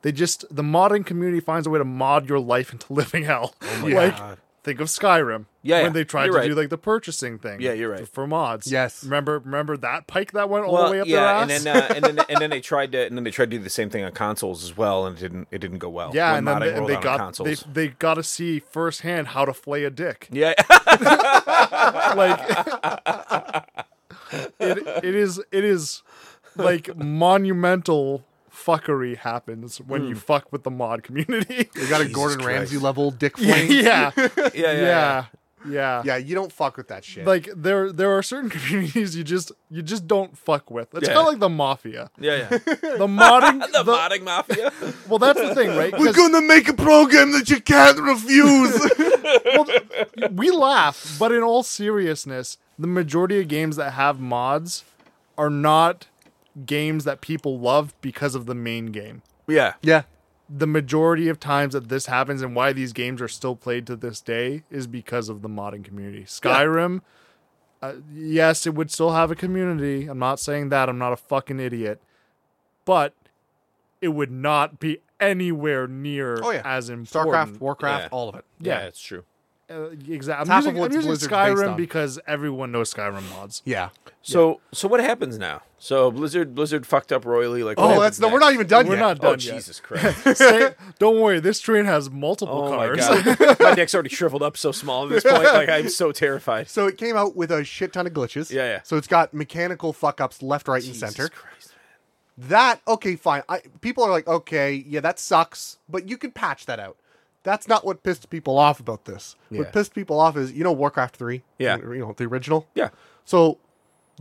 Speaker 2: they just the modding community finds a way to mod your life into living hell. like,
Speaker 1: God.
Speaker 2: think of Skyrim.
Speaker 3: Oh Yeah,
Speaker 2: when
Speaker 3: yeah,
Speaker 2: they tried to
Speaker 3: you're right.
Speaker 2: do like the purchasing thing.
Speaker 3: Yeah, you're right.
Speaker 2: For mods.
Speaker 1: Yes.
Speaker 2: Remember, remember that pike that went all
Speaker 3: Well,
Speaker 2: the way up their
Speaker 3: yeah,
Speaker 2: ass.
Speaker 3: and then, uh, and then and then they tried to and then they tried to do the same thing on consoles as well, and it didn't it didn't go well.
Speaker 2: yeah,
Speaker 3: when
Speaker 2: and then
Speaker 3: modding
Speaker 2: they, and
Speaker 3: rolled
Speaker 2: they
Speaker 3: out
Speaker 2: got
Speaker 3: on
Speaker 2: they,
Speaker 3: consoles.
Speaker 2: they got to see firsthand how to flay a dick.
Speaker 3: yeah,
Speaker 2: Like it, it is it is like monumental fuckery happens when
Speaker 3: Hmm.
Speaker 2: you fuck with the mod community.
Speaker 1: We got a
Speaker 3: Jesus
Speaker 1: Gordon
Speaker 3: Christ.
Speaker 1: Ramsay level dick
Speaker 2: yeah,
Speaker 1: flame.
Speaker 2: yeah,
Speaker 3: yeah, yeah, yeah.
Speaker 2: yeah, yeah.
Speaker 1: yeah, you don't fuck with that shit.
Speaker 2: Like there there are certain communities you just you just don't fuck with. It's
Speaker 3: Yeah.
Speaker 2: kind of like the mafia.
Speaker 3: yeah, yeah.
Speaker 2: The modding
Speaker 3: the, modding mafia.
Speaker 2: Well, that's the thing, right? 'Cause-
Speaker 1: gonna make a program that you can't refuse.
Speaker 2: we laugh, but in all seriousness, the majority of games that have mods are not games that people love because of the main game.
Speaker 3: yeah,
Speaker 1: yeah,
Speaker 2: The majority of times that this happens and why these games are still played to this day is because of the modding community. Skyrim, uh, yes, it would still have a community. I'm not saying that. I'm not a fucking idiot. But it would not be anywhere near
Speaker 1: Oh, yeah.
Speaker 2: as important.
Speaker 1: StarCraft, Warcraft,
Speaker 3: Yeah.
Speaker 1: all of it.
Speaker 3: yeah, it's true.
Speaker 2: exactly. Uh, I'm
Speaker 1: half of
Speaker 2: using, I'm
Speaker 1: what's
Speaker 2: using
Speaker 1: Blizzard's based
Speaker 2: Skyrim
Speaker 1: on.
Speaker 2: because everyone knows Skyrim mods.
Speaker 1: Yeah.
Speaker 3: So so what happens now? So Blizzard Blizzard fucked up royally. Like what
Speaker 1: Oh, that's
Speaker 3: happens
Speaker 1: no. We're
Speaker 3: next?
Speaker 1: not even done
Speaker 2: We're
Speaker 1: yet.
Speaker 2: not
Speaker 3: Oh
Speaker 2: done yet.
Speaker 3: Jesus Christ!
Speaker 2: Say- don't worry, this train has multiple
Speaker 3: Oh my
Speaker 2: cars.
Speaker 3: god, my dick's already shriveled up so small at this point. Like I'm so terrified.
Speaker 1: So it came out with a shit ton of glitches.
Speaker 3: Yeah, yeah.
Speaker 1: So it's got mechanical fuck ups left, right, and
Speaker 3: Jesus
Speaker 1: center.
Speaker 3: Christ,
Speaker 1: That okay, fine. I, people are like, okay, yeah, that sucks, but you can patch that out. That's not what pissed people off about this.
Speaker 3: Yeah.
Speaker 1: What pissed people off is you know Warcraft three.
Speaker 3: Yeah.
Speaker 1: you know the original.
Speaker 3: man. Yeah,
Speaker 1: So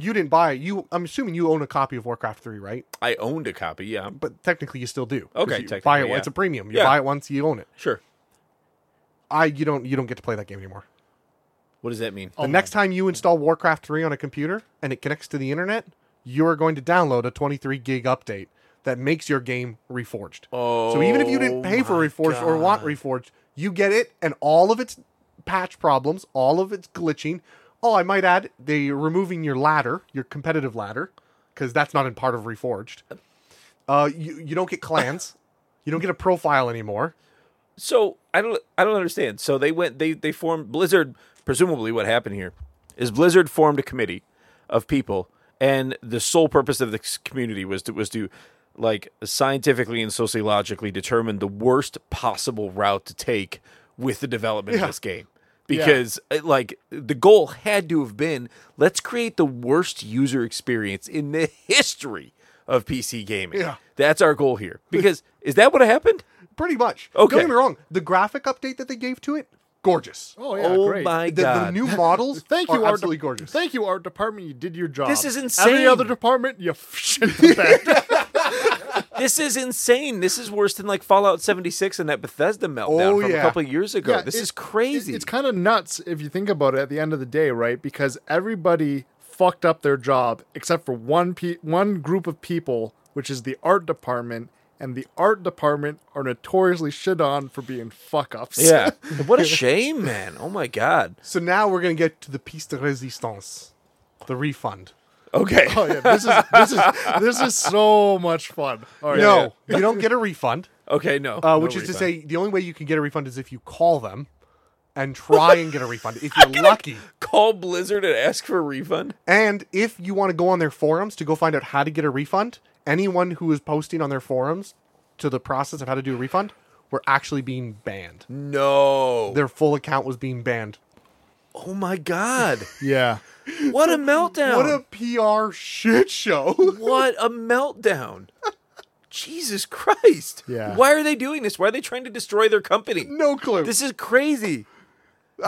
Speaker 1: you didn't buy it. You, I'm assuming you own a copy of Warcraft three, right?
Speaker 3: I owned a copy. Yeah, I'm-
Speaker 1: But technically, you still do. 'cause
Speaker 3: Okay,
Speaker 1: you buy it.
Speaker 3: technically,
Speaker 1: It's
Speaker 3: yeah.
Speaker 1: a premium. You
Speaker 3: Yeah.
Speaker 1: buy it once, you own it.
Speaker 3: sure.
Speaker 1: I, you don't, you don't get to play that game anymore.
Speaker 3: What does that mean?
Speaker 1: The next time you install Warcraft 3 on a computer and it connects to the internet, you are going to download a 23 gig update that makes your game reforged.
Speaker 3: Oh,
Speaker 1: so even if you didn't pay for
Speaker 3: my
Speaker 1: reforged or want reforged, you get it and all of its patch problems, all of its glitching. Oh, I might add, they're removing your ladder, your competitive ladder, because that's not in part of reforged. Uh, you you don't get clans, you don't get a profile anymore.
Speaker 3: So I don't I don't understand. So they went they they formed Blizzard. Presumably, what happened here is Blizzard formed a committee of people, and the sole purpose of this community was to was to like scientifically and sociologically determine the worst possible route to take with the development
Speaker 1: Yeah.
Speaker 3: of this game. because uh, like the goal had to have been let's create the worst user experience in the history of PC gaming.
Speaker 1: Yeah.
Speaker 3: That's our goal here. Because is that what happened?
Speaker 1: Pretty much.
Speaker 3: Okay.
Speaker 1: Don't get me wrong. The graphic update that they gave to it, gorgeous.
Speaker 2: Oh yeah,
Speaker 3: oh
Speaker 2: great.
Speaker 3: my
Speaker 1: The, the
Speaker 3: god.
Speaker 1: new models
Speaker 2: Thank
Speaker 1: are
Speaker 2: you,
Speaker 1: absolutely
Speaker 2: art,
Speaker 1: gorgeous.
Speaker 2: Thank you, art department. You did your job.
Speaker 3: This is
Speaker 2: Every
Speaker 3: insane.
Speaker 2: other department, you shit the bed.
Speaker 3: this is insane. This is worse than like Fallout 76 and that Bethesda meltdown
Speaker 1: Oh,
Speaker 3: from a
Speaker 1: yeah.
Speaker 3: couple of years ago.
Speaker 2: Yeah,
Speaker 3: this
Speaker 2: it-
Speaker 3: is crazy.
Speaker 2: it- It's kind of nuts if you think about it. At the end of the day, right? Because everybody fucked up their job except for one pe- one group of people, which is the art department. And the art department are notoriously shit on for being fuck ups.
Speaker 3: yeah. what a shame, man. Oh my god.
Speaker 1: So now we're gonna get to the piece de resistance, the refund.
Speaker 3: Okay.
Speaker 2: Oh yeah, this is this is this is so much fun. All right,
Speaker 1: no, you don't get a refund.
Speaker 3: Okay, no.
Speaker 1: Uh, which
Speaker 2: No
Speaker 1: is
Speaker 2: refund.
Speaker 1: to say, the only way you can get a refund is if you call them and try and get a refund. If you're lucky,
Speaker 3: Call Blizzard and ask for a refund.
Speaker 1: and if you want to go on their forums to go find out how to get a refund, anyone who is posting on their forums to the process of how to do a refund, were actually being banned.
Speaker 3: No.
Speaker 1: Their full account was being banned.
Speaker 3: oh my god.
Speaker 2: yeah,
Speaker 3: What a meltdown.
Speaker 1: What a PR shit show.
Speaker 3: What a meltdown. Jesus Christ.
Speaker 2: Yeah.
Speaker 3: Why are they doing this? Why are they trying to destroy their company?
Speaker 1: no clue.
Speaker 3: This is crazy.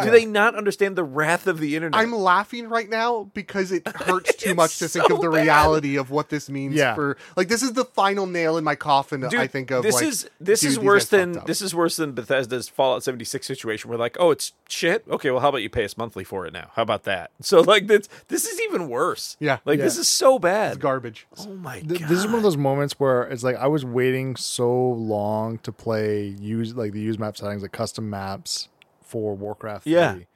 Speaker 3: Do they not understand the wrath of the internet?
Speaker 1: I'm laughing right now because it hurts too
Speaker 3: It's
Speaker 1: much to think
Speaker 3: so
Speaker 1: of the
Speaker 3: bad.
Speaker 1: reality of what this means
Speaker 2: Yeah.
Speaker 1: for like this is the final nail in my coffin
Speaker 3: Dude,
Speaker 1: I think of
Speaker 3: this
Speaker 1: like,
Speaker 3: is this
Speaker 1: dude,
Speaker 3: is
Speaker 1: these
Speaker 3: worse
Speaker 1: guys
Speaker 3: than
Speaker 1: fucked up.
Speaker 3: this is worse than Bethesda's Fallout 76 situation. We're like, oh, it's shit. Okay, well, how about you pay us monthly for it now? How about that? So like this this is even worse.
Speaker 1: Yeah.
Speaker 3: like this
Speaker 2: Yeah.
Speaker 3: is so bad.
Speaker 1: garbage.
Speaker 3: oh my
Speaker 2: Th-
Speaker 3: god,
Speaker 2: this is one of those moments where it's like I was waiting so long to play use like the use map settings, like custom maps for Warcraft.
Speaker 3: Yeah.
Speaker 2: 3.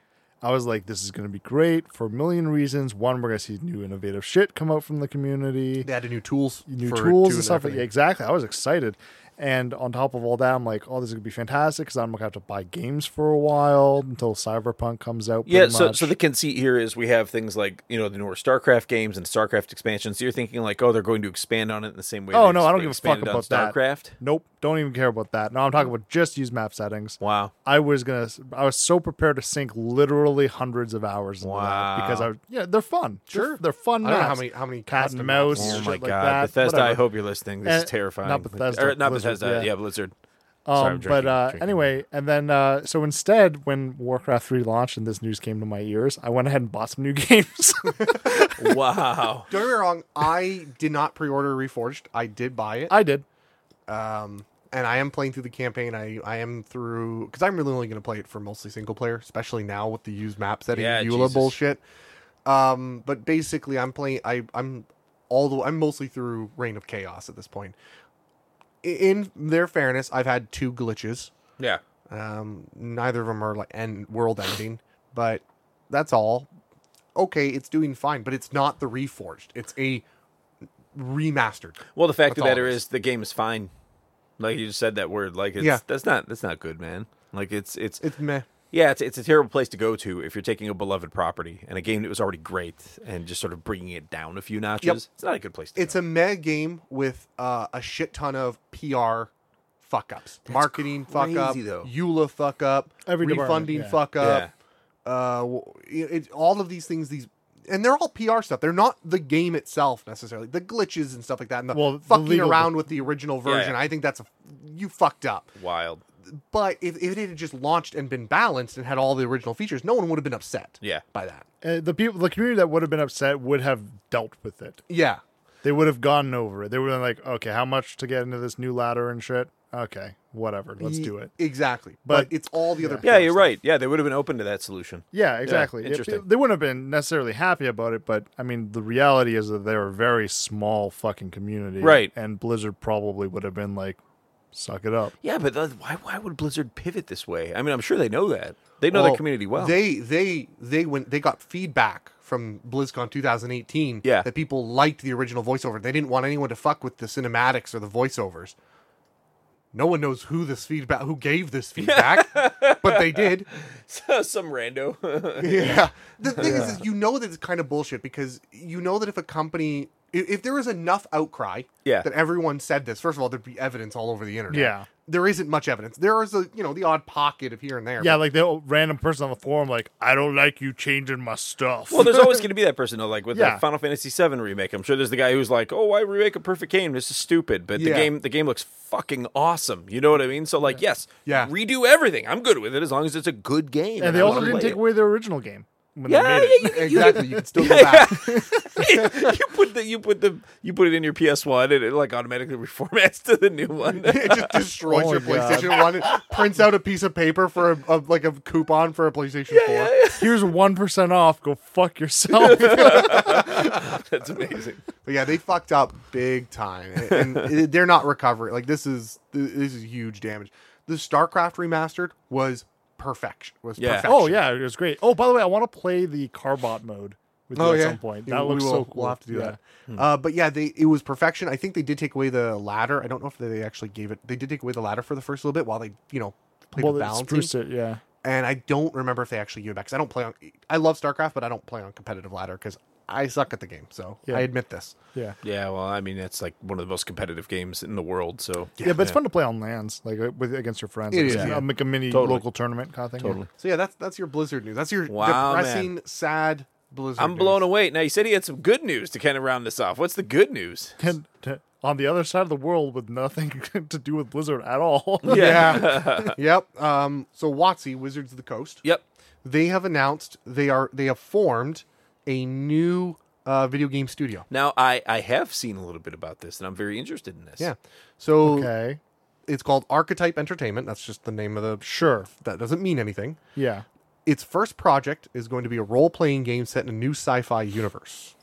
Speaker 2: I was like, this is going to be great for a million reasons. One, we're going to see new innovative shit come out from the community,
Speaker 1: They added new tools
Speaker 2: new
Speaker 1: for
Speaker 2: tools
Speaker 1: doing
Speaker 2: and stuff. Yeah,
Speaker 1: everything.
Speaker 2: exactly. I was excited. And on top of all that, I'm like, oh, this is going to be fantastic because I'm going to have to buy games for a while until Cyberpunk comes out.
Speaker 3: Yeah,
Speaker 2: pretty
Speaker 3: so
Speaker 2: much.
Speaker 3: so the conceit here is we have things like you know the newer StarCraft games and StarCraft expansions. So you're thinking like, oh, they're going to expand on it in the same way.
Speaker 2: Oh,
Speaker 3: they
Speaker 2: no, I don't
Speaker 3: exp-
Speaker 2: give a fuck
Speaker 3: expanded on
Speaker 2: about that.
Speaker 3: StarCraft.
Speaker 2: Nope, don't even care about that. No, I'm talking about just use map settings.
Speaker 3: Wow.
Speaker 2: I was gonna. I was so prepared to sink literally hundreds of hours into
Speaker 3: Wow.
Speaker 2: that because I. Yeah, they're fun. Sure, they're, they're fun.
Speaker 1: I don't know
Speaker 2: maps.
Speaker 1: how many how many
Speaker 2: cat
Speaker 1: custom
Speaker 2: and
Speaker 1: maps.
Speaker 2: mouse.
Speaker 3: Oh
Speaker 2: shit
Speaker 3: my
Speaker 2: like
Speaker 3: god,
Speaker 2: that,
Speaker 3: Bethesda! I
Speaker 2: whatever.
Speaker 3: hope you're listening. This
Speaker 2: Eh,
Speaker 3: is terrifying.
Speaker 2: not Bethesda,
Speaker 3: Or not
Speaker 2: Blizzard,
Speaker 3: Bethesda. Yeah,
Speaker 2: yeah.
Speaker 3: Blizzard.
Speaker 2: Um,
Speaker 3: Sorry, I'm drinking-
Speaker 2: but uh,
Speaker 3: drinking.
Speaker 2: anyway, and then uh, so instead, when Warcraft three launched and this news came to my ears, I went ahead and bought some new games.
Speaker 3: Wow.
Speaker 1: Don't get me wrong, I did not pre-order Reforged. I did buy it.
Speaker 2: I did.
Speaker 1: Um and I am playing through the campaign. I, I am through because I'm really only going to play it for mostly single player, especially now with the used map setting
Speaker 3: Yeah,
Speaker 1: EULA
Speaker 3: Jesus.
Speaker 1: bullshit. Um, but basically, I'm playing. I I'm all the I'm mostly through Reign of Chaos at this point. I- In their fairness, I've had two glitches.
Speaker 3: Yeah.
Speaker 1: Um, neither of them are like end world ending, but that's all. Okay, it's doing fine, but it's not the reforged. It's a remastered.
Speaker 3: Well, the
Speaker 1: That's
Speaker 3: fact of the
Speaker 1: all
Speaker 3: matter
Speaker 1: it
Speaker 3: is. the game is fine. Like you just said that word. Like it's
Speaker 1: Yeah.
Speaker 3: that's not that's not good, man. Like it's it's
Speaker 1: It's meh.
Speaker 3: yeah, it's it's a terrible place to go to if you're taking a beloved property and a game that was already great and just sort of bringing it down a few notches. It's not a good place to
Speaker 1: It's
Speaker 3: go.
Speaker 1: a meh game with uh, a shit ton of PR fuck ups, marketing fuck up,
Speaker 3: crazy, though.
Speaker 1: EULA fuck up,
Speaker 2: Every department,
Speaker 1: refunding
Speaker 2: yeah.
Speaker 1: fuck up.
Speaker 3: Yeah.
Speaker 1: uh, w- it, it- all of these things, these, and they're all PR stuff. They're not the game itself necessarily. The glitches and stuff like that, and the
Speaker 2: Well, the
Speaker 1: fucking
Speaker 2: legal-
Speaker 1: around with the original version.
Speaker 3: yeah.
Speaker 1: I think that's a, you fucked up.
Speaker 3: wild.
Speaker 1: But if, if it had just launched and been balanced and had all the original features, no one would have been upset.
Speaker 3: Yeah.
Speaker 1: by that.
Speaker 2: Uh, the people, the community that would have been upset would have dealt with it.
Speaker 1: Yeah,
Speaker 2: They would have gotten over it. They would have been like, okay, how much to get into this new ladder and shit? Okay, whatever. Let's
Speaker 1: Ye-
Speaker 2: do it.
Speaker 1: exactly. But,
Speaker 2: But-
Speaker 1: it's all the other.
Speaker 3: Yeah,
Speaker 1: PR
Speaker 3: you're
Speaker 1: stuff.
Speaker 3: right. Yeah, they would have been open to that solution.
Speaker 2: Yeah, exactly. It-
Speaker 3: interesting.
Speaker 2: it- they wouldn't have been necessarily happy about it, but I mean, the reality is that they're a very small fucking community,
Speaker 3: Right.
Speaker 2: And Blizzard probably would have been like, "Suck it up."
Speaker 3: Yeah, but uh, why why would Blizzard pivot this way? I mean, I'm sure they know that. They know their
Speaker 1: Well,
Speaker 3: community well.
Speaker 1: They they they went they got feedback from BlizzCon 2018
Speaker 3: Yeah.
Speaker 1: that people liked the original voiceover. They didn't want anyone to fuck with the cinematics or the voiceovers. No one knows who this feedback who gave this feedback, but they did.
Speaker 3: Some rando.
Speaker 1: Yeah. The thing is, is you know that it's kind of bullshit because you know that if a company if, if there was enough outcry
Speaker 3: Yeah.
Speaker 1: that everyone said this, first of all, there'd be evidence all over the internet.
Speaker 2: Yeah.
Speaker 1: There isn't much evidence. There is a you know the odd pocket of here and there.
Speaker 2: Yeah, like the random person on the forum, like, I don't like you changing my stuff.
Speaker 3: Well, there's always going to be that person though, like with
Speaker 2: Yeah.
Speaker 3: the Final Fantasy VII remake. I'm sure there's the guy who's like, "Oh, why remake a perfect game? This is stupid." But the
Speaker 1: Yeah.
Speaker 3: game, the game looks fucking awesome. You know what I mean? So, like, yes,
Speaker 1: Yeah.
Speaker 3: redo everything. I'm good with it as long as it's a good game.
Speaker 2: and they
Speaker 3: I
Speaker 2: also
Speaker 3: wanna
Speaker 2: didn't
Speaker 3: play
Speaker 2: take
Speaker 3: it.
Speaker 2: away their original game. When they
Speaker 3: Yeah,
Speaker 2: made
Speaker 3: yeah,
Speaker 2: it.
Speaker 3: you-
Speaker 1: exactly. You can still go back.
Speaker 3: you put the you put the you put it in your PS One and it like automatically reformats to the new one.
Speaker 1: it just destroys
Speaker 2: Oh
Speaker 1: your
Speaker 2: my God.
Speaker 1: PlayStation One. It prints out a piece of paper for a, a like a coupon for a PlayStation Four.
Speaker 2: Here's 1% off. Go fuck yourself.
Speaker 3: That's amazing.
Speaker 1: But yeah, they fucked up big time, and, and it- they're not recovering. Like this is th- this is huge damage. The StarCraft remastered was perfection. Was
Speaker 3: Yeah.
Speaker 1: perfection.
Speaker 2: oh, yeah, it was great. Oh, by the way, I want to play the Carbot mode with you
Speaker 1: Oh
Speaker 2: at
Speaker 1: yeah.
Speaker 2: some point.
Speaker 1: Yeah,
Speaker 2: That
Speaker 1: we
Speaker 2: looks
Speaker 1: will,
Speaker 2: so cool.
Speaker 1: We'll have to do
Speaker 2: Yeah.
Speaker 1: that. Uh, but yeah, they it was perfection. I think they did take away the ladder. I don't know if they actually gave it. They did take away the ladder for the first little bit while they you know played
Speaker 2: Well,
Speaker 1: with
Speaker 2: they
Speaker 1: balancing.
Speaker 2: spruced it, yeah.
Speaker 1: and I don't remember if they actually gave it back because I don't play on. I love StarCraft, but I don't play on competitive ladder because I suck at the game. So
Speaker 2: Yeah.
Speaker 1: I admit this.
Speaker 2: Yeah.
Speaker 3: Yeah, well, I mean, that's like one of the most competitive games in the world. So
Speaker 2: Yeah, but it's fun to play on lands, like uh, with against your friends.
Speaker 1: It
Speaker 2: It's
Speaker 1: is,
Speaker 2: like,
Speaker 1: yeah.
Speaker 2: a- like a mini
Speaker 3: Totally.
Speaker 2: local tournament kind of thing.
Speaker 3: Totally.
Speaker 1: So yeah, that's that's your Blizzard news. That's your
Speaker 3: Wow,
Speaker 1: depressing, sad Blizzard.
Speaker 3: I'm
Speaker 1: news.
Speaker 3: blown away. Now you said he had some good news to kind of round this off. What's the good news?
Speaker 2: And to- on the other side of the world with nothing to do with Blizzard at all.
Speaker 1: Yeah. yep. Um, so WotC, Wizards of the Coast,
Speaker 3: Yep.
Speaker 1: they have announced they are they have formed a new uh, video game studio.
Speaker 3: Now I I have seen a little bit about this, and I'm very interested in this.
Speaker 1: Yeah. So
Speaker 2: Okay.
Speaker 1: it's called Archetype Entertainment. That's just the name of the.
Speaker 2: Sure.
Speaker 1: That doesn't mean anything.
Speaker 2: Yeah.
Speaker 1: its first project is going to be a role playing game set in a new sci fi universe.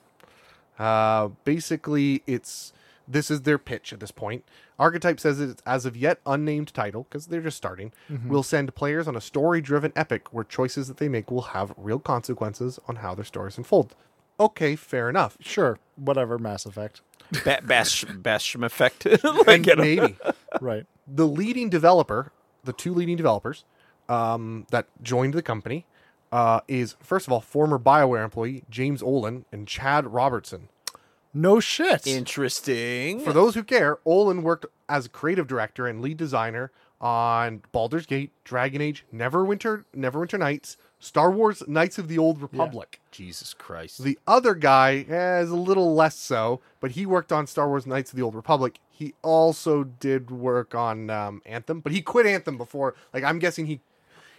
Speaker 1: Uh, basically, it's this is their pitch at this point. Archetype says that it's as of yet unnamed title because they're just starting. Will send players on a story driven epic where choices that they make will have real consequences on how their stories unfold. Okay, fair enough.
Speaker 2: Sure. Whatever. Mass Effect.
Speaker 3: Ba- bash Basham effect. like,
Speaker 1: And maybe
Speaker 2: Right.
Speaker 1: the leading developer, the two leading developers um, that joined the company, uh, is first of all former Bioware employee James Olin and Chad Robertson.
Speaker 2: No shit.
Speaker 3: interesting.
Speaker 1: For those who care, Olin worked as creative director and lead designer on Baldur's Gate, Dragon Age, Neverwinter, Neverwinter Nights, Star Wars: Knights of the Old Republic.
Speaker 3: Jesus Christ.
Speaker 1: The other guy eh, is a little less so, but he worked on Star Wars: Knights of the Old Republic. He also did work on um, Anthem, but he quit Anthem before. Like I'm guessing he he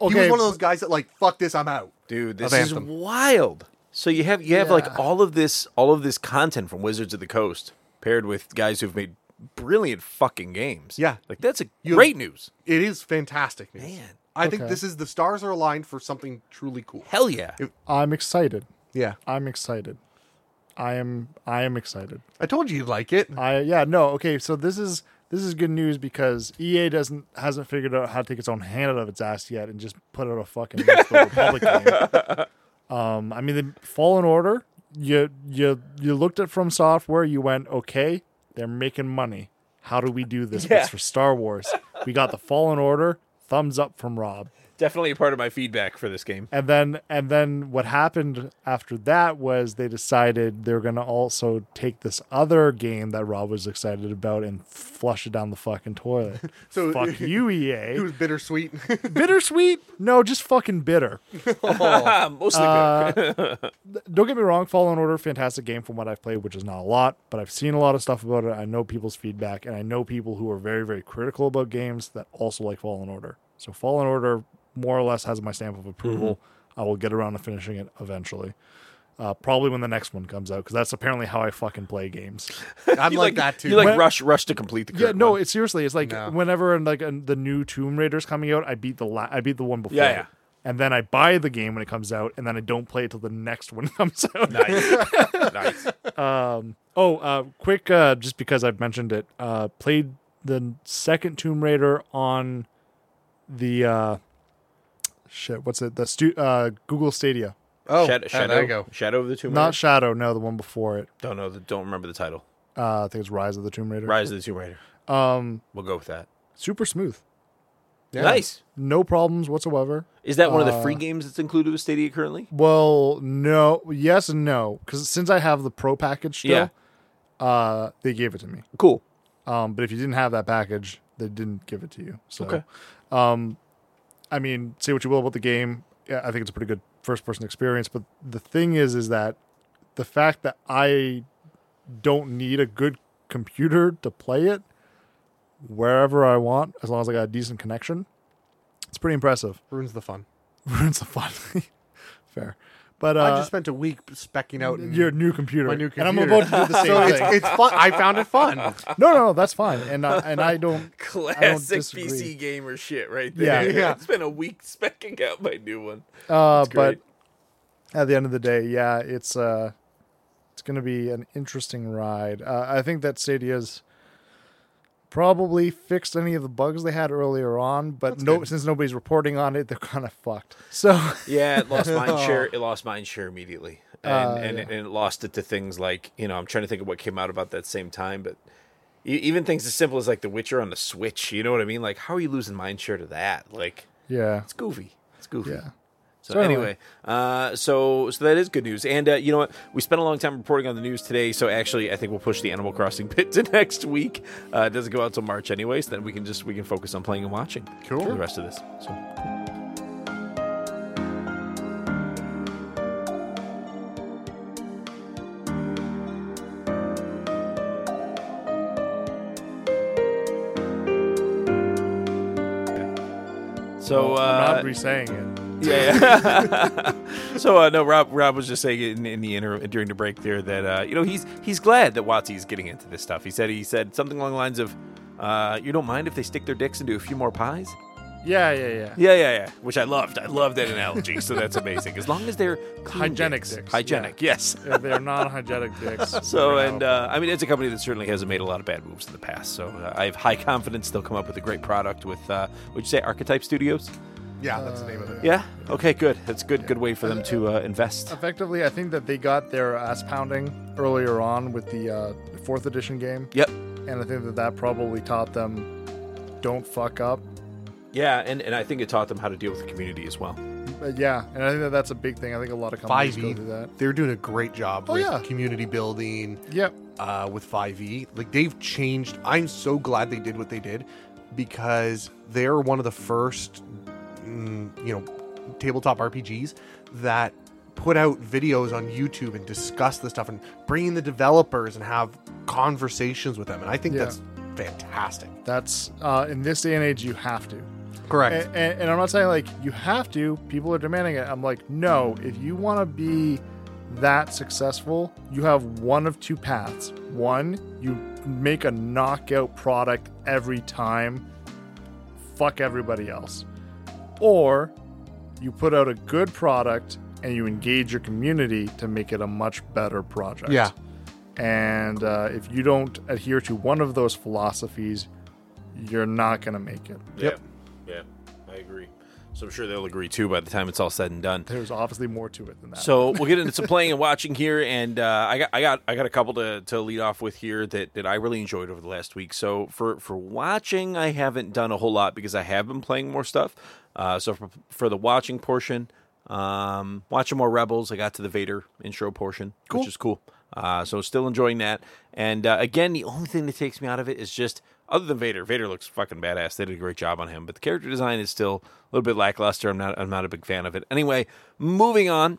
Speaker 1: was
Speaker 2: Okay,
Speaker 1: one of those guys that like fuck this, I'm out.
Speaker 3: Dude, this
Speaker 1: of
Speaker 3: is
Speaker 1: Anthem.
Speaker 3: wild. So you have you have like all of this all of this content from Wizards of the Coast paired with guys who've made brilliant fucking games.
Speaker 1: Yeah.
Speaker 3: Like that's a
Speaker 1: You-
Speaker 3: great news.
Speaker 1: It is fantastic news.
Speaker 3: Man.
Speaker 1: I think
Speaker 2: Okay.
Speaker 1: this is the stars are aligned for something truly cool.
Speaker 3: Hell yeah.
Speaker 1: It-
Speaker 2: I'm excited.
Speaker 1: Yeah,
Speaker 2: I'm excited. I am. I am excited.
Speaker 1: I told you you'd like it.
Speaker 2: I yeah. No. Okay. So this is this is good news because EA doesn't hasn't figured out how to take its own hand out of its ass yet and just put out a fucking Knights of the Republic game. Um. I mean, the Fallen Order. You you you looked at from software. You went okay. They're making money. How do we do this?
Speaker 3: Yeah.
Speaker 2: It's for Star Wars. We got the Fallen Order. Thumbs up from Rob.
Speaker 3: Definitely a part of my feedback for this game.
Speaker 2: And then and then what happened after that was they decided they're going to also take this other game that Rob was excited about and flush it down the fucking toilet.
Speaker 1: So-
Speaker 2: fuck you
Speaker 1: It
Speaker 2: EA.
Speaker 1: was bittersweet.
Speaker 2: Bittersweet? No, just fucking bitter.
Speaker 3: Oh. Ah, Mostly
Speaker 1: Uh,
Speaker 2: Don't get me wrong, Fallen Order fantastic game from what I've played, which is not a lot, but I've seen a lot of stuff about it. I know people's feedback and I know people who are very very critical about games that also like Fallen Order. So Fallen Order more or less has my stamp of approval. I will get around to finishing it eventually. uh, probably when the next one comes out because that's apparently how I fucking play games.
Speaker 1: I'm
Speaker 3: You
Speaker 1: like, that too.
Speaker 3: You like
Speaker 2: When-
Speaker 3: rush rush to complete the current
Speaker 2: yeah, no,
Speaker 3: one.
Speaker 2: it's seriously, it's like
Speaker 1: No.
Speaker 2: whenever and like a, the new Tomb Raider's coming out, I beat the la- I beat the one before.
Speaker 3: Yeah, yeah.
Speaker 2: it. And then I buy the game when it comes out, and then I don't play it till the next one comes out.
Speaker 3: nice. nice.
Speaker 2: Oh, uh, quick, uh, just because I've mentioned it, uh, played the second Tomb Raider on the uh, shit. What's it? The stu- uh, Google Stadia,
Speaker 1: oh,
Speaker 3: Shadow,
Speaker 1: yeah,
Speaker 3: Shadow,
Speaker 1: there you go.
Speaker 3: Shadow of the Tomb Raider.
Speaker 2: not Shadow. No, the one before it.
Speaker 3: don't know. the- Don't remember the title.
Speaker 2: Uh, I think it's Rise of the Tomb Raider.
Speaker 3: Rise of the Tomb Raider.
Speaker 2: Um,
Speaker 3: We'll go with that.
Speaker 2: super smooth.
Speaker 1: Yeah.
Speaker 3: Nice.
Speaker 2: no problems whatsoever.
Speaker 3: Is that one of the
Speaker 2: Uh,
Speaker 3: free games that's included with Stadia currently?
Speaker 2: Well, no, yes and no, because since I have the pro package still,
Speaker 3: Yeah.
Speaker 2: uh, they gave it to me.
Speaker 3: Cool.
Speaker 2: Um, but if you didn't have that package, they didn't give it to you. So,
Speaker 3: Okay.
Speaker 2: um, I mean, say what you will about the game. Yeah, I think it's a pretty good first person experience. But the thing is, is that the fact that I don't need a good computer to play it wherever I want, as long as I got a decent connection, it's pretty impressive.
Speaker 1: Ruins the fun.
Speaker 2: Ruins the fun. Fair. But uh,
Speaker 1: I just spent a week specking out. and-
Speaker 2: your new computer.
Speaker 1: My new
Speaker 2: And I'm
Speaker 1: computer.
Speaker 2: about to do the same
Speaker 1: so
Speaker 2: thing.
Speaker 1: it's, it's fun. I found it fun.
Speaker 2: No, no, no, that's fine. And I, and I don't
Speaker 3: Classic
Speaker 2: disagree.
Speaker 3: PC gamer shit right
Speaker 2: Yeah.
Speaker 3: there.
Speaker 1: Yeah.
Speaker 3: It's been a week specking out my new one.
Speaker 2: uh but
Speaker 3: great.
Speaker 2: at the end of the day, yeah, it's uh it's going to be an interesting ride. Uh, I think that Stadia's probably fixed any of the bugs they had earlier on, but no since nobody's reporting on it, they're kind of fucked. So
Speaker 3: Yeah, it lost mind share. It lost mind share immediately, and
Speaker 2: Uh,
Speaker 3: and, it, and it lost it to things like you know I'm trying to think of what came out about that same time, but e- even things as simple as like The Witcher on the Switch. You know what I mean? Like how are you losing mind share to that? Like
Speaker 2: yeah.
Speaker 3: it's goofy. It's goofy.
Speaker 2: Yeah.
Speaker 3: So
Speaker 2: Certainly.
Speaker 3: anyway, uh, so so that is good news, and uh, you know what? We spent a long time reporting on the news today, so actually, I think we'll push the Animal Crossing bit to next week. Uh, it doesn't go out till March, anyways. Then we can just we can focus on playing and watching. Cool. The rest of this. So. So uh,
Speaker 2: I'm not re-saying it.
Speaker 3: yeah. yeah. so uh, no, Rob. Rob was just saying in, in the inter- during the break there that uh, you know he's he's glad that Watsy's getting into this stuff. He said he said something along the lines of, uh, "You don't mind if they stick their dicks into a few more pies."
Speaker 2: Yeah, yeah, yeah.
Speaker 3: Yeah, yeah, yeah. Which I loved. I loved that analogy. so that's amazing. As long as they're clean
Speaker 2: Hygienic dicks,
Speaker 3: Hygienic. Yes.
Speaker 2: They're- They're non-hygienic dicks.
Speaker 3: So
Speaker 2: We're
Speaker 3: and
Speaker 2: out.
Speaker 3: uh, I mean, it's a company that certainly hasn't made a lot of bad moves in the past. So uh, I have high confidence they'll come up with a great product with, uh, would you say, Archetype Studios?
Speaker 1: Yeah, that's the name of it.
Speaker 3: Yeah. Okay. Good. That's good. Good way for them to uh, invest.
Speaker 2: effectively, I think that they got their ass pounding earlier on with the uh, fourth edition game.
Speaker 3: Yep.
Speaker 2: and I think that that probably taught them don't fuck up.
Speaker 3: Yeah, and, and I think it taught them how to deal with the community as well.
Speaker 2: But yeah, and I think that that's a big thing. I think a lot of companies
Speaker 1: Five
Speaker 2: go
Speaker 1: E.
Speaker 2: through that.
Speaker 1: They're doing a great job
Speaker 2: Oh,
Speaker 1: with
Speaker 2: yeah.
Speaker 1: community building.
Speaker 2: Yep.
Speaker 1: uh, with 5e. Like they've changed. I'm so glad they did what they did because they're one of the first, mm, you know, tabletop RPGs that put out videos on YouTube and discuss the stuff and bring in the developers and have conversations with them. And I think
Speaker 2: Yeah.
Speaker 1: that's fantastic.
Speaker 2: That's uh, in this day and age, you have to.
Speaker 1: Correct.
Speaker 2: And, and, and I'm not saying like you have to. People are demanding it. I'm like, no. If you want to be that successful, you have one of two paths. One, you make a knockout product every time. Fuck everybody else. Or you put out a good product and you engage your community to make it a much better project.
Speaker 1: Yeah.
Speaker 2: And uh, if you don't adhere to one of those philosophies, you're not going to make it.
Speaker 1: Yep.
Speaker 3: Yeah, I agree. So I'm sure they'll agree too by the time it's all said and done.
Speaker 2: There's obviously more to it than that.
Speaker 3: So we'll get into some playing and watching here, and uh, I got I got I got a couple to, to lead off with here that, that I really enjoyed over the last week. So for for watching, I haven't done a whole lot because I have been playing more stuff. Uh, so for, for the watching portion, um, watching more Rebels, I got to the Vader intro portion, which is cool. Uh, so still enjoying that. And uh, again, the only thing that takes me out of it is just other than Vader. Vader looks fucking badass. They did a great job on him, but the character design is still a little bit lackluster. I'm not I'm not a big fan of it. Anyway, moving on.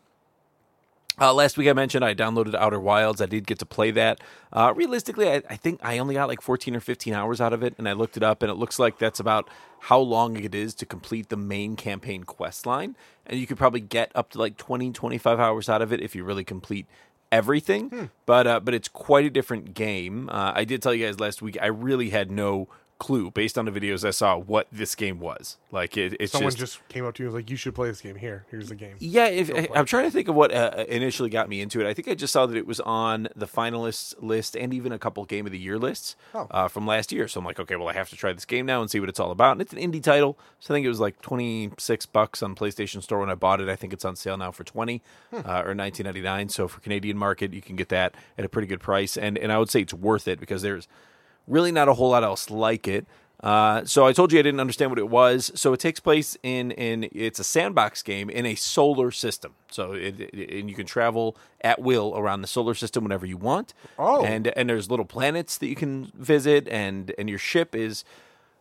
Speaker 3: Uh, last week I mentioned I downloaded Outer Wilds. I did get to play that. Uh, realistically, I, I think I only got like 14 or 15 hours out of it, and I looked it up, and it looks like that's about how long it is to complete the main campaign quest line. And you could probably get up to like 20, 25 hours out of it if you really complete everything. But uh, but it's quite a different game. Uh, I did tell you guys last week I really had no clue based on the videos I saw what this game was. Like it, it's
Speaker 1: Someone
Speaker 3: just
Speaker 1: just came up to you and was like, you should play this game. Here, here's the game. E
Speaker 3: yeah, if, I, I'm trying to think of what uh, initially got me into it. I think I just saw that it was on the finalists list and even a couple game of the year lists uh, from last year. So I'm like, okay, well, I have to try this game now and see what it's all about. And it's an indie title, so I think it was like 26 bucks on PlayStation Store when I bought it. I think it's on sale now for 20 uh, or 19.99. So for Canadian market, you can get that at a pretty good price, and and I would say it's worth it because there's really not a whole lot else like it. Uh, so I told you I didn't understand what it was. So it takes place in in it's a sandbox game in a solar system. So it, it- and you can travel at will around the solar system whenever you want.
Speaker 1: Oh.
Speaker 3: and and there's little planets that you can visit, and and your ship is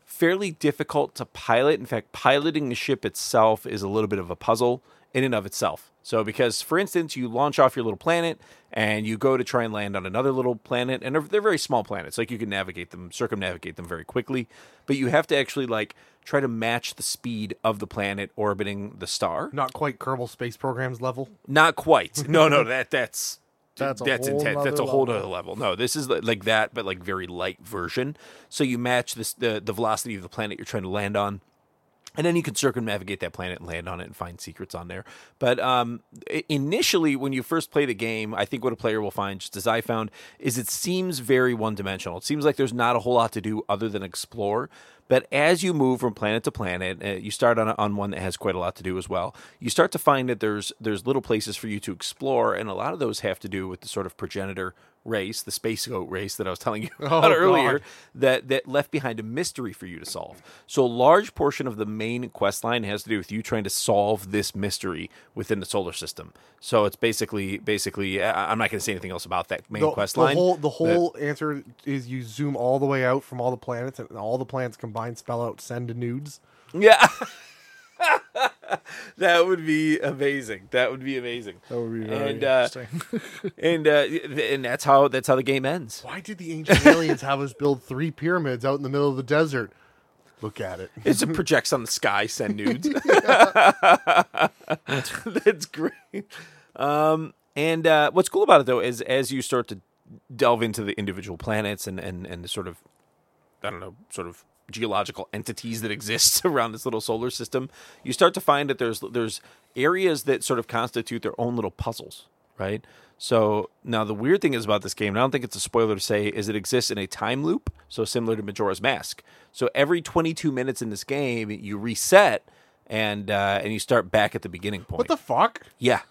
Speaker 3: fairly difficult to pilot. In fact, piloting the ship itself is a little bit of a puzzle in and of itself. So, because for instance, you launch off your little planet and you go to try and land on another little planet, and they're, they're very small planets, like you can navigate them, circumnavigate them very quickly, but you have to actually like try to match the speed of the planet orbiting the star.
Speaker 1: Not quite Kerbal Space Program's level.
Speaker 3: Not quite. No, no, that that's
Speaker 2: That's
Speaker 3: that's,
Speaker 2: a whole
Speaker 3: intense. That's a
Speaker 2: nother
Speaker 3: whole
Speaker 2: level.
Speaker 3: other level. No, this is li- like that, but like very light version. So you match this the the velocity of the planet you're trying to land on. And then you can circumnavigate that planet and land on it and find secrets on there. But um, i- initially, when you first play the game, I think what a player will find, just as I found, is it seems very one dimensional. It seems like there's not a whole lot to do other than explore. But as you move from planet to planet, uh, you start on, a- on one that has quite a lot to do as well. You start to find that there's there's little places for you to explore, and a lot of those have to do with the sort of progenitor race, the space goat race that I was telling you about earlier
Speaker 1: God.
Speaker 3: that that left behind a mystery for you to solve. So a large portion of the main quest line has to do with you trying to solve this mystery within the solar system. So it's basically basically I, I'm not going to say anything else about that main
Speaker 1: The,
Speaker 3: quest
Speaker 1: the
Speaker 3: line.
Speaker 1: whole the whole answer is you zoom all the way out from all the planets, and all the planets combined spell out send to nudes.
Speaker 3: yeah. that would be amazing. That would be amazing.
Speaker 2: That would be very
Speaker 3: and uh,
Speaker 2: interesting.
Speaker 3: and uh, and that's how that's how the game ends.
Speaker 1: Why did the ancient aliens have us build three pyramids out in the middle of the desert? Look at it.
Speaker 3: It's It projects on the sky, send nudes. That's great. Um, and uh, what's cool about it though is as you start to delve into the individual planets and and and the sort of I don't know, sort of geological entities that exist around this little solar system, you start to find that there's there's areas that sort of constitute their own little puzzles, right? So now the weird thing is about this game, and I don't think it's a spoiler to say, is it exists in a time loop, so similar to Majora's Mask. So every 22 minutes in this game, you reset and uh, and you start back at the beginning point.
Speaker 1: What the fuck?
Speaker 3: Yeah.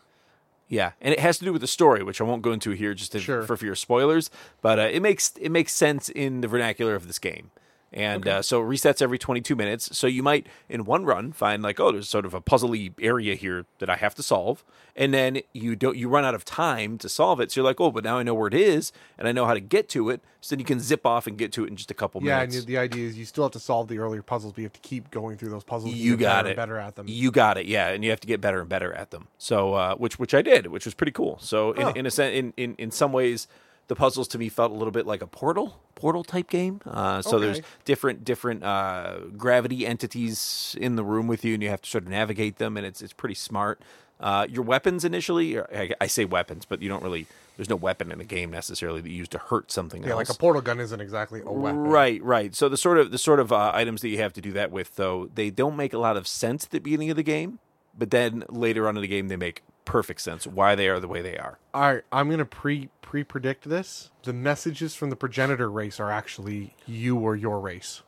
Speaker 3: Yeah, and it has to do with the story, which I won't go into here just to,
Speaker 1: Sure.
Speaker 3: for fear of spoilers. But uh, it makes it makes sense in the vernacular of this game, and uh, so it resets every 22 minutes. So you might in one run find like, oh, there's sort of a puzzly area here that I have to solve, and then you don't you run out of time to solve it. So you're like, oh, but now I know where it is, and I know how to get to it. So then you can zip off and get to it in just a couple
Speaker 1: Yeah, and
Speaker 3: minutes.
Speaker 1: the idea is you still have to solve the earlier puzzles, but you have to keep going through those puzzles. to
Speaker 3: You
Speaker 1: get
Speaker 3: got
Speaker 1: better and
Speaker 3: it.
Speaker 1: Better at them.
Speaker 3: You got it, yeah, and you have to get better and better at them. So, uh, which which I did, which was pretty cool. So, in, in a sense, in, in in some ways, the puzzles to me felt a little bit like a portal portal type game. Uh, so there's
Speaker 1: Okay.
Speaker 3: different different uh, gravity entities in the room with you, and you have to sort of navigate them, and it's it's pretty smart. Uh, your weapons initially, or I, I say weapons, but you don't really. There's no weapon in the game necessarily that you use to hurt something
Speaker 1: Yeah,
Speaker 3: else.
Speaker 1: like a portal gun isn't exactly a weapon.
Speaker 3: Right, right. So the sort of the sort of uh, items that you have to do that with, though, they don't make a lot of sense at the beginning of the game, but then later on in the game, they make perfect sense why they are the way they are.
Speaker 1: All right, I'm gonna pre pre predict this. The messages from the progenitor race are actually you or your race.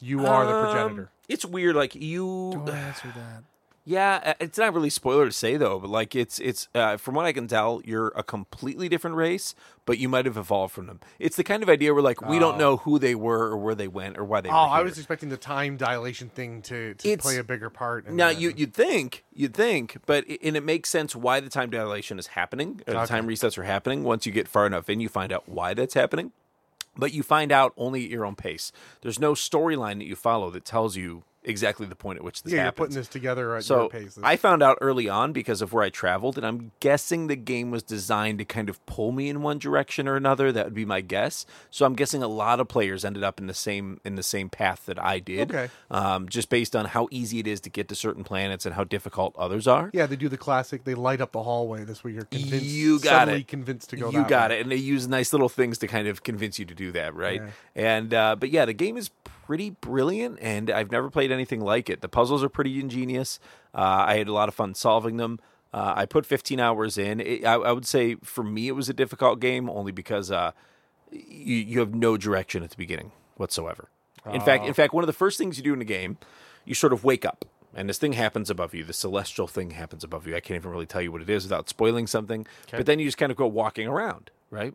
Speaker 1: You are the progenitor.
Speaker 3: Um, It's weird, like you.
Speaker 2: answer that.
Speaker 3: Yeah, uh, it's not really spoiler to say though, but like it's it's uh, from what I can tell, you're a completely different race, but you might have evolved from them. It's the kind of idea where like we don't know who they were or where they went or why they.
Speaker 1: Oh,
Speaker 3: were
Speaker 1: I
Speaker 3: here.
Speaker 1: was expecting the time dilation thing to, to
Speaker 3: It's-
Speaker 1: play a bigger part. in
Speaker 3: Now
Speaker 1: that.
Speaker 3: you you'd think you'd think, but i- and it makes sense why the time dilation is happening, or the
Speaker 1: Okay.
Speaker 3: time resets are happening. Once you get far enough in, you find out why that's happening, but you find out only at your own pace. There's no storyline that you follow that tells you exactly the point at which this
Speaker 1: yeah, you're
Speaker 3: happens.
Speaker 1: putting this together at
Speaker 3: so
Speaker 1: your pace.
Speaker 3: I found out early on because of where I traveled, and I'm guessing the game was designed to kind of pull me in one direction or another. That would be my guess. So I'm guessing a lot of players ended up in the same in the same path that I did
Speaker 1: Okay.
Speaker 3: um, just based on how easy it is to get to certain planets and how difficult others are.
Speaker 1: yeah, they do the classic. They light up the hallway. This way you're convinced.
Speaker 3: You got
Speaker 1: suddenly
Speaker 3: it.
Speaker 1: Convinced to go.
Speaker 3: you
Speaker 1: that
Speaker 3: got
Speaker 1: way.
Speaker 3: it, and they use nice little things to kind of convince you to do that, right? And uh, but yeah, the game is pretty brilliant, and I've never played anything like it. The puzzles are pretty ingenious. Uh, I had a lot of fun solving them. Uh, I put 15 hours in. It, I, I would say for me, it was a difficult game only because uh, you, you have no direction at the beginning whatsoever. In fact, in fact, one of the first things you do in a game, you sort of wake up, and this thing happens above you. The celestial thing happens above you. I can't even really tell you what it is without spoiling something. But then you just kind of go walking around, right?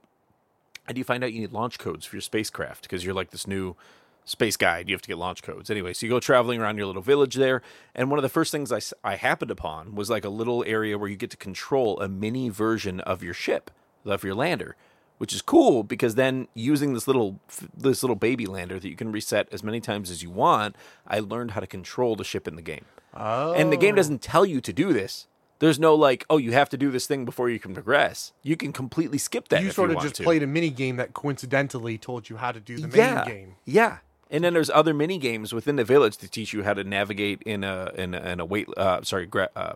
Speaker 3: And you find out you need launch codes for your spacecraft because you're like this new space guide. You have to get launch codes. Anyway, so you go traveling around your little village there. And one of the first things I, s- I happened upon was like a little area where you get to control a mini version of your ship, of your lander. Which is cool because then using this little this little baby lander that you can reset as many times as you want, I learned how to control the ship in the game. Oh. And the game doesn't tell you to do this. There's no like, oh, you have to do this thing before you can progress. You can completely skip that.
Speaker 1: You
Speaker 3: if
Speaker 1: sort of
Speaker 3: you want
Speaker 1: just
Speaker 3: to.
Speaker 1: played a mini game that coincidentally told you how to do the main game.
Speaker 3: Yeah. And then there's other mini games within the village to teach you how to navigate in a in a, in a weight uh, sorry gra- uh,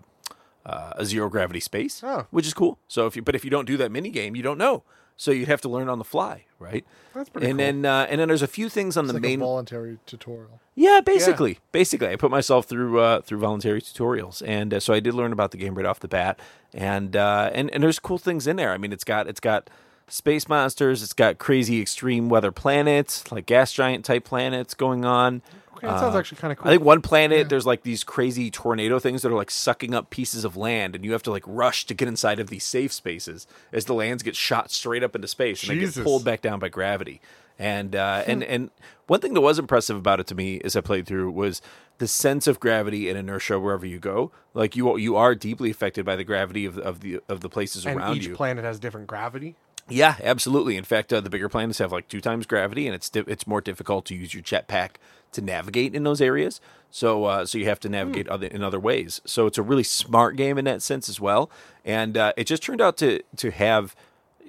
Speaker 3: uh, a zero gravity space,
Speaker 1: Oh.
Speaker 3: which is cool. So if you but if you don't do that mini game, you don't know. So you'd have to learn on the fly, right?
Speaker 1: That's pretty
Speaker 3: And
Speaker 1: cool.
Speaker 3: then uh, and then there's a few things on the
Speaker 2: It's like a
Speaker 3: main
Speaker 2: voluntary tutorial.
Speaker 3: yeah, basically, basically, I put myself through uh, through voluntary tutorials, and uh, so I did learn about the game right off the bat, and uh, and and there's cool things in there. I mean, it's got it's got space monsters, it's got crazy extreme weather planets, like gas giant type planets going on.
Speaker 1: Okay, that sounds actually kind of cool.
Speaker 3: Uh, I think one planet there's like these crazy tornado things that are like sucking up pieces of land, and you have to like rush to get inside of these safe spaces as the lands get shot straight up into space and they
Speaker 1: Jesus. Hmm.
Speaker 3: get pulled back down by gravity. And uh, and and one thing that was impressive about it to me as I played through was the sense of gravity and inertia wherever you go. Like you you are deeply affected by the gravity of of the of the places
Speaker 1: and
Speaker 3: around
Speaker 1: each
Speaker 3: you.
Speaker 1: planet has different gravity.
Speaker 3: Yeah, absolutely. In fact, uh, the bigger planets have like two times gravity, and it's di- it's more difficult to use your jetpack to navigate in those areas. So uh, so you have to navigate other in other ways. So it's a really smart game in that sense as well. And uh, it just turned out to to have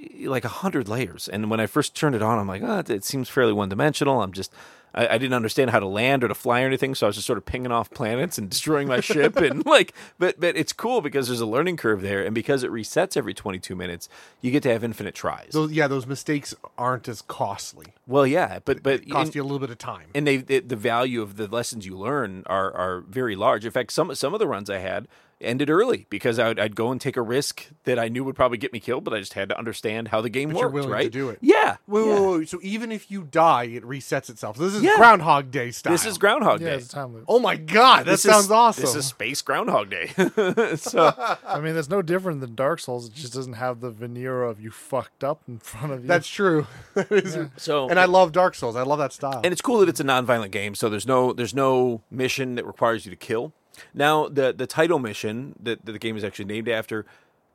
Speaker 3: eh, like a hundred layers. And when I first turned it on, I'm like, oh, it- it seems fairly one dimensional. I'm just I, I didn't understand how to land or to fly or anything, so I was just sort of pinging off planets and destroying my ship. And like, but but it's cool because there's a learning curve there, and because it resets every 22 minutes, you get to have infinite tries.
Speaker 1: Those, yeah, those mistakes aren't as costly.
Speaker 3: well, yeah, but but
Speaker 1: Cost
Speaker 3: and,
Speaker 1: you a little bit of time.
Speaker 3: and they, the the value of the lessons you learn are are very large. In fact, some some of the runs I had ended early because I would, I'd go and take a risk that I knew would probably get me killed, but I just had to understand how the game
Speaker 1: But
Speaker 3: works.
Speaker 1: you're willing to
Speaker 3: right?
Speaker 1: do it.
Speaker 3: Yeah.
Speaker 1: Wait,
Speaker 3: yeah.
Speaker 1: wait, wait, wait. So even if you die, it resets itself. So this is
Speaker 3: Yeah.
Speaker 1: Groundhog Day style.
Speaker 3: This is Groundhog
Speaker 2: Yeah,
Speaker 3: Day.
Speaker 2: it's a time loop.
Speaker 1: Oh my god, that
Speaker 3: This
Speaker 1: sounds
Speaker 3: is,
Speaker 1: awesome.
Speaker 3: This is Space Groundhog Day. so
Speaker 2: I mean, that's no different than Dark Souls. It just doesn't have the veneer of you fucked up in front of you.
Speaker 1: That's true. That is-
Speaker 3: so
Speaker 1: And I love Dark Souls. I love that style.
Speaker 3: Oh. and it's cool that it's a nonviolent game, so there's no there's no mission that requires you to kill. Now the the title mission that, that the game is actually named after,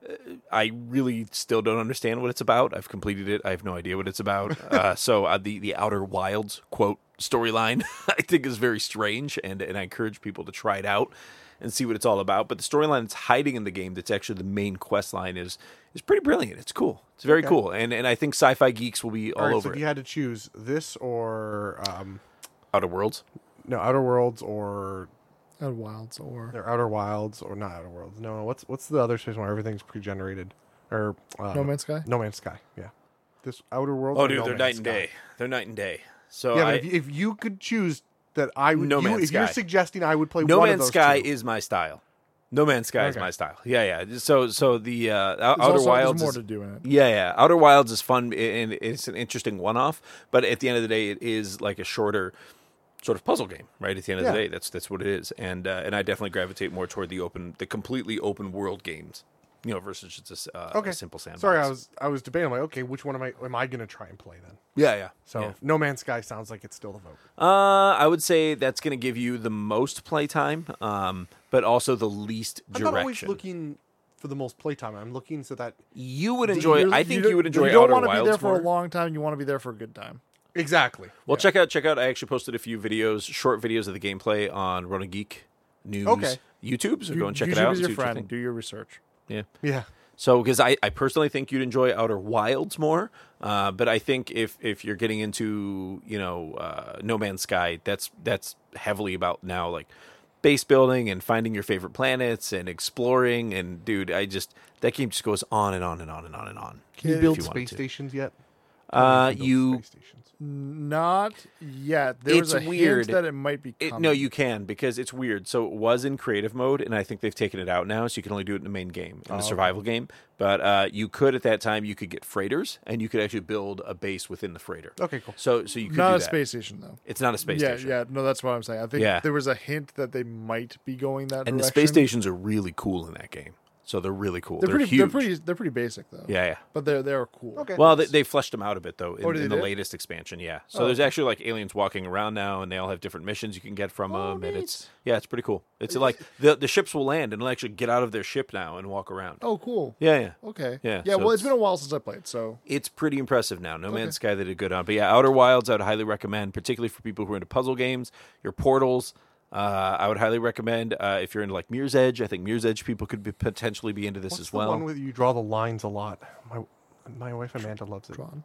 Speaker 3: uh, I really still don't understand what it's about. I've completed it. I have no idea what it's about. uh, so uh, the the Outer Wilds quote storyline I think is very strange, and and I encourage people to try it out and see what it's all about. But the storyline that's hiding in the game, that's actually the main quest line, is is pretty brilliant. It's cool. It's very cool, and and I think sci-fi geeks will be all,
Speaker 1: All right, so
Speaker 3: over
Speaker 1: if
Speaker 3: it.
Speaker 1: you had to choose this or um,
Speaker 3: Outer Worlds.
Speaker 1: no Outer Worlds or
Speaker 2: and Wilds or
Speaker 1: or Outer Wilds or not Outer Worlds. No, what's what's the other space where everything's pre-generated or uh,
Speaker 2: No Man's Sky.
Speaker 1: No Man's Sky. Yeah, this Outer Worlds.
Speaker 3: Oh,
Speaker 1: or
Speaker 3: dude,
Speaker 1: No
Speaker 3: they're
Speaker 1: Man's
Speaker 3: night and
Speaker 1: Sky?
Speaker 3: day. They're night and day. So
Speaker 1: Yeah,
Speaker 3: I,
Speaker 1: but if, you- if you could choose that, I would.
Speaker 3: No
Speaker 1: you,
Speaker 3: Man's
Speaker 1: if you're
Speaker 3: Sky.
Speaker 1: suggesting I would play
Speaker 3: No
Speaker 1: one of
Speaker 3: Man's
Speaker 1: those
Speaker 3: Sky
Speaker 1: two.
Speaker 3: is my style. No Man's Sky is
Speaker 1: Okay.
Speaker 3: my style. Yeah, yeah. So, so the uh, Outer
Speaker 2: There's also-
Speaker 3: Wilds.
Speaker 2: There's more
Speaker 3: is-
Speaker 2: to do in it.
Speaker 3: yeah, yeah. Outer Wilds is fun and it's an interesting one-off. But at the end of the day, it is like a shorter sort of puzzle game, right? At the end of the
Speaker 1: Yeah.
Speaker 3: day, that's that's what it is. And uh, and I definitely gravitate more toward the open, the completely open world games, you know, versus just a, s- uh,
Speaker 1: okay.
Speaker 3: a simple sandbox.
Speaker 1: Sorry, I was I was debating. I'm like, okay, which one am I am I going to try and play then?
Speaker 3: Yeah, yeah.
Speaker 1: So
Speaker 3: yeah.
Speaker 1: No Man's Sky sounds like it's still the vote.
Speaker 3: Uh, I would say that's going to give you the most playtime, um, but also the least
Speaker 1: I'm
Speaker 3: direction.
Speaker 1: not always looking for the most playtime. I'm looking so that
Speaker 3: you would enjoy.
Speaker 2: You're-
Speaker 3: I think
Speaker 2: don't-
Speaker 3: you would enjoy
Speaker 2: You don't
Speaker 3: Outer
Speaker 2: wanna
Speaker 3: Wilds
Speaker 2: be there for
Speaker 3: more.
Speaker 2: a long time. You want to be there for a good time.
Speaker 1: exactly.
Speaker 3: Well, check out check out. I actually posted a few videos, short videos of the gameplay on Rona Geek News
Speaker 1: Okay.
Speaker 3: YouTube. So
Speaker 2: You-
Speaker 3: go and check it
Speaker 2: YouTube
Speaker 3: out.
Speaker 2: is your
Speaker 3: and see what you
Speaker 2: friend.
Speaker 3: think.
Speaker 2: Do your research.
Speaker 3: Yeah.
Speaker 1: Yeah.
Speaker 3: So, because I, I personally think you'd enjoy Outer Wilds more, uh, but I think if if you're getting into you know uh, No Man's Sky, that's that's heavily about now like base building and finding your favorite planets and exploring and dude, I just that game just goes on and on and on and on and on.
Speaker 1: Can you
Speaker 3: if
Speaker 1: build
Speaker 3: wanted
Speaker 1: space
Speaker 3: to.
Speaker 1: stations yet?
Speaker 3: Uh,
Speaker 1: Can build
Speaker 3: you
Speaker 1: space stations.
Speaker 2: Not yet. There was
Speaker 3: It's
Speaker 2: a
Speaker 3: weird.
Speaker 2: weird hint that it might be.
Speaker 3: It,
Speaker 2: Coming.
Speaker 3: no, you can because it's weird. So it was in creative mode, and I think they've taken it out now, so you can only do it in the main game,
Speaker 2: Oh.
Speaker 3: in the survival game. But uh, you could at that time you could get freighters, and you could actually build a base within the freighter.
Speaker 1: Okay, cool.
Speaker 3: So so you could
Speaker 2: Oh. not
Speaker 3: do
Speaker 2: a
Speaker 3: that.
Speaker 2: space station though.
Speaker 3: It's not a space
Speaker 2: yeah,
Speaker 3: station.
Speaker 2: yeah. No, that's what I'm saying. I think
Speaker 3: Yeah.
Speaker 2: there was a hint that they might be going that direction.
Speaker 3: And the space stations are really cool in that game. So they're really cool.
Speaker 4: They're,
Speaker 3: They're,
Speaker 4: pretty.
Speaker 3: huge.
Speaker 4: They're pretty. They're pretty basic though.
Speaker 3: Yeah, yeah.
Speaker 4: But they're they're cool.
Speaker 1: Okay.
Speaker 3: Well, they, they fleshed them out a bit though in,
Speaker 4: Oh, did
Speaker 3: in
Speaker 4: they
Speaker 3: the
Speaker 4: do?
Speaker 3: latest expansion. Yeah.
Speaker 1: Oh,
Speaker 3: So there's actually like aliens walking around now, and they all have different missions you can get from
Speaker 1: Oh,
Speaker 3: them. And it's yeah, it's pretty cool. It's like the the ships will land and they'll actually get out of their ship now and walk around.
Speaker 4: Oh, cool.
Speaker 3: Yeah, yeah.
Speaker 4: Okay.
Speaker 3: Yeah,
Speaker 4: Yeah.
Speaker 3: so
Speaker 4: well, it's
Speaker 3: it's-
Speaker 4: been a while since I played, so
Speaker 3: It's pretty impressive now. No Man's Sky they did good on, but yeah, Outer Wilds I would highly recommend, particularly for people who are into puzzle games. Your portals. Uh, I would highly recommend uh, if you're into like Mirror's Edge. I think Mirror's Edge people could be, potentially be into this
Speaker 1: What's
Speaker 3: as
Speaker 1: the
Speaker 3: well.
Speaker 1: one with you draw the lines a lot. My my wife Amanda loves it.
Speaker 4: Tron.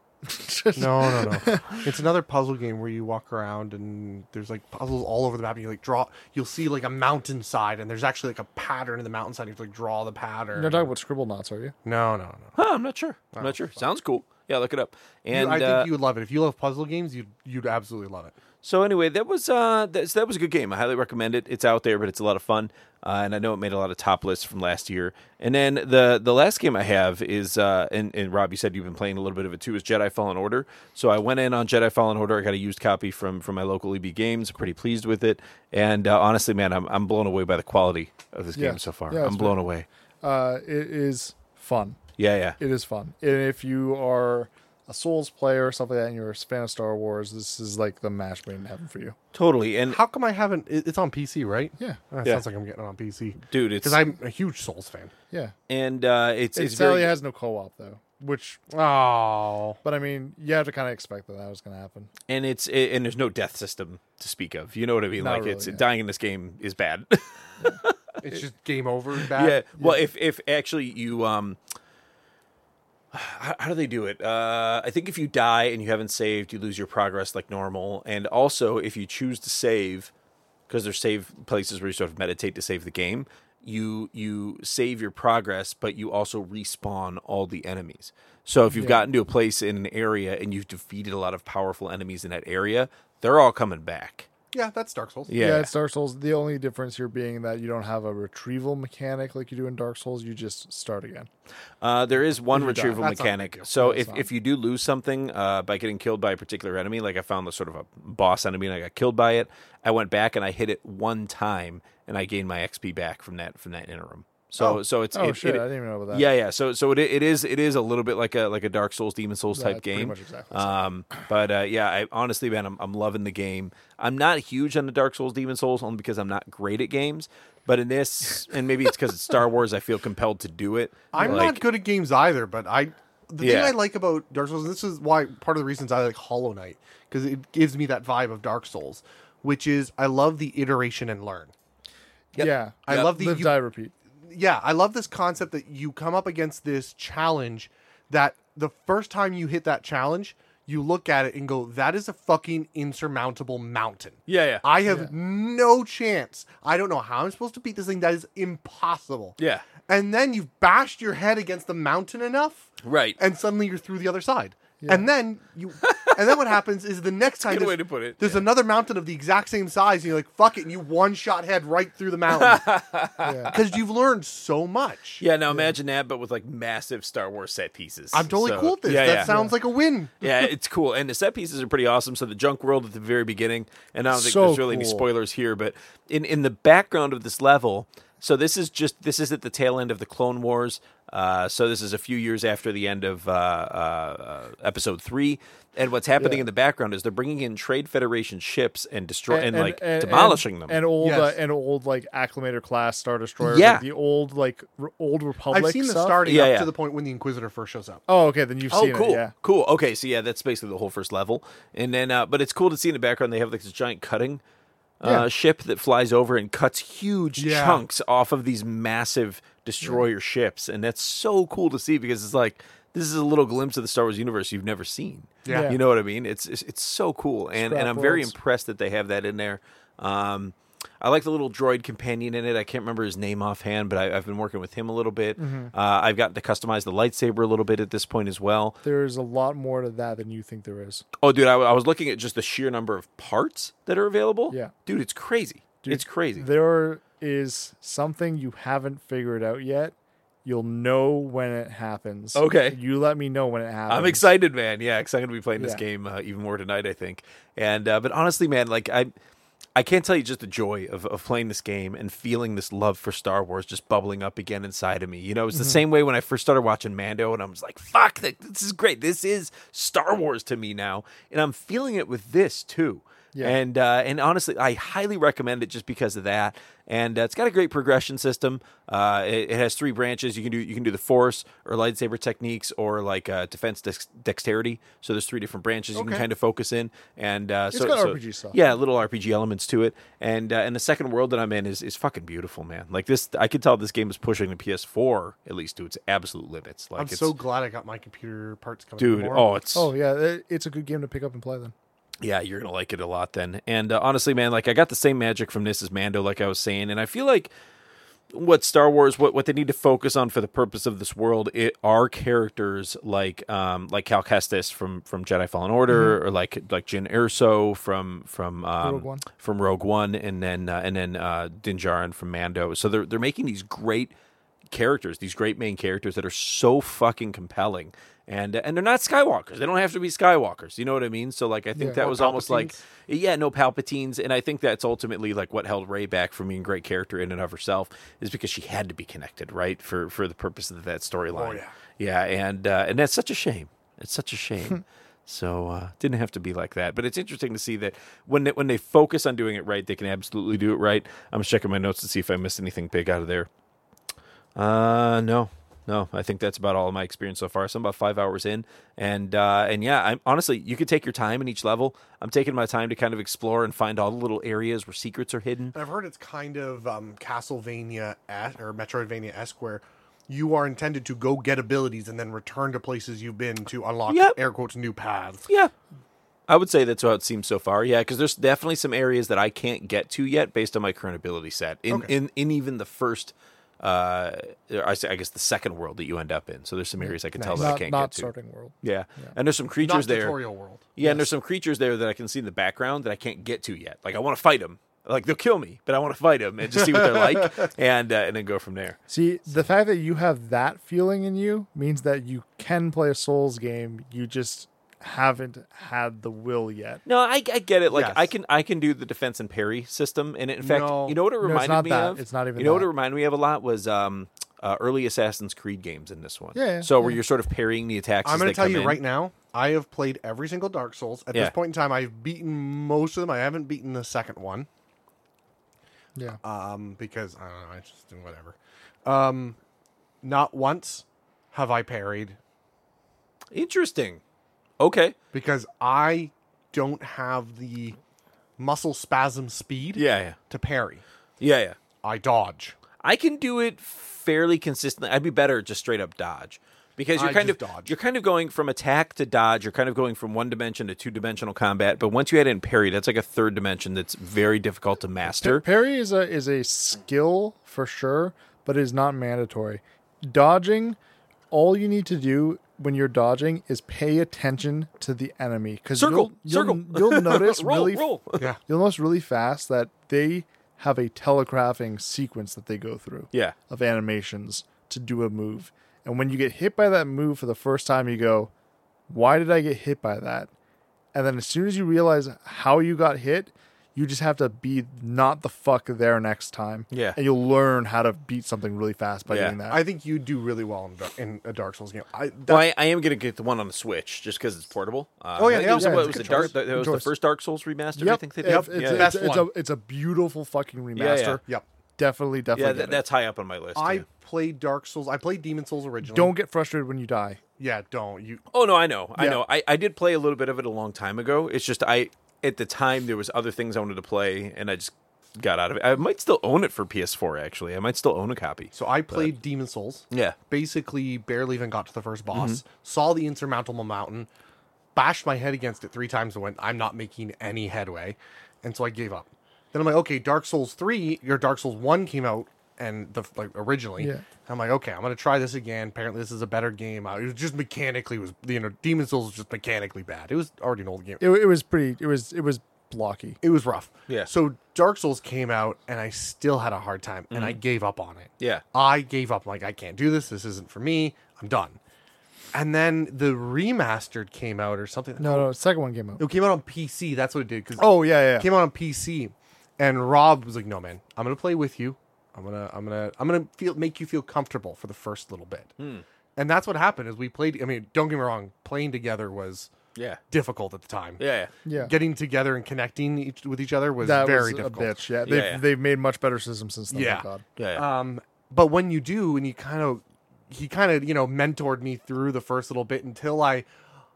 Speaker 1: No, no, no. it's another puzzle game where you walk around and there's like puzzles all over the map and you like draw you'll see like a mountainside and there's actually like a pattern in the mountainside. You have to like draw the pattern.
Speaker 4: You're not talking about scribble knots, are you?
Speaker 1: no, no, no.
Speaker 3: Huh, I'm not sure. I'm not sure. Sounds cool. Yeah, look it up. And
Speaker 1: Oh, You- I
Speaker 3: uh,
Speaker 1: think you would love it. If you love puzzle games, you'd you'd absolutely love it.
Speaker 3: So anyway, that was uh that, that was a good game. I highly recommend it. It's out there, but it's a lot of fun, uh, and I know it made a lot of top lists from last year. And then the the last game I have is uh and, and Rob, you said you've been playing a little bit of it too. Is Jedi Fallen Order. So I went in on Jedi Fallen Order. I got a used copy from from my local EB Games. Pretty pleased with it, and uh, honestly, man, I'm I'm blown away by the quality of this
Speaker 4: Yeah.
Speaker 3: game so far.
Speaker 4: Yeah, it's
Speaker 3: I'm blown away.
Speaker 4: Uh, it is fun.
Speaker 3: Yeah, yeah.
Speaker 4: It is fun. And if you are a Souls player or something like that, and you're a fan of Star Wars, this is like the match made in heaven for you.
Speaker 3: Totally. And
Speaker 1: How come I haven't? it- It's on PC, right?
Speaker 4: Yeah.
Speaker 1: That
Speaker 3: Yeah.
Speaker 1: sounds like I'm getting it on PC
Speaker 3: dude, it's
Speaker 1: because I'm a huge Souls fan.
Speaker 4: Yeah.
Speaker 3: and uh it's
Speaker 4: It
Speaker 3: it's
Speaker 4: sadly
Speaker 3: very
Speaker 4: has no co-op though, which
Speaker 1: Oh,
Speaker 4: but I mean, you have to kind of expect that that was going to happen.
Speaker 3: and it's it, and there's no death system to speak of. You know what I mean?
Speaker 4: Not
Speaker 3: like
Speaker 4: really,
Speaker 3: it's
Speaker 4: yeah.
Speaker 3: dying in this game is bad.
Speaker 1: it's just game over. and Bad.
Speaker 3: yeah. Well, if if actually you um, how, how do they do it? Uh, I think if you die and you haven't saved, you lose your progress like normal. And also, if you choose to save, because there's save places where you sort of meditate to save the game. You you save your progress, but you also respawn all the enemies. So if you've gotten to a place in an area and you've defeated a lot of powerful enemies in that area, they're all coming back.
Speaker 1: yeah, that's Dark Souls.
Speaker 4: Yeah. it's Dark Souls. The only difference here being that you don't have a retrieval mechanic like you do in Dark Souls. You just start again.
Speaker 3: Uh, there is one
Speaker 1: die.
Speaker 3: retrieval
Speaker 1: That's not a big
Speaker 3: mechanic.
Speaker 1: deal.
Speaker 3: So if, if you do lose something uh, by getting killed by a particular enemy, like I found the sort of a boss enemy and I got killed by it, I went back and I hit it one time and I gained my XP back from that from that interim. So so it's
Speaker 4: Oh
Speaker 3: it,
Speaker 4: shit!
Speaker 3: it-
Speaker 4: I didn't even know about that.
Speaker 3: yeah yeah. So so it, it is it is a little bit like a like a Dark Souls Demon Souls
Speaker 4: Yeah,
Speaker 3: type
Speaker 4: it's pretty
Speaker 3: game.
Speaker 4: much exactly the same.
Speaker 3: Um, but uh, yeah, I honestly, man, I'm, I'm loving the game. I'm not huge on the Dark Souls, Demon Souls, only because I'm not great at games. But in this, and maybe it's because it's Star Wars, I feel compelled to do it.
Speaker 1: I'm
Speaker 3: Like-
Speaker 1: not good at games either, but I the
Speaker 3: Yeah.
Speaker 1: thing I like about Dark Souls, and this is why part of the reasons I like Hollow Knight because it gives me that vibe of Dark Souls, which is I love the iteration and learn.
Speaker 4: Yeah.
Speaker 1: I love the
Speaker 4: Live,
Speaker 1: you-
Speaker 4: die, repeat.
Speaker 1: Yeah, I love this concept that you come up against this challenge that the first time you hit that challenge, you look at it and go, "That is a fucking insurmountable mountain."
Speaker 3: Yeah, yeah.
Speaker 1: I have no chance. I don't know how I'm supposed to beat this thing. That is impossible.
Speaker 3: Yeah.
Speaker 1: And then you've bashed your head against the mountain enough,
Speaker 3: Right.
Speaker 1: And suddenly you're through the other side. And then you, and then what happens is the next time
Speaker 3: good
Speaker 1: there's,
Speaker 3: way to put it,
Speaker 1: there's another mountain of the exact same size, and you're like, "Fuck it!" and you one shot head right through the mountain because you've learned so much.
Speaker 3: Yeah, now imagine that, but with like massive Star Wars set pieces.
Speaker 1: I'm totally
Speaker 3: So-
Speaker 1: cool with this.
Speaker 3: Yeah,
Speaker 1: that
Speaker 3: yeah.
Speaker 1: sounds like a win.
Speaker 3: yeah, it's cool, and the set pieces are pretty awesome. So the junk world at the very beginning, and I don't think
Speaker 4: So
Speaker 3: there's really any
Speaker 4: cool.
Speaker 3: spoilers here, but in in the background of this level, so this is just this is at the tail end of the Clone Wars. Uh, so this is a few years after the end of uh, uh, uh, Episode Three, and what's happening in the background is they're bringing in Trade Federation ships and destroy and, like
Speaker 4: and-
Speaker 3: demolishing them.
Speaker 4: And old,
Speaker 1: Yes.
Speaker 4: uh, and old like acclimator class star destroyers.
Speaker 3: Yeah.
Speaker 4: like, the old like re- old republic.
Speaker 1: I've seen the
Speaker 4: stuff.
Speaker 1: starting
Speaker 3: Yeah,
Speaker 1: up
Speaker 3: yeah.
Speaker 1: to the point when the Inquisitor first shows up.
Speaker 4: Oh, okay. Then you've
Speaker 3: Oh,
Speaker 4: seen
Speaker 3: cool,
Speaker 4: it. Yeah.
Speaker 3: cool. Okay, so yeah, that's basically the whole first level, and then uh, but it's cool to see in the background they have like this giant cutting uh,
Speaker 4: Yeah.
Speaker 3: ship that flies over and cuts huge
Speaker 1: Yeah.
Speaker 3: chunks off of these massive destroyer ships, and that's so cool to see because it's like this is a little glimpse of the Star Wars universe you've never seen.
Speaker 1: Yeah.
Speaker 4: Yeah.
Speaker 3: you know what I mean. It's it's, it's so cool, and
Speaker 4: Scrap
Speaker 3: and I'm very
Speaker 4: worlds.
Speaker 3: impressed that they have that in there. Um, I like the little droid companion in it. I can't remember his name offhand, but I, I've been working with him a little bit. Uh, I've gotten to customize the lightsaber a little bit at this point as well.
Speaker 4: There's a lot more to that than you think there is.
Speaker 3: Oh, dude, I, I was looking at just the sheer number of parts that are available.
Speaker 4: Yeah.
Speaker 3: dude, it's crazy. it's crazy.
Speaker 4: There is something you haven't figured out yet. You'll know when it happens.
Speaker 3: Okay.
Speaker 4: You let me know when it happens.
Speaker 3: I'm excited, man. Yeah, because I'm going to be playing this
Speaker 4: Yeah.
Speaker 3: game uh, even more tonight, I think. And uh, but honestly, man, like I, I can't tell you just the joy of, of playing this game and feeling this love for Star Wars just bubbling up again inside of me. You know, it's
Speaker 2: Mm-hmm.
Speaker 3: the same way when I first started watching Mando, and I was like, "Fuck, th- this is great. This is Star Wars to me now," and I'm feeling it with this too.
Speaker 2: Yeah.
Speaker 3: And uh, and honestly, I highly recommend it just because of that. And uh, it's got a great progression system. Uh, it, it has three branches. You can do you can do the Force or lightsaber techniques or like uh, defense dex- dexterity. So there's three different branches you can
Speaker 1: Okay.
Speaker 3: kind of focus in. And uh, so
Speaker 2: got
Speaker 3: so-
Speaker 2: RPG stuff.
Speaker 3: Yeah, little RPG elements to it. And uh, and the second world that I'm in is is fucking beautiful, man. Like this, I could tell this game is pushing the PS4 at least to its absolute limits. Like
Speaker 1: I'm
Speaker 3: it's,
Speaker 1: so glad I got my computer parts coming.
Speaker 3: dude.
Speaker 1: tomorrow.
Speaker 3: Oh, it's
Speaker 2: Oh yeah, it, it's a good game to pick up and play. Then
Speaker 3: yeah, you're gonna like it a lot then. And uh, honestly, man, like I got the same magic from this as Mando, like I was saying, and I feel like what Star Wars, what what they need to focus on for the purpose of this world, it are characters like um like Cal Kestis from from Jedi Fallen Order, or like like Jin Erso from from um,
Speaker 2: Mm-hmm. Rogue One.
Speaker 3: from Rogue One, and then uh, and then uh, Din Djarin from Mando. So they're they're making these great characters, these great main characters that are so fucking compelling. And, and they're not Skywalkers. They don't have to be Skywalkers. You know what I mean? So like I think
Speaker 2: Yeah.
Speaker 3: that
Speaker 2: No
Speaker 3: was almost like yeah, no Palpatines. And I think that's ultimately like what held Ray back from being a great character in and of herself is because she had to be connected, right? For for the purpose of that storyline.
Speaker 1: yeah.
Speaker 3: Yeah, and uh, and that's such a shame. It's such a shame. so uh, didn't have to be like that. But it's interesting to see that when they, when they focus on doing it right, they can absolutely do it right. I'm just checking my notes to see if I missed anything big out of there. Uh, no, no. I think that's about all of my experience so far. So I'm about five hours in, and uh, and yeah, I'm honestly, you could take your time in each level. I'm taking my time to kind of explore and find all the little areas where secrets are hidden.
Speaker 1: And I've heard it's kind of um, Castlevania es- or Metroidvania esque where you are intended to go get abilities and then return to places you've been to unlock
Speaker 3: Yep.
Speaker 1: air quotes new paths.
Speaker 3: Yeah. I would say that's how it seems so far. Yeah, because there's definitely some areas that I can't get to yet based on my current ability set. In
Speaker 1: Okay.
Speaker 3: in, in even the first, uh, or I say- I guess the second world that you end up in. So there's some areas I can tell that I
Speaker 2: not
Speaker 3: can't
Speaker 2: not
Speaker 3: get to.
Speaker 2: starting world.
Speaker 3: Yeah. and there's some
Speaker 1: Not
Speaker 3: creatures there.
Speaker 1: tutorial world.
Speaker 3: Yeah, and there's some creatures there that I can see in the background that I can't get to yet. Like I want to fight them. Like they'll kill me, but I want to fight them and just see what they're like, and uh, and then go from there.
Speaker 2: See, the fact that you have that feeling in you means that you can play a Souls game. You just haven't had the will yet.
Speaker 3: No, I, I get it. Like
Speaker 1: Yes.
Speaker 3: I can I can do the defense and parry system, and in fact,
Speaker 1: No.
Speaker 3: you know what it
Speaker 2: it's
Speaker 3: reminded
Speaker 2: not
Speaker 3: me
Speaker 2: that.
Speaker 3: of?
Speaker 2: It's not even
Speaker 3: You know what
Speaker 2: that.
Speaker 3: it reminded me of a lot was um, uh, early Assassin's Creed games in this one.
Speaker 2: Yeah, yeah,
Speaker 3: So where you're sort of parrying the attacks.
Speaker 1: I'm
Speaker 3: going
Speaker 1: going to tell you right now, I have played every single Dark Souls. At
Speaker 3: Yeah.
Speaker 1: this point in time, I've beaten most of them. I haven't beaten the second one
Speaker 2: Yeah,
Speaker 3: Uh,
Speaker 1: um, because I don't know. I just do whatever. Um, not once have I parried
Speaker 3: Interesting. Okay.
Speaker 1: because I don't have the muscle spasm speed
Speaker 3: Yeah. Yeah.
Speaker 1: to parry.
Speaker 3: Yeah. Yeah.
Speaker 1: I dodge.
Speaker 3: I can do it fairly consistently. I'd be better at just straight up dodge because you're
Speaker 1: I
Speaker 3: kind of
Speaker 1: just dodge.
Speaker 3: you're kind of going from attack to dodge. You're kind of going from one dimension to two dimensional combat. But once you add in parry, that's like a third dimension that's very difficult to master.
Speaker 2: parry is a is a skill for sure, but it is not mandatory. Dodging, all you need to do when you're dodging is pay attention to the enemy because
Speaker 3: Circle,
Speaker 2: you'll, you'll,
Speaker 3: circle.
Speaker 2: you'll notice
Speaker 3: roll,
Speaker 2: really
Speaker 3: roll.
Speaker 1: Yeah.
Speaker 2: you'll notice really fast that they have a telegraphing sequence that they go through
Speaker 3: Yeah.
Speaker 2: of animations to do a move. And when you get hit by that move for the first time, you go, Why did I get hit by that? And then as soon as you realize how you got hit, you just have to be not the fuck there next time.
Speaker 3: Yeah.
Speaker 2: And you'll learn how to beat something really fast by
Speaker 3: Yeah.
Speaker 2: doing that.
Speaker 1: I think you do really well in, Dar- in a Dark Souls game. I, that,
Speaker 3: Well, I, I am gonna get the one on the Switch just because it's portable. Uh,
Speaker 1: Oh, yeah,
Speaker 3: I think
Speaker 1: yeah,
Speaker 3: it was,
Speaker 1: yeah,
Speaker 3: what,
Speaker 1: it's
Speaker 3: was the
Speaker 1: controls.
Speaker 3: Dark. That was the
Speaker 2: Controls.
Speaker 3: first Dark Souls remaster. I
Speaker 2: Yep.
Speaker 3: think they did.
Speaker 2: It's, it's,
Speaker 3: yeah,
Speaker 2: a-
Speaker 1: Best
Speaker 2: it's
Speaker 1: one.
Speaker 2: a, it's a beautiful fucking remaster.
Speaker 3: yeah.
Speaker 1: yep.
Speaker 2: Definitely, definitely.
Speaker 3: yeah
Speaker 2: get
Speaker 3: that,
Speaker 2: it.
Speaker 3: that's high up on my list. yeah.
Speaker 1: I played Dark Souls. I played Demon Souls originally.
Speaker 2: Don't get frustrated when you die.
Speaker 1: Yeah, don't. You
Speaker 3: Oh no, I know, I
Speaker 2: Yeah.
Speaker 3: know. I, I did play a little bit of it a long time ago. It's just I at the time there was other things I wanted to play, and I just got out of it. I might still own it for PS4. Actually, I might still own a copy.
Speaker 1: So I played Demon Souls.
Speaker 3: Yeah.
Speaker 1: Basically, barely even got to the first boss. Saw the insurmountable mountain, bashed my head against it three times, and went, "I'm not making any headway," and so I gave up. Then I'm like, "Okay, Dark Souls three or Dark Souls one came out, and the like originally."
Speaker 2: Yeah.
Speaker 1: I'm like, "Okay, I'm gonna try this again." Apparently, this is a better game. I, it was just mechanically was you know Demon Souls was just mechanically bad. It was already an old game.
Speaker 2: It, it was pretty, it was, it was blocky.
Speaker 1: It was rough.
Speaker 3: Yeah.
Speaker 1: So Dark Souls came out, and I still had a hard time, and I gave up on it.
Speaker 3: Yeah.
Speaker 1: I gave up. I'm like, I can't do this. This isn't for me. I'm done. And then the remastered came out or something.
Speaker 2: No, no, second one came out.
Speaker 1: It came out on PC. That's what it did. Because
Speaker 2: Oh, yeah, yeah.
Speaker 1: it came out on PC. And Rob was like, "No, man, I'm gonna play with you. I'm gonna, I'm gonna, I'm gonna feel make you feel comfortable for the first little bit." And that's what happened. Is we played. I mean, don't get me wrong. Playing together was
Speaker 3: Yeah.
Speaker 1: difficult at the time.
Speaker 3: Yeah. yeah.
Speaker 2: Yeah.
Speaker 1: Getting together and connecting each, with each other was
Speaker 2: that
Speaker 1: very
Speaker 2: was
Speaker 1: difficult.
Speaker 2: a bitch. Yeah, they've,
Speaker 3: yeah.
Speaker 2: they've made much better systems since then.
Speaker 1: Yeah.
Speaker 2: Yeah. God.
Speaker 3: Yeah. yeah.
Speaker 1: Um, but when you do, and you kind of, he kind of, you know, mentored me through the first little bit until I,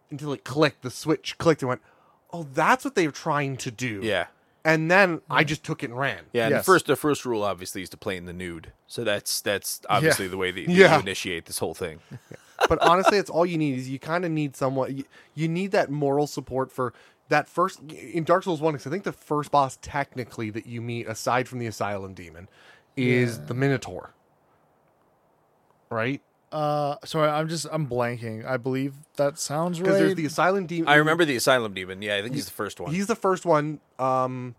Speaker 1: until it clicked, the switch clicked and went, oh, that's what they were trying to do.
Speaker 3: yeah. Mm-hmm.
Speaker 1: And then I just took it and ran.
Speaker 3: Yeah, and the
Speaker 2: Yes.
Speaker 3: first the first rule obviously is to play in the nude. So that's that's obviously the way that, that
Speaker 1: Yeah.
Speaker 3: you initiate this whole thing.
Speaker 1: But honestly, it's all you need is you kind of need someone, you, you need that moral support for that first, in Dark Souls 1, because I think the first boss technically that you meet, aside from the Asylum Demon, is the Minotaur. Right?
Speaker 2: Uh, sorry, I'm just I'm blanking. I believe that sounds
Speaker 1: Because
Speaker 2: right.
Speaker 1: there's the Asylum Demon.
Speaker 3: I remember the asylum demon. Yeah, I think he's the first one.
Speaker 1: He's the first one, um,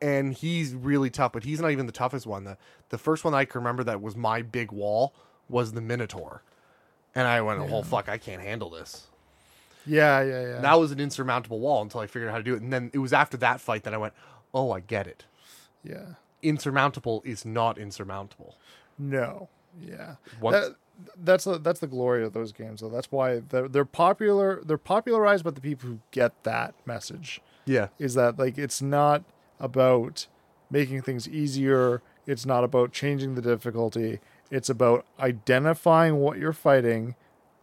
Speaker 1: and he's really tough, but he's not even the toughest one. The the first one I can remember that was my big wall was the Minotaur, and I went, "Oh fuck, I can't handle this."
Speaker 2: yeah, yeah, yeah.
Speaker 1: That was an insurmountable wall until I figured out how to do it, and then it was after that fight that I went, "Oh, I get it.
Speaker 2: yeah.
Speaker 1: Insurmountable is not insurmountable."
Speaker 2: No. Yeah.
Speaker 1: Once-
Speaker 2: That, that's the that's the glory of those games though. That's why they're, they're popular. They're popularized by the people who get that message.
Speaker 1: Yeah,
Speaker 2: Is that like it's not about making things easier. It's not about changing the difficulty. It's about identifying what you're fighting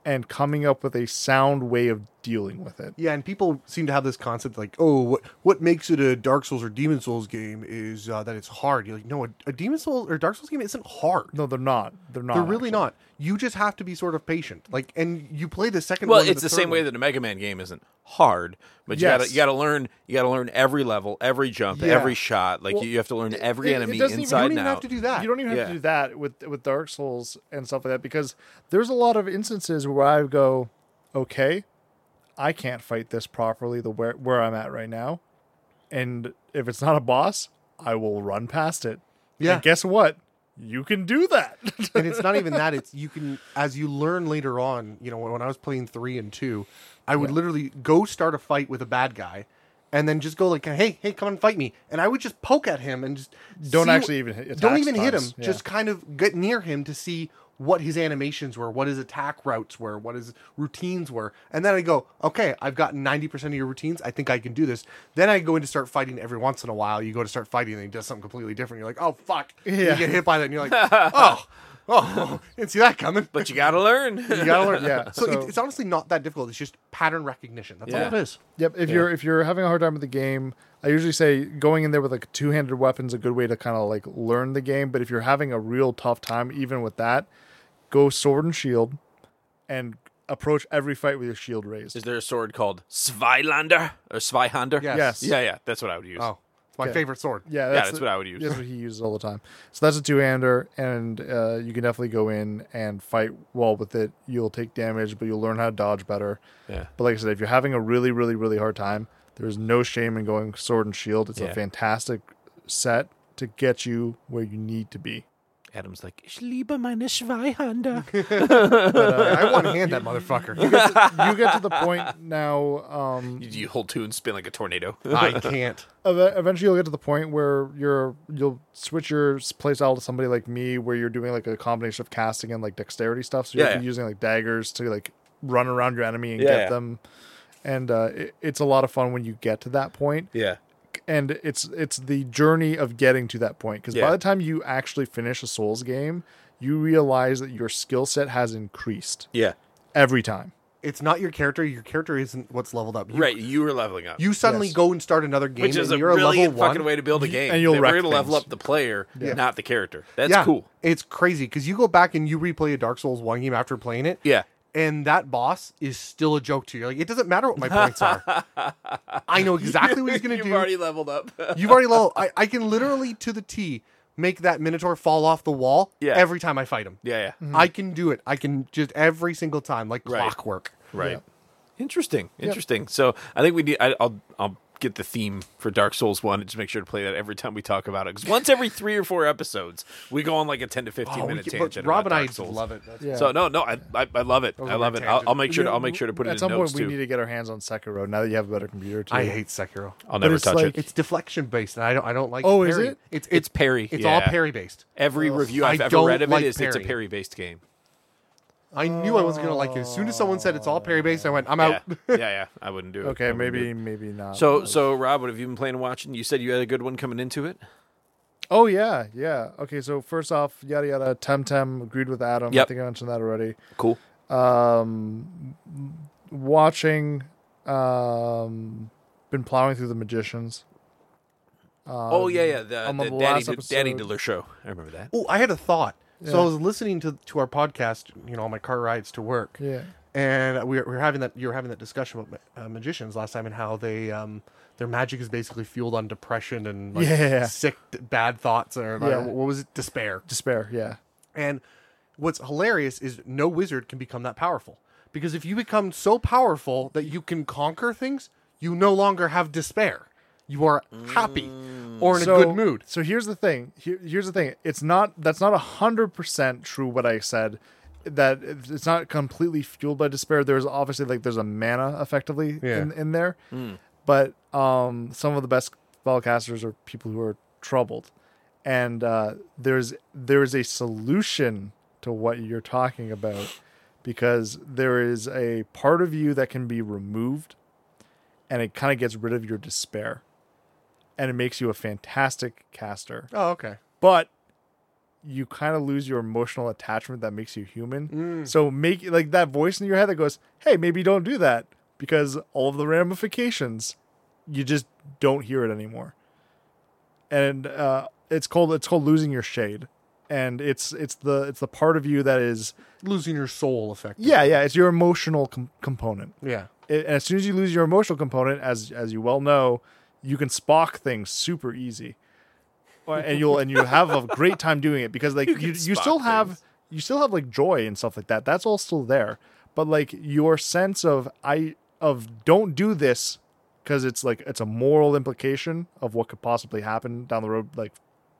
Speaker 2: and coming up with a sound way of dealing with it.
Speaker 1: yeah, and people seem to have this concept like, "Oh, what what makes it a Dark Souls or Demon Souls game is uh, that it's hard." You're like, "No, a, a Demon Souls or Dark Souls game isn't hard."
Speaker 2: No, they're not. They're not.
Speaker 1: They're really
Speaker 2: Oh, actually.
Speaker 1: not. You just have to be sort of patient. Like, and you play the second.
Speaker 3: well,
Speaker 1: one and
Speaker 3: it's the,
Speaker 1: third
Speaker 3: same way
Speaker 1: one.
Speaker 3: that a Mega Man game isn't hard, but you gotta
Speaker 2: Yes.
Speaker 3: you gotta learn you gotta learn every level, every jump,
Speaker 2: Yeah.
Speaker 3: every shot. Like
Speaker 2: Well,
Speaker 3: you have to learn every
Speaker 2: it- it
Speaker 3: enemy
Speaker 2: doesn't even- you
Speaker 1: you
Speaker 3: inside
Speaker 1: don't
Speaker 3: and
Speaker 1: even have
Speaker 3: out.
Speaker 1: to do that.
Speaker 2: You don't even have
Speaker 3: Yeah.
Speaker 2: to do that with with Dark Souls and stuff like that because there's a lot of instances where I go, okay, I can't fight this properly the where where I'm at right now, and if it's not a boss, I will run past it.
Speaker 1: Yeah.
Speaker 2: and guess what? You can do that.
Speaker 1: and it's not even that. It's you can as you learn later on. You know, when I was playing three and two, I would literally go start a fight with a bad guy, and then just go like, "Hey, hey, come and fight me!" And I would just poke at him and just
Speaker 2: Don't
Speaker 1: see
Speaker 2: actually even hit-
Speaker 1: don't
Speaker 2: attack
Speaker 1: even hit him.
Speaker 2: spots. Yeah.
Speaker 1: Just kind of get near him to see what his animations were, what his attack routes were, what his routines were, and then I go, "Okay, I've gotten ninety percent of your routines. I think I can do this." Then I go in to start fighting. Every once in a while, you go to start fighting, and he does something completely different. You're like, "Oh fuck!" You
Speaker 2: Yeah.
Speaker 1: get hit by that, and you're like, "Oh." Oh, didn't see that coming.
Speaker 3: But you gotta learn.
Speaker 1: You gotta learn.
Speaker 2: Yeah,
Speaker 1: So, it,
Speaker 2: so-
Speaker 1: it's honestly not that difficult. It's just pattern recognition. That's all
Speaker 3: Yeah.
Speaker 1: it is.
Speaker 2: Yep. If you're if you're having a hard time with the game, I usually say going in there with like two handed weapons a good way to kind of like learn the game. But if you're having a real tough time, even with that, go sword and shield, and approach every fight with your shield raised.
Speaker 3: Is there a sword called Svilander or Svihander?
Speaker 1: Yes.
Speaker 2: Yes.
Speaker 3: Yeah, yeah. That's what I would use.
Speaker 1: Oh, it's my favorite sword.
Speaker 2: yeah, that's,
Speaker 3: that's what I would use.
Speaker 2: That's what he uses all the time. So that's a two hander, and uh, you can definitely go in and fight well with it. You'll take damage, but you'll learn how to dodge better.
Speaker 3: Yeah.
Speaker 2: But like I said, if you're having a really, really, really hard time, there's no shame in going sword and shield. It's
Speaker 3: Yeah.
Speaker 2: a fantastic set to get you where you need to be.
Speaker 3: Adam's like, Ich liebe meine Schweihander.
Speaker 1: I want to hand that motherfucker.
Speaker 2: You get to, you get to the point now. Um,
Speaker 3: you hold two and spin like a tornado.
Speaker 1: I can't.
Speaker 2: ev- eventually, you'll get to the point where you're you'll switch your s- playstyle to somebody like me, where you're doing like a combination of casting and like dexterity stuff. So you're
Speaker 3: Yeah, yeah.
Speaker 2: using like daggers to like run around your enemy and
Speaker 3: Yeah,
Speaker 2: get
Speaker 3: yeah.
Speaker 2: them. And uh, it, it's a lot of fun when you get to that point.
Speaker 3: yeah.
Speaker 2: and it's it's the journey of getting to that point because
Speaker 3: Yeah.
Speaker 2: by the time you actually finish a souls game you realize that your skill set has increased
Speaker 3: Yeah.
Speaker 2: every time
Speaker 1: It's not your character. Your character isn't what's leveled up. You,
Speaker 3: Right. You were leveling up.
Speaker 1: You suddenly
Speaker 2: Yes.
Speaker 1: go and start another game,
Speaker 3: which is a
Speaker 1: and you're a
Speaker 3: brilliant
Speaker 1: level one.
Speaker 3: fucking way to build a game.
Speaker 2: and you'll
Speaker 3: That
Speaker 2: wreck
Speaker 3: We're gonna level
Speaker 2: things.
Speaker 3: up the player, not the character. That's
Speaker 1: yeah,
Speaker 3: cool.
Speaker 1: It's crazy because you go back and you replay a Dark Souls one game after playing it.
Speaker 3: Yeah.
Speaker 1: And that boss is still a joke to you. You're Like it doesn't matter what my points are. I know exactly what he's gonna
Speaker 3: You've
Speaker 1: do.
Speaker 3: already leveled up.
Speaker 1: You've already leveled. I, I can literally to the T make that Minotaur fall off the wall
Speaker 3: Yeah.
Speaker 1: every time I fight him.
Speaker 3: yeah. Yeah.
Speaker 1: I can do it. I can just every single time, like
Speaker 3: Right.
Speaker 1: clockwork.
Speaker 3: Right. Interesting. Interesting. So I think we need. I, I'll I'll get the theme for Dark Souls One and just make sure to play that every time we talk about it. Because once every three or four episodes, we go on like a ten to fifteen
Speaker 1: Oh, we
Speaker 3: minute
Speaker 1: can-
Speaker 3: tangent.
Speaker 1: but Rob and
Speaker 3: about
Speaker 1: I
Speaker 3: Dark Souls.
Speaker 1: love it. That's-
Speaker 2: Yeah.
Speaker 3: So no, no, I I, I love it. I
Speaker 1: a
Speaker 3: love it.
Speaker 1: great
Speaker 3: I'll, I'll
Speaker 1: tangent.
Speaker 3: make sure to
Speaker 2: Yeah,
Speaker 3: I'll make sure to put it
Speaker 2: at
Speaker 3: in
Speaker 2: some
Speaker 3: notes
Speaker 2: point. We
Speaker 3: too.
Speaker 2: need to get our hands on Sekiro now that you have a better computer. Too.
Speaker 1: I hate Sekiro.
Speaker 3: I'll
Speaker 2: but
Speaker 3: never
Speaker 2: it's
Speaker 3: touch
Speaker 2: like-
Speaker 3: it.
Speaker 1: It's deflection based, and I don't I don't like.
Speaker 2: Oh, is
Speaker 1: parry.
Speaker 2: it?
Speaker 1: It's
Speaker 3: It's parry,
Speaker 1: It's all
Speaker 3: yeah.
Speaker 1: parry based.
Speaker 3: Every review
Speaker 1: I
Speaker 3: I've ever
Speaker 1: don't
Speaker 3: read of
Speaker 1: like
Speaker 3: it is it's a
Speaker 1: parry.
Speaker 3: parry based game.
Speaker 1: I knew I wasn't gonna like it. As soon as someone said it's all parry based, I went, I'm
Speaker 3: Yeah,
Speaker 1: out.
Speaker 3: yeah, yeah. I wouldn't do it. I
Speaker 2: Okay,
Speaker 3: wouldn't do
Speaker 2: maybe
Speaker 3: it.
Speaker 2: maybe not.
Speaker 3: So so Rob, what have you been playing and watching? You said you had a good one coming into it.
Speaker 2: oh yeah, yeah. Okay, so first off, yada yada. Temtem agreed with Adam. I
Speaker 3: Yep.
Speaker 2: think I mentioned that already.
Speaker 3: Cool.
Speaker 2: Um, watching. Um, been plowing through the Magicians.
Speaker 3: oh yeah, yeah. The,
Speaker 2: Um, on the
Speaker 3: the Daddy,
Speaker 2: last
Speaker 3: Di- Daddy
Speaker 2: episode-
Speaker 3: Diller show. I remember that.
Speaker 1: Oh, I had a thought. So
Speaker 2: Yeah.
Speaker 1: I was listening to to our podcast, you know, on my car rides to work,
Speaker 2: Yeah.
Speaker 1: and we were, we were having that. You were having that discussion about ma- uh, magicians last time and how they um their magic is basically fueled on depression and like
Speaker 2: Yeah.
Speaker 1: sick d- bad thoughts or
Speaker 2: Yeah.
Speaker 1: uh, what was it despair.
Speaker 2: Despair. Yeah.
Speaker 1: And what's hilarious is no wizard can become that powerful because if you become so powerful that you can conquer things, you no longer have despair. You are happy or in a good mood.
Speaker 2: So here's the thing. Here, here's the thing. It's not that's not hundred percent true what I said. That it's it's not completely fueled by despair. There's obviously like there's a mana effectively
Speaker 1: Yeah. Hmm.
Speaker 2: in, in there, but um, some of the best spellcasters are people who are troubled, and uh, there's there's a solution to what you're talking about because there is a part of you that can be removed, and it kind of gets rid of your despair and it makes you a fantastic caster.
Speaker 1: Oh, okay.
Speaker 2: But you kind of lose your emotional attachment that makes you human. So make like that voice in your head that goes, "Hey, maybe don't do that because all of the ramifications, you just don't hear it anymore." And uh, it's called it's called losing your shade, and it's it's the it's the part of you that is
Speaker 1: Losing your soul effect.
Speaker 2: yeah yeah it's your emotional com- component
Speaker 1: Yeah.
Speaker 2: it, and as soon as you lose your emotional component, as as you well know, you can spock things super easy, Or- and you'll and you have a great time doing it because like you
Speaker 3: can
Speaker 2: you,
Speaker 3: spock
Speaker 2: still have
Speaker 3: things.
Speaker 2: you still have like joy and stuff like that. That's all still there, but like your sense of I of don't do this because it's like it's a moral implication of what could possibly happen down the road, like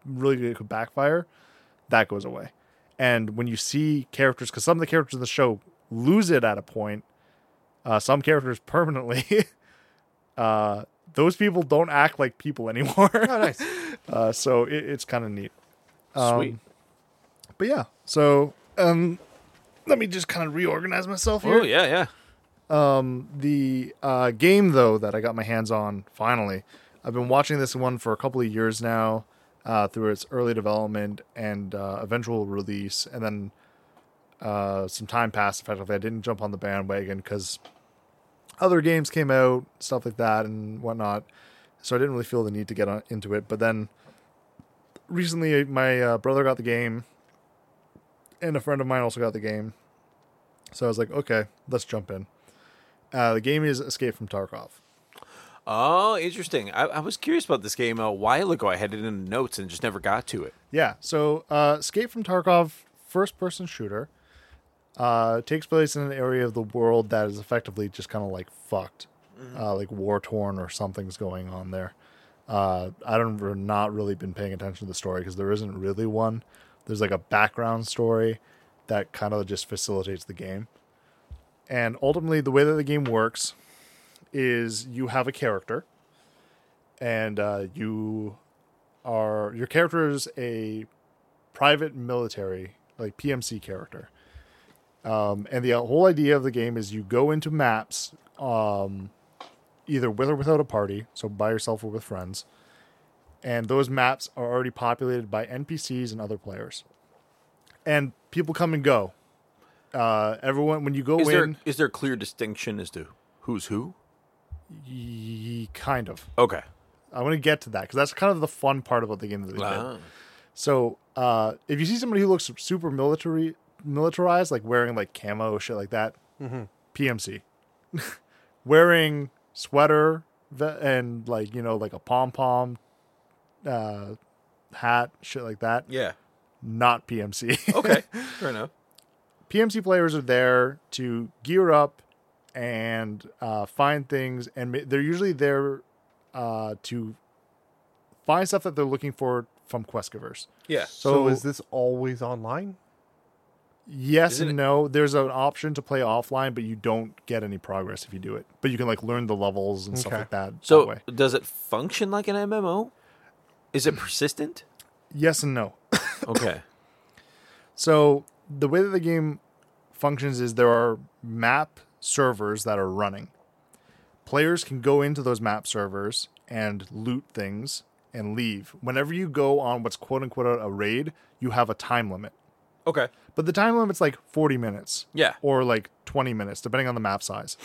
Speaker 2: really it could backfire. That goes away, and when you see characters, because some of the characters in the show lose it at a point uh, some characters permanently. uh, those people don't act like people anymore.
Speaker 1: Oh, nice.
Speaker 2: uh, so it, it's kind of neat. Um,
Speaker 3: Sweet.
Speaker 2: But yeah, so um, let me just kind of reorganize myself here.
Speaker 3: Oh yeah, yeah.
Speaker 2: The uh, game though that I got my hands on finally, I've been watching this one for a couple of years now, uh, through its early development and uh, eventual release, and then uh, some time passed. Effectively, I didn't jump on the bandwagon because other games came out, stuff like that, and whatnot. So I didn't really feel the need to get on, into it. But then recently, my uh, brother got the game, and a friend of mine also got the game. So I was like, okay, let's jump in. Uh, the game is Escape from Tarkov.
Speaker 3: Oh, interesting. I, I was curious about this game a while ago. I had it in notes and just never got to it.
Speaker 2: Yeah. So, uh, Escape from Tarkov, first person shooter, uh, takes place in an area of the world that is effectively just kind of like fucked, uh, like war torn or something's going on there. Uh, I don't we're not really been paying attention to the story because there isn't really one. There's like a background story that kind of just facilitates the game. And ultimately, the way that the game works is you have a character, and uh, you are your character is a private military like PMC character. Um, and the whole idea of the game is you go into maps, um, either with or without a party, so by yourself or with friends, and those maps are already populated by NPCs and other players, and people come and go. Uh, everyone, when you go
Speaker 3: Is
Speaker 2: in,
Speaker 3: there is there clear distinction as to who's who?
Speaker 2: Ye- kind of.
Speaker 3: Okay.
Speaker 2: I want to get to that because that's kind of the fun part about the game that they
Speaker 3: Uh-huh. Ah.
Speaker 2: did. So uh, if you see somebody who looks super military, militarized, like wearing like camo shit like that, PMC, wearing sweater ve- and like you know like a pom pom uh, hat, shit like that,
Speaker 3: Yeah.
Speaker 2: not PMC.
Speaker 3: Okay. Fair enough.
Speaker 2: PMC players are there to gear up and uh, find things, and ma- they're usually there uh, to find stuff that they're looking for from Questverse.
Speaker 3: Yeah.
Speaker 1: So,
Speaker 2: So-
Speaker 1: is this always online?
Speaker 2: Yes
Speaker 3: Isn't
Speaker 2: and no. There's an option to play offline, but you don't get any progress if you do it. But you can like learn the levels and stuff
Speaker 1: Okay.
Speaker 2: like that. that
Speaker 3: So
Speaker 2: way.
Speaker 3: does it function like an MMO? Is it persistent?
Speaker 2: yes and no.
Speaker 3: Okay.
Speaker 2: So the way that the game functions is there are map servers that are running. Players can go into those map servers and loot things and leave. Whenever you go on what's quote unquote a raid, you have a time limit.
Speaker 3: Okay.
Speaker 2: But the time limit's like 40 minutes.
Speaker 3: Yeah.
Speaker 2: Or like 20 minutes, depending on the map size.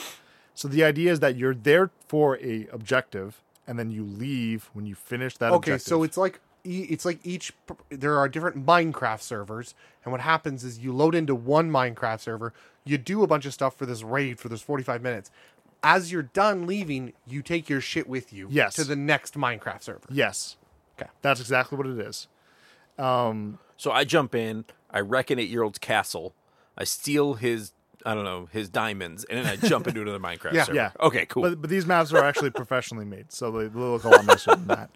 Speaker 2: So the idea is that you're there for a objective and then you leave when you finish that
Speaker 1: Okay,
Speaker 2: objective.
Speaker 1: so it's like e- it's like each pr- there are different Minecraft servers, and what happens is you load into one Minecraft server, you do a bunch of stuff for this raid for this 45 minutes. As you're done leaving, you take your shit with you
Speaker 2: Yes.
Speaker 1: to the next Minecraft server.
Speaker 2: Yes.
Speaker 1: Okay.
Speaker 2: That's exactly what it is.
Speaker 3: So I jump in, I wreck an eight year old's castle, I steal his I don't know, his diamonds, and then I jump into another Minecraft
Speaker 1: Yeah.
Speaker 3: server.
Speaker 2: Yeah.
Speaker 3: Okay, cool.
Speaker 2: But, but these maps are actually professionally made, so they they look a lot nicer than that.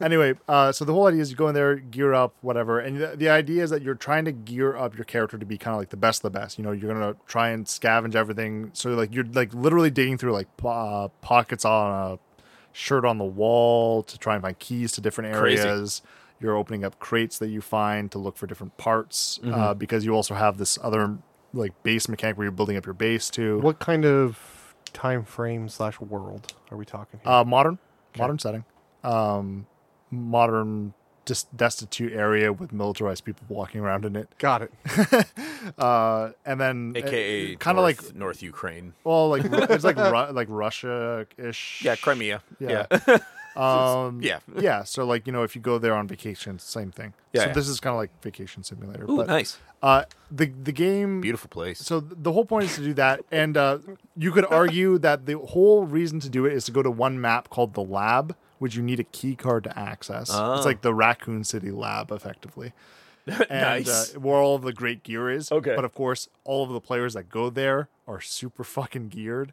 Speaker 2: Anyway, uh, so the whole idea is you go in there, gear up, whatever, and the, the idea is that you're trying to gear up your character to be kind of like the best of the best. You know, you're gonna try and scavenge everything, so like you're like literally digging through like po- uh, pockets on a shirt on the wall to try and find keys to different
Speaker 3: Crazy.
Speaker 2: areas. You're opening up crates that you find to look for different parts uh,
Speaker 3: Mm-hmm.
Speaker 2: because you also have this other like base mechanic where you're building up your base too.
Speaker 1: What kind of time frame slash world are we talking here?
Speaker 2: Uh, modern, modern setting, um, modern dis- destitute area with militarized people walking around in it.
Speaker 1: Got it.
Speaker 2: Uh, and then
Speaker 3: AKA
Speaker 2: kind of like
Speaker 3: North Ukraine.
Speaker 2: well, like Ru- it's like Ru- like Russia ish.
Speaker 3: Yeah, Crimea. Yeah. Mm.
Speaker 2: Yeah.
Speaker 3: Yeah.
Speaker 2: Um,
Speaker 3: Yeah.
Speaker 2: yeah. So like you know if you go there on vacation, same thing.
Speaker 3: Yeah,
Speaker 2: So
Speaker 3: yeah.
Speaker 2: this is kind of like vacation simulator.
Speaker 3: Ooh,
Speaker 2: but
Speaker 3: nice.
Speaker 2: uh, the the game
Speaker 3: Beautiful place.
Speaker 2: So th- the whole point is to do that, and uh, you could argue that the whole reason to do it is to go to one map called the Lab, which you need a key card to access.
Speaker 3: Ah.
Speaker 2: It's like the Raccoon City Lab, effectively. And,
Speaker 3: Nice.
Speaker 2: Uh, where all of the great gear is.
Speaker 3: Okay.
Speaker 2: But of course, all of the players that go there are super fucking geared.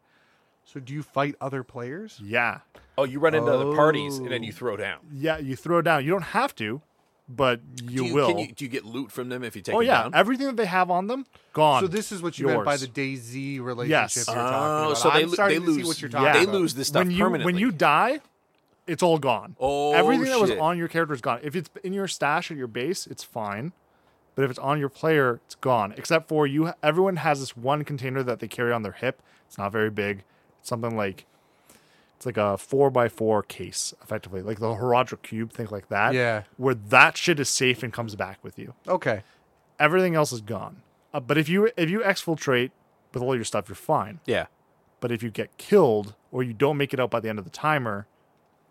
Speaker 1: So do you fight other players?
Speaker 2: Yeah,
Speaker 3: oh, you run into other parties and then
Speaker 2: Oh.
Speaker 3: you throw down.
Speaker 2: yeah. You throw down. You don't have to, but you,
Speaker 3: do you,
Speaker 2: will.
Speaker 3: Can you, do you get loot from them if you take
Speaker 2: oh
Speaker 3: them
Speaker 2: yeah,
Speaker 3: down?
Speaker 2: everything that they have on them gone.
Speaker 1: So this is what you meant by
Speaker 2: Yours.
Speaker 1: the Daisy relationship
Speaker 2: Yes.
Speaker 1: you're
Speaker 2: Oh,
Speaker 1: talking
Speaker 3: Oh,
Speaker 1: about.
Speaker 3: so they,
Speaker 1: I'm
Speaker 3: lo-
Speaker 1: starting
Speaker 3: they
Speaker 1: to
Speaker 3: lose.
Speaker 1: see what you're talking
Speaker 3: Uh, they
Speaker 1: about.
Speaker 3: lose this stuff
Speaker 2: when you
Speaker 3: permanently.
Speaker 2: when you die, it's all gone.
Speaker 3: Oh,
Speaker 2: everything that was
Speaker 3: shit.
Speaker 2: on your character is gone. If it's in your stash or your base, it's fine. But if it's on your player, it's gone. Except for you, everyone has this one container that they carry on their hip. It's not very big. It's something like it's like a four by four case, effectively, like the Herodra cube, things like that.
Speaker 1: Yeah.
Speaker 2: where that shit is safe and comes back with you.
Speaker 1: Okay.
Speaker 2: Everything else is gone. Uh, but if you if you exfiltrate with all your stuff, you're fine
Speaker 3: yeah,
Speaker 2: but if you get killed or you don't make it out by the end of the timer,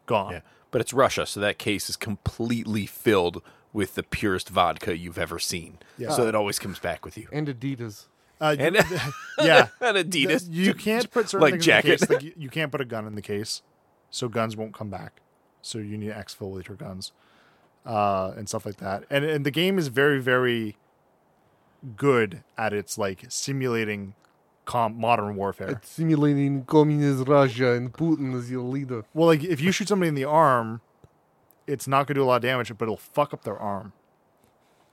Speaker 2: gone.
Speaker 3: yeah, but it's Russia, so that case is completely filled with the purest vodka you've ever seen. Yeah. So it always comes back with you.
Speaker 1: And Adidas.
Speaker 2: Uh,
Speaker 3: And,
Speaker 2: yeah.
Speaker 3: and Adidas,
Speaker 2: You can't put certain
Speaker 3: Like
Speaker 2: things
Speaker 3: jacket.
Speaker 2: in the case. Like you, you can't put a gun in the case, so guns won't come back. So you need to exfil with your guns uh, and stuff like that. And and the game is very very good at its like simulating com- modern warfare.
Speaker 1: Simulating communist Russia and Putin as your leader.
Speaker 2: Well, like if you shoot somebody in the arm, it's not gonna do a lot of damage, but it'll fuck up their arm.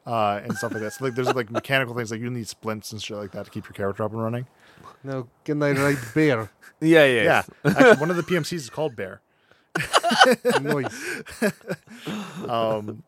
Speaker 2: Uh, and stuff like that. So like there's like mechanical things like you need splints and shit like that to keep your character up and running.
Speaker 1: Now, can I ride bear?
Speaker 3: yeah, yeah, yeah.
Speaker 2: Yeah. Actually one of the PMCs is called Bear.
Speaker 1: nice.
Speaker 2: Um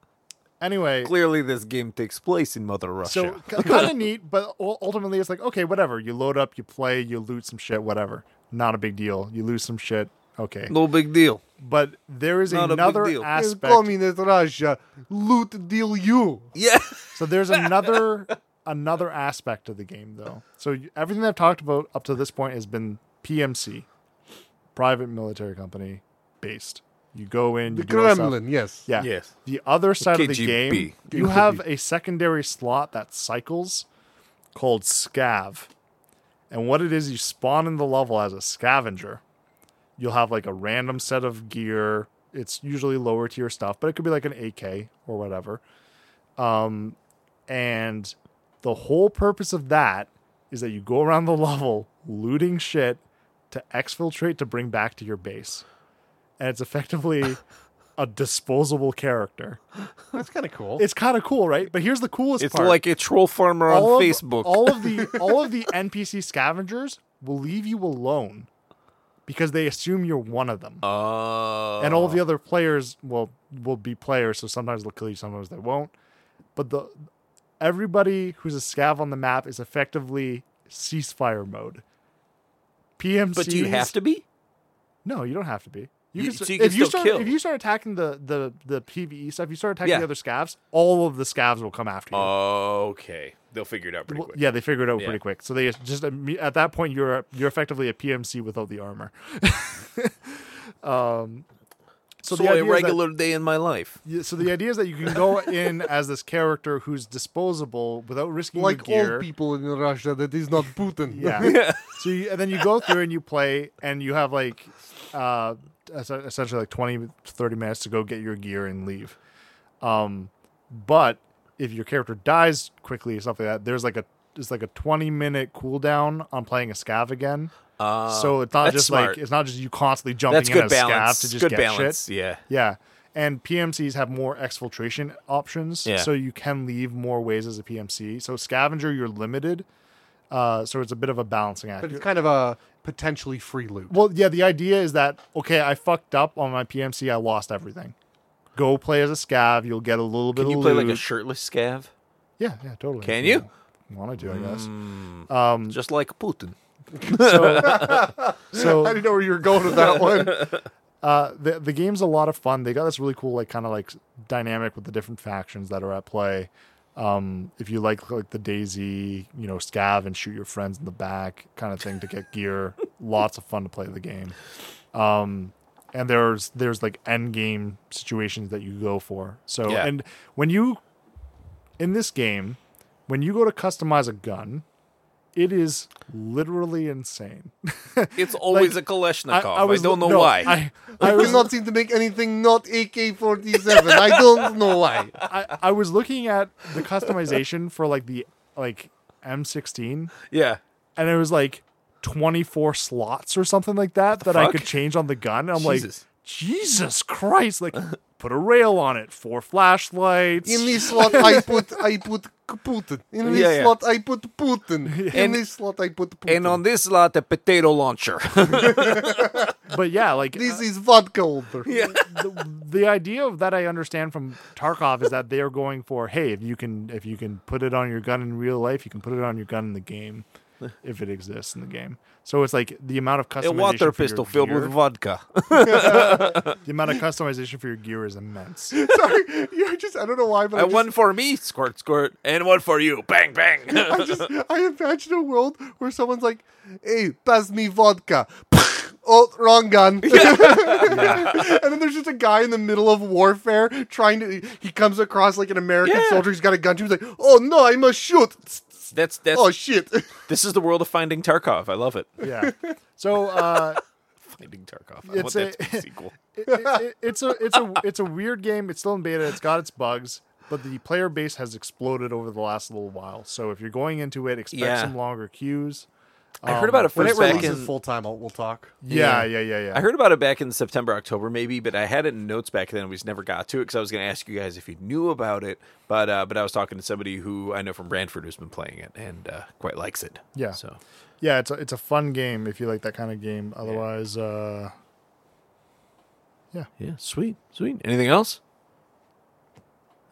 Speaker 2: anyway.
Speaker 3: Clearly, this game takes place in Mother Russia.
Speaker 2: So kind of neat, but ul- ultimately it's like okay, whatever. You load up, you play, you loot some shit, whatever. Not a big deal. You lose some shit, okay.
Speaker 3: no big deal.
Speaker 2: But there is
Speaker 3: Not a big
Speaker 2: another
Speaker 3: deal.
Speaker 1: It's
Speaker 2: aspect.
Speaker 1: communist Russia. Loot deal you.
Speaker 3: Yeah,
Speaker 2: So there's another another aspect of the game though. So you- everything I've talked about up to this point has been PMC, private military company based. You go in,
Speaker 1: The
Speaker 2: you do all stuff.
Speaker 1: Kremlin, yes.
Speaker 2: Yeah.
Speaker 3: Yes.
Speaker 2: The other side of the
Speaker 3: KGB.
Speaker 2: game, you have a secondary slot that cycles called scav. And what it is, you spawn in the level as a scavenger. You'll have like a random set of gear. It's usually lower tier stuff, but it could be like an AK or whatever. Um, and the whole purpose of that is that you go around the level looting shit to exfiltrate to bring back to your base and it's effectively a disposable character.
Speaker 1: That's kind of cool.
Speaker 2: It's kind of cool, right? But here's the coolest
Speaker 3: It's
Speaker 2: part.
Speaker 3: like a troll farmer on
Speaker 2: all of,
Speaker 3: Facebook.
Speaker 2: all of the all of the NPC scavengers will leave you alone because they assume you're one of them.
Speaker 3: Oh.
Speaker 2: and all the other players will will be players. So sometimes they'll kill you, sometimes they won't. But the everybody who's a scav on the map is effectively ceasefire mode. PMC.
Speaker 3: but do you have to be?
Speaker 2: No, you don't have to be.
Speaker 3: You-
Speaker 2: st-
Speaker 3: so you can
Speaker 2: if you
Speaker 3: still
Speaker 2: start
Speaker 3: kill.
Speaker 2: if you start attacking the the the PVE stuff, you start attacking
Speaker 3: Yeah.
Speaker 2: the other scavs. All of the scavs will come after you.
Speaker 3: Okay, they'll figure it out pretty
Speaker 2: Well,
Speaker 3: quick.
Speaker 2: yeah, they figure it out
Speaker 3: Yeah.
Speaker 2: pretty quick. So they just imme- at that point you're you're effectively a PMC without the armor. Um,
Speaker 3: So,
Speaker 2: the idea
Speaker 3: a
Speaker 2: is that-
Speaker 3: regular day in my life.
Speaker 2: Yeah, so the idea is that you can go in as this character who's disposable without risking
Speaker 1: like
Speaker 2: the gear.
Speaker 1: all people in Russia, that is not Putin.
Speaker 2: Yeah. so you, and then you go through and you play and you have like uh es- essentially like 20 to 30 minutes to go get your gear and leave. Um but if your character dies quickly or something like that, there's like a there's like a 20 minute cooldown on playing a scav again.
Speaker 3: Uh,
Speaker 2: so it's not
Speaker 3: that's
Speaker 2: just
Speaker 3: smart.
Speaker 2: like it's not just you constantly jumping
Speaker 3: that's
Speaker 2: in
Speaker 3: good
Speaker 2: as
Speaker 3: balance.
Speaker 2: scav to just
Speaker 3: good
Speaker 2: get shit.
Speaker 3: balance. Yeah.
Speaker 2: Yeah. And PMCs have more exfiltration options,
Speaker 3: Yeah.
Speaker 2: so you can leave more ways as a PMC. So scavenger, you're limited. Uh, so it's a bit of a balancing act.
Speaker 1: But it's kind of a potentially free loot.
Speaker 2: well, yeah, the idea is that okay, I fucked up on my PMC, I lost everything. Go play as a scav, you'll get a little bit
Speaker 3: Can
Speaker 2: of
Speaker 3: you play like a
Speaker 2: loot.
Speaker 3: shirtless scav,
Speaker 2: yeah, yeah, totally.
Speaker 3: Can you? Mm.
Speaker 2: Want to do? I guess. Mm.
Speaker 3: just like Putin?
Speaker 2: So
Speaker 1: I didn't know where you were going with that one.
Speaker 2: Uh, the the game's a lot of fun. They got this really cool like kind of like dynamic with the different factions that are at play. Um, if you like like the Daisy, you know, scav and shoot your friends in the back kind of thing to get gear. Lots of fun to play the game. Um, and there's there's like end game situations that you go for. So
Speaker 3: Yeah.
Speaker 2: and when you in this game, when you go to customize a gun, it is literally insane.
Speaker 3: It's always a Kalashnikov. I, don't know
Speaker 2: no,
Speaker 3: why.
Speaker 2: I,
Speaker 1: I
Speaker 2: I was
Speaker 1: cannot seem to make anything not AK 47. I don't know why.
Speaker 2: I, I was looking at the customization for like the like M16,
Speaker 3: yeah.
Speaker 2: and it was like 24 slots or something like that that I
Speaker 3: fuck?
Speaker 2: could change on the gun. And I'm
Speaker 3: Jesus.
Speaker 2: like, Jesus Christ! Like, put a rail on it, four flashlights.
Speaker 1: In this slot, I put I put Putin. In this
Speaker 3: Yeah, yeah.
Speaker 1: slot, I put Putin. In
Speaker 3: And-
Speaker 1: this slot, I put Putin.
Speaker 3: And on this lot, a potato launcher.
Speaker 2: but yeah, like
Speaker 1: this is vodka older.
Speaker 3: yeah.
Speaker 2: the, the idea of that I understand from Tarkov is that they are going for, hey, if you can if you can put it on your gun in real life, you can put it on your gun in the game, if it exists in the game. So it's like the amount of customization.
Speaker 3: A water
Speaker 2: for your
Speaker 3: pistol filled
Speaker 2: gear-
Speaker 3: with vodka.
Speaker 2: The amount of customization for your gear is immense.
Speaker 1: Sorry, you're just, I don't know why, but I
Speaker 3: and one for me, squirt, squirt, and one for you, bang, bang.
Speaker 1: just, I just, I imagine a world where someone's like, hey, pass me vodka. Oh, wrong gun. and then there's just a guy in the middle of warfare trying to. He comes across like an American
Speaker 3: Yeah.
Speaker 1: soldier. He's got a gun. He's like, "Oh no, I must shoot!"
Speaker 3: that's that's.
Speaker 1: Oh shit!
Speaker 3: this is the world of finding Tarkov. I love it.
Speaker 2: Yeah. So uh,
Speaker 3: Finding Tarkov. I
Speaker 2: It's
Speaker 3: want that
Speaker 2: a-
Speaker 3: to be a sequel.
Speaker 2: it, it- it's a it's a it's a weird game. It's still in beta. It's got its bugs, but the player base has exploded over the last little while. So if you're going into it, expect
Speaker 3: Yeah.
Speaker 2: some longer queues.
Speaker 3: I
Speaker 2: Oh,
Speaker 3: heard about it
Speaker 1: When
Speaker 3: first
Speaker 1: it
Speaker 3: back
Speaker 1: releases
Speaker 3: in-
Speaker 1: full time, we'll talk.
Speaker 2: Yeah, yeah, yeah, yeah.
Speaker 3: I heard about it back in September, October, maybe, but I had it in notes back then. We just never got to it because I was going to ask you guys if you knew about it. But uh, but I was talking to somebody who I know from Brantford who's been playing it and uh, quite likes it.
Speaker 2: Yeah.
Speaker 3: So
Speaker 2: Yeah, it's a, it's a fun game if you like that kind of game. Otherwise, uh,
Speaker 3: yeah, sweet, sweet. Anything else?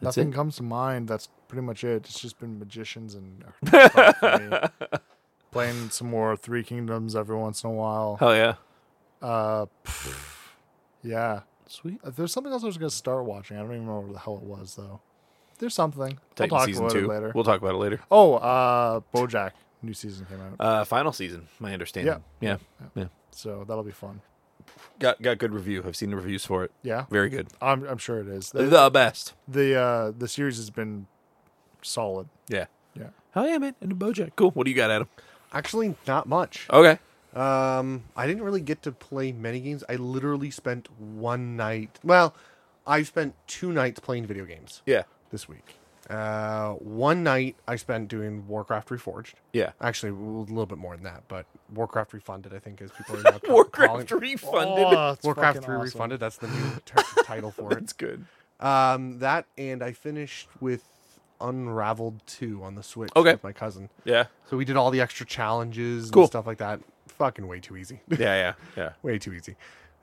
Speaker 3: That's
Speaker 2: nothing
Speaker 3: it.
Speaker 2: comes to mind. That's pretty much it. It's just been magicians and stuff for me. playing some more Three Kingdoms every once in a while.
Speaker 3: Hell yeah,
Speaker 2: Uh, pff, yeah,
Speaker 3: sweet.
Speaker 2: Uh, there's something else I was gonna start watching. I don't even remember what the hell it was though. There's something. I'll
Speaker 3: Titan
Speaker 2: talk
Speaker 3: season
Speaker 2: about
Speaker 3: two.
Speaker 2: it later.
Speaker 3: We'll talk about it later.
Speaker 2: oh, uh, BoJack new season came out,
Speaker 3: Uh, final season, my understanding. Yeah. yeah,
Speaker 2: so that'll be fun.
Speaker 3: Got got good review. I've seen the reviews for it.
Speaker 2: Yeah,
Speaker 3: Very good.
Speaker 2: I'm I'm sure it is. The
Speaker 3: The best.
Speaker 2: the, uh, the series has been solid.
Speaker 3: Yeah.
Speaker 2: Yeah.
Speaker 3: Hell yeah, man. And the BoJack. Cool. What do you got, Adam?
Speaker 1: Actually, not much.
Speaker 3: Okay.
Speaker 1: Um, I didn't really get to play many games. I literally spent one night. Well, I spent two nights playing video games
Speaker 3: Yeah.
Speaker 1: this week. Uh, one night I spent doing Warcraft Reforged.
Speaker 3: Yeah.
Speaker 1: Actually, a little bit more than that, but Warcraft Refunded, I think, is people are now ca- calling
Speaker 3: Warcraft refunded.
Speaker 2: Oh, it's
Speaker 1: Warcraft
Speaker 2: fucking
Speaker 1: 3
Speaker 2: awesome.
Speaker 1: Refunded. That's the new ter- title for it.
Speaker 3: That's good.
Speaker 1: Um, that and I finished with Unraveled 2 on the Switch
Speaker 3: Okay.
Speaker 1: with my cousin.
Speaker 3: Yeah.
Speaker 1: So we did all the extra challenges
Speaker 3: Cool.
Speaker 1: and stuff like that. Fucking way too easy.
Speaker 3: Yeah. Yeah. Yeah.
Speaker 1: way too easy.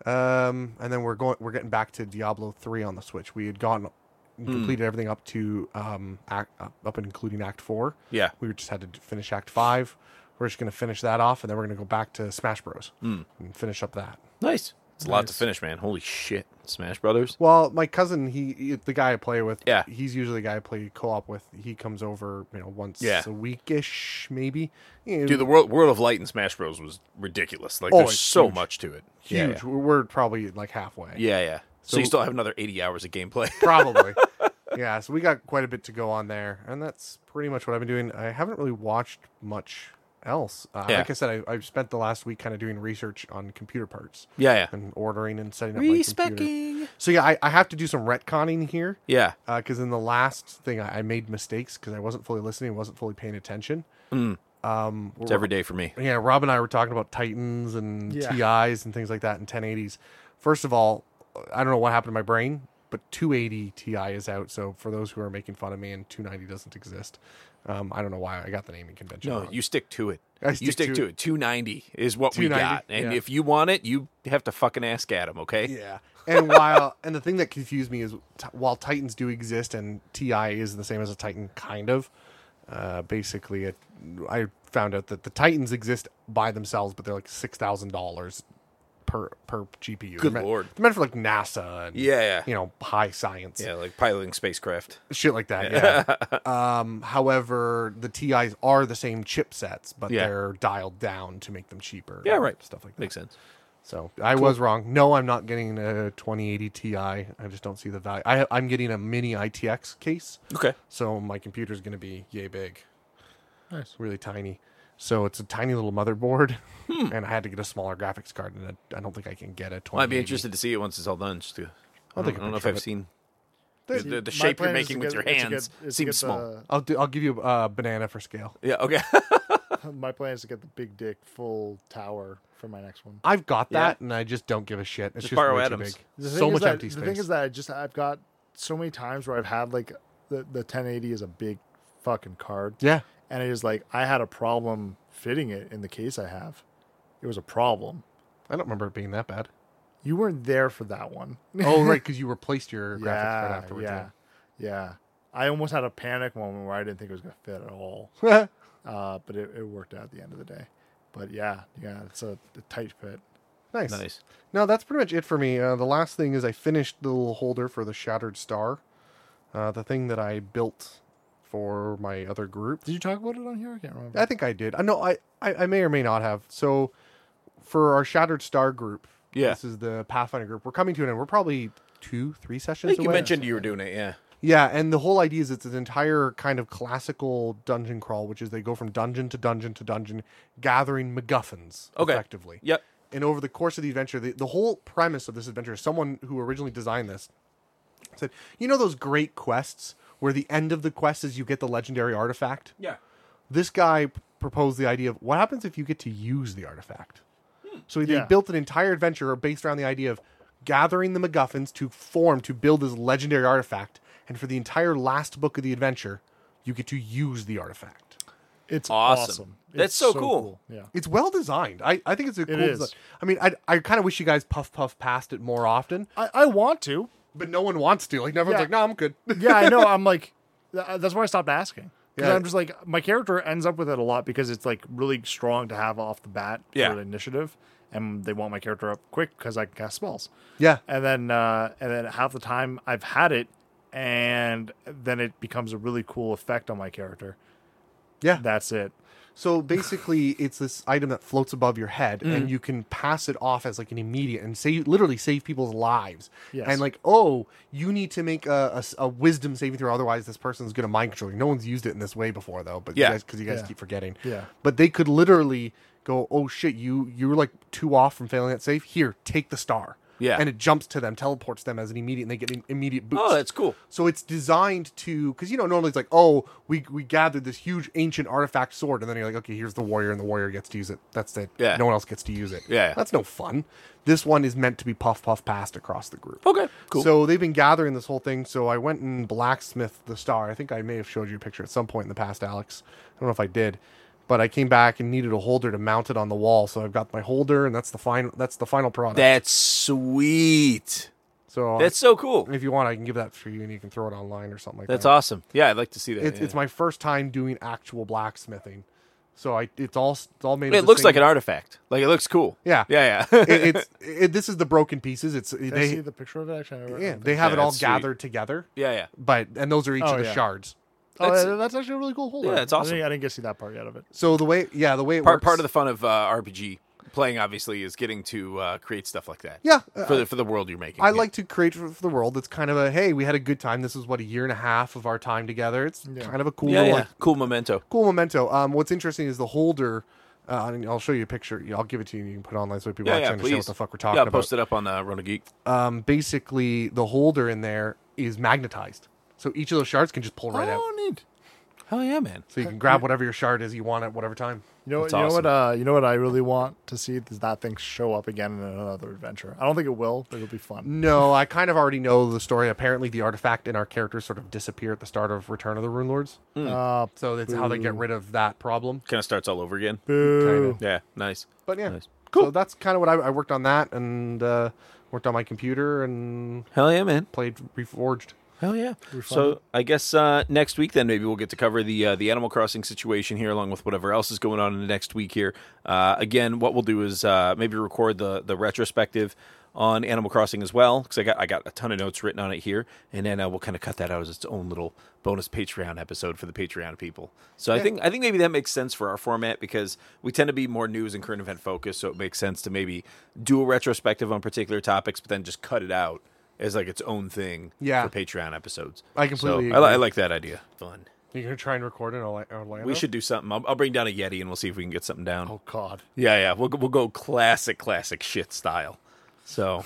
Speaker 1: Um, and then we're going we're getting back to Diablo 3 on the Switch. We had gotten
Speaker 3: Hmm.
Speaker 1: completed everything up to um act up, up and including act 4.
Speaker 3: Yeah.
Speaker 1: We just had to d- finish act 5. We're just going to finish that off and then we're going to go back to Smash Bros
Speaker 3: Hmm.
Speaker 1: and finish up that.
Speaker 3: Nice. It's a lot to finish, man. Holy shit. Smash Brothers.
Speaker 1: Well, my cousin, he, he- the guy I play with,
Speaker 3: Yeah.
Speaker 1: he's usually the guy I play co-op with. He comes over, you know, once
Speaker 3: Yeah.
Speaker 1: a weekish, maybe. You know,
Speaker 3: Dude, the world World of Light in Smash Bros was ridiculous. Like
Speaker 1: Oh,
Speaker 3: there's
Speaker 1: it's
Speaker 3: so
Speaker 1: huge.
Speaker 3: much to it.
Speaker 1: huge.
Speaker 3: Yeah.
Speaker 1: We're we're probably like halfway.
Speaker 3: Yeah. yeah. So, you
Speaker 1: So-
Speaker 3: still have another 80 hours of gameplay.
Speaker 1: probably. yeah, so we got quite a bit to go on there, and that's pretty much what I've been doing. I haven't really watched much else. Uh,
Speaker 3: Yeah.
Speaker 1: Like I said, I, I've spent the last week kind of doing research on computer parts
Speaker 3: yeah. Yeah.
Speaker 1: and ordering and setting up my computer.
Speaker 3: Respecking.
Speaker 1: So yeah, I, I have to do some retconning here
Speaker 3: Yeah.
Speaker 1: because in the last thing I, I made mistakes because I wasn't fully listening, wasn't fully paying attention. Um,
Speaker 3: It's every day for me.
Speaker 1: yeah, Rob and I were talking about Titans and
Speaker 2: Yeah.
Speaker 1: TIs and things like that in 1080s. First of all, I don't know what happened to my brain, but 280 Ti is out. So for those who are making fun of me, and 290 doesn't exist. Um, I don't know why I got the naming convention.
Speaker 3: No,
Speaker 1: wrong.
Speaker 3: you stick to it.
Speaker 1: I
Speaker 3: you
Speaker 1: stick
Speaker 3: stick
Speaker 1: to
Speaker 3: to it. 290 is what we
Speaker 1: 290,
Speaker 3: got. And
Speaker 1: yeah.
Speaker 3: if you want it, you have to fucking ask Adam, okay?
Speaker 1: yeah. And while and the thing that confused me is t- while Titans do exist and Ti is the same as a Titan, kind of. Uh, basically, it, I found out that the Titans exist by themselves, but they're like six thousand dollars per per GPU. Good
Speaker 3: lord.
Speaker 1: they're meant for like NASA and
Speaker 3: Yeah, yeah.
Speaker 1: you know, high science,
Speaker 3: Yeah, like piloting spacecraft.
Speaker 1: shit like that. Yeah. um, however, the TIs are the same chipsets, but
Speaker 3: Yeah.
Speaker 1: they're dialed down to make them cheaper.
Speaker 3: Yeah,
Speaker 1: and
Speaker 3: right.
Speaker 1: Stuff like that.
Speaker 3: Makes sense.
Speaker 1: So I was wrong. No, I'm not getting a 2080 Ti. I just don't see the value. I, I'm getting a mini ITX case,
Speaker 3: Okay.
Speaker 1: so my computer's going to be yay big.
Speaker 2: Nice.
Speaker 1: really tiny. So it's a tiny little motherboard, and I had to get a smaller graphics card, and I- I don't think I can get a 2080.
Speaker 3: Well, I'd Hmm. be interested to see it once it's all done. Just to, I
Speaker 1: I'll
Speaker 3: don't,
Speaker 1: take a
Speaker 3: I don't know if
Speaker 1: picture of
Speaker 3: I've
Speaker 1: it.
Speaker 3: seen
Speaker 2: See,
Speaker 3: the- the
Speaker 2: my
Speaker 3: shape you're
Speaker 2: plan is to
Speaker 3: making with
Speaker 2: get-
Speaker 3: your
Speaker 2: is to
Speaker 3: hands
Speaker 2: is to
Speaker 3: seems
Speaker 2: get
Speaker 3: small.
Speaker 1: I'll do, I'll give you a banana for scale.
Speaker 3: Yeah, okay.
Speaker 2: the- my plan is to get the big dick full tower for my next one.
Speaker 1: I've got
Speaker 3: Yeah.
Speaker 1: that, and I just don't give a shit. It's just,
Speaker 3: borrow
Speaker 1: way
Speaker 3: Adam's.
Speaker 1: too
Speaker 2: The
Speaker 1: big.
Speaker 2: thing
Speaker 1: So
Speaker 2: is
Speaker 1: much
Speaker 2: that-
Speaker 1: empty space.
Speaker 2: The thing is that I just I've got so many times where I've had like the, the 1080 is a big fucking card,
Speaker 1: yeah,
Speaker 2: and it is like I had a problem fitting it in the case I have. It was a problem.
Speaker 1: I don't remember it being that bad.
Speaker 2: You weren't there for that one.
Speaker 1: Oh, right, because you replaced your graphics card
Speaker 2: yeah,
Speaker 1: afterwards.
Speaker 2: yeah, yeah. I almost had a panic moment where I didn't think it was gonna fit at all,
Speaker 1: yeah.
Speaker 2: uh, but it, it worked out at the end of the day. But yeah, yeah, it's a, a tight fit.
Speaker 1: nice.
Speaker 3: nice.
Speaker 1: No, that's pretty much it for me. Uh, the last thing is I finished the little holder for the Shattered Star, uh, the thing that I built for my other group.
Speaker 2: Did you talk about it on here? I can't remember.
Speaker 1: I think I did. I know I, I, I may or may not have. So for our Shattered Star group,
Speaker 3: Yeah.
Speaker 1: this is the Pathfinder group. We're coming to an end. We're probably two, three
Speaker 3: I
Speaker 1: sessions
Speaker 3: think you
Speaker 1: away.
Speaker 3: mentioned you were doing it, yeah.
Speaker 1: Yeah, and the whole idea is it's an entire kind of classical dungeon crawl, which is they go from dungeon to dungeon to dungeon, gathering MacGuffins
Speaker 3: Okay.
Speaker 1: effectively
Speaker 3: Yep.
Speaker 1: and over the course of the adventure, the, the whole premise of this adventure is someone who originally designed this said, You know those great quests where the end of the quest is you get the legendary artifact?
Speaker 3: Yeah.
Speaker 1: This guy p- proposed the idea of what happens if you get to use the artifact? So they
Speaker 2: Yeah.
Speaker 1: built an entire adventure based around the idea of gathering the MacGuffins to form, to build this legendary artifact. And for the entire last book of the adventure, you get to use the artifact.
Speaker 2: It's
Speaker 3: Awesome.
Speaker 2: awesome.
Speaker 3: That's
Speaker 2: It's
Speaker 3: so cool.
Speaker 2: Yeah.
Speaker 1: It's well designed. I, I think it's a cool
Speaker 2: is.
Speaker 1: design. I mean, I, I kind of wish you guys puff puff past it more often.
Speaker 2: I, I want to.
Speaker 1: but no one wants to. Like everyone's
Speaker 2: Yeah.
Speaker 1: like, no, I'm good.
Speaker 2: Yeah, I know. I'm like, th- that's why I stopped asking. Because
Speaker 1: Yeah.
Speaker 2: I'm just like, my character ends up with it a lot because it's like really strong to have off the bat
Speaker 3: Yeah.
Speaker 2: for an initiative. And they want my character up quick because I can cast spells.
Speaker 1: yeah,
Speaker 2: And then, uh, and then half the time I've had it, and then it becomes a really cool effect on my character.
Speaker 1: yeah.
Speaker 2: That's it.
Speaker 1: So basically, it's this item that floats above your head,
Speaker 3: Mm.
Speaker 1: and you can pass it off as like an immediate and save, literally save people's lives.
Speaker 2: Yes.
Speaker 1: And like, oh, you need to make a, a s- a wisdom saving throw, otherwise this person's going to mind control you. No one's used it in this way before, though. But
Speaker 3: Yeah.
Speaker 1: you guys, because you guys
Speaker 2: Yeah.
Speaker 1: keep forgetting.
Speaker 2: Yeah.
Speaker 1: But they could literally go, oh shit, you you were like two off from failing that safe. Here, take the star.
Speaker 3: Yeah.
Speaker 1: and it jumps to them, teleports them as an immediate, and they get an immediate boost.
Speaker 3: Oh, that's cool.
Speaker 1: So it's designed to because you know normally it's like oh we we gathered this huge ancient artifact sword and then you're like okay here's the warrior and the warrior gets to use it that's it
Speaker 3: Yeah.
Speaker 1: no one else gets to use it
Speaker 3: Yeah.
Speaker 1: that's no fun this one is meant to be puff puff passed across the group
Speaker 3: Okay, Oh, cool.
Speaker 1: so they've been gathering this whole thing so I went and blacksmith the star I think I may have showed you a picture at some point in the past Alex I don't know if I did but I came back and needed a holder to mount it on the wall so I've got my holder and that's the final that's the final product
Speaker 3: that's sweet.
Speaker 1: so uh,
Speaker 3: That's so cool.
Speaker 1: if you want I can give that for you and you can throw it online or something like
Speaker 3: That's
Speaker 1: that.
Speaker 3: awesome. Yeah, I'd like to see that.
Speaker 1: It's,
Speaker 3: yeah.
Speaker 1: it's my first time doing actual blacksmithing, so I it's all it's all made.
Speaker 3: it looks like an artifact. Like it looks cool.
Speaker 1: Yeah.
Speaker 3: Yeah, yeah.
Speaker 1: it, it's it, this is the broken pieces. It's
Speaker 4: Did I see
Speaker 1: they
Speaker 4: the picture of it? Actually, I never-
Speaker 1: yeah, they have
Speaker 3: Yeah,
Speaker 1: it all
Speaker 3: that's sweet.
Speaker 1: gathered together,
Speaker 3: yeah, yeah.
Speaker 1: but and those are each
Speaker 4: Oh,
Speaker 1: of the
Speaker 4: yeah.
Speaker 1: shards.
Speaker 4: Oh,
Speaker 3: That's-
Speaker 4: yeah, that's actually a really cool holder.
Speaker 3: Yeah, that's
Speaker 4: I,
Speaker 3: awesome.
Speaker 4: didn't, I didn't get to see that part yet of it.
Speaker 1: So the way yeah the way it
Speaker 3: Part
Speaker 1: works,
Speaker 3: part of the fun of uh, RPG playing obviously is getting to uh, create stuff like that.
Speaker 1: yeah uh,
Speaker 3: For the for the world you're making.
Speaker 1: I
Speaker 3: yeah.
Speaker 1: like to create for for the world. It's kind of a hey we had a good time. This was what a year and a half of our time together. It's kind of a cool
Speaker 3: yeah, yeah.
Speaker 1: like,
Speaker 3: cool memento.
Speaker 1: cool memento. Um, what's interesting is the holder. Uh, and I'll show you a picture. I'll give it to you. and You can put it online so people
Speaker 3: Yeah,
Speaker 1: actually
Speaker 3: yeah,
Speaker 1: understand
Speaker 3: please.
Speaker 1: what the fuck we're talking
Speaker 3: yeah,
Speaker 1: about.
Speaker 3: post it up on uh, Rona Geek.
Speaker 1: um, basically the holder in there is magnetized. So each of those shards can just pull right out.
Speaker 3: Oh, neat. Hell yeah, man.
Speaker 1: So you can grab whatever your shard is you want at whatever time.
Speaker 4: You know, what?
Speaker 3: That's
Speaker 4: you know what? Uh, you know what? I really want to see is that thing show up again in another adventure. I don't think it will, but it'll be fun.
Speaker 1: No, I kind of already know the story. Apparently, the artifact and our characters sort of disappear at the start of Return of the Rune Lords.
Speaker 4: Uh,
Speaker 1: So that's how they get rid of that problem.
Speaker 3: Kind of starts all over again.
Speaker 4: boo.
Speaker 1: Kinda.
Speaker 3: Yeah, nice.
Speaker 1: But yeah,
Speaker 3: Nice.
Speaker 1: cool. So that's kind of what I, I worked on that and uh, worked on my computer and
Speaker 3: Hell yeah, man.
Speaker 1: played Reforged.
Speaker 3: Hell yeah! So I guess uh, next week then maybe we'll get to cover the uh, the Animal Crossing situation here, along with whatever else is going on in the next week here. Uh, again, what we'll do is uh, maybe record the the retrospective on Animal Crossing as well, because I got I got a ton of notes written on it here, and then uh, we'll kind of cut that out as its own little bonus Patreon episode for the Patreon people. So I think I think maybe that makes sense for our format because we tend to be more news and current event focused, so it makes sense to maybe do a retrospective on particular topics, but then just cut it out. As like its own thing
Speaker 1: Yeah.
Speaker 3: for Patreon episodes.
Speaker 1: I completely
Speaker 3: So, I, li-
Speaker 1: agree.
Speaker 3: I like that idea. Fun.
Speaker 1: You're gonna try and record in Orla- Orlando.
Speaker 3: We should do something. I'll, I'll bring down a Yeti and we'll see if we can get something down.
Speaker 4: Oh God.
Speaker 3: Yeah, yeah. We'll go- we'll go classic, classic shit style. So,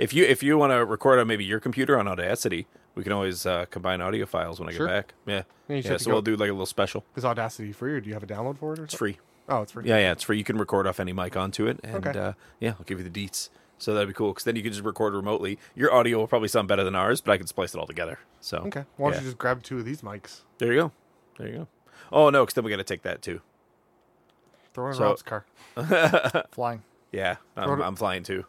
Speaker 3: if you if you want to record on maybe your computer on Audacity, we can always uh, combine audio files when I
Speaker 1: Sure.
Speaker 3: get back. Yeah,
Speaker 1: Yeah,
Speaker 3: yeah.
Speaker 1: you should have to
Speaker 3: so
Speaker 1: go-
Speaker 3: we'll do like a little special.
Speaker 1: Is Audacity free or do you have a download for it? Or
Speaker 3: It's
Speaker 1: something?
Speaker 3: free.
Speaker 1: Oh, it's free.
Speaker 3: Yeah, yeah. It's free. You can record off any mic onto it, and
Speaker 1: Okay.
Speaker 3: uh, yeah, I'll give you the deets. So that'd be cool because then you can just record remotely. Your audio will probably sound better than ours, but I can splice it all together. So
Speaker 1: Okay. Why don't
Speaker 3: yeah.
Speaker 1: you just grab two of these mics?
Speaker 3: There you go. There you go. Oh no, because then we got to take that too.
Speaker 1: Throw it in
Speaker 3: So-
Speaker 1: Rob's car.
Speaker 4: Flying.
Speaker 3: Yeah, I'm, I'm flying too.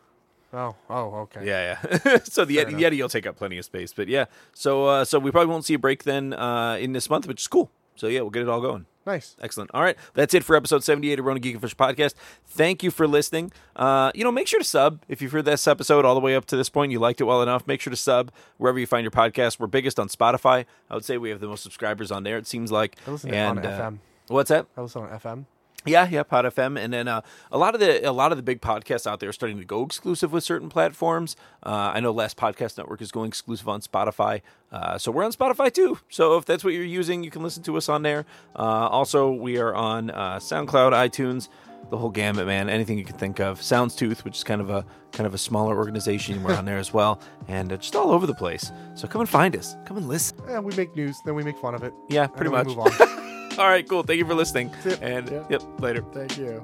Speaker 1: Oh, oh, okay.
Speaker 3: Yeah, yeah. so the Yeti, Yeti will take up plenty of space, but yeah. So uh, so we probably won't see a break then uh, in this month, which is cool. So yeah, we'll get it all going.
Speaker 1: Nice.
Speaker 3: Excellent. All right, that's it for episode seventy-eight of Rona Geek and Fish podcast. Thank you for listening. Uh, you know, make sure to sub if you've heard this episode all the way up to this point. You liked it well enough. Make sure to sub wherever you find your podcast. We're biggest on Spotify. I would say we have the most subscribers on there. It seems like.
Speaker 1: I listen to it on
Speaker 3: uh,
Speaker 1: FM.
Speaker 3: What's that?
Speaker 1: I listen on FM.
Speaker 3: Yeah, yeah, Pod FM, and then uh, a lot of the a lot of the big podcasts out there are starting to go exclusive with certain platforms. Uh, I know Last Podcast Network is going exclusive on Spotify, uh, so we're on Spotify too. So if that's what you're using, you can listen to us on there. Uh, also, we are on uh, SoundCloud, iTunes, the whole gamut, man. Anything you can think of. Soundstooth, which is kind of a kind of a smaller organization, we're on there as well, and uh, just all over the place. So come and find us, come and listen.
Speaker 1: Yeah, Eh, we make news, then we make fun of it.
Speaker 3: Yeah,
Speaker 1: and
Speaker 3: pretty
Speaker 1: then We
Speaker 3: much.
Speaker 1: move on.
Speaker 3: All right, cool. Thank you for listening, and
Speaker 4: Yeah.
Speaker 3: yep, later.
Speaker 4: Thank you.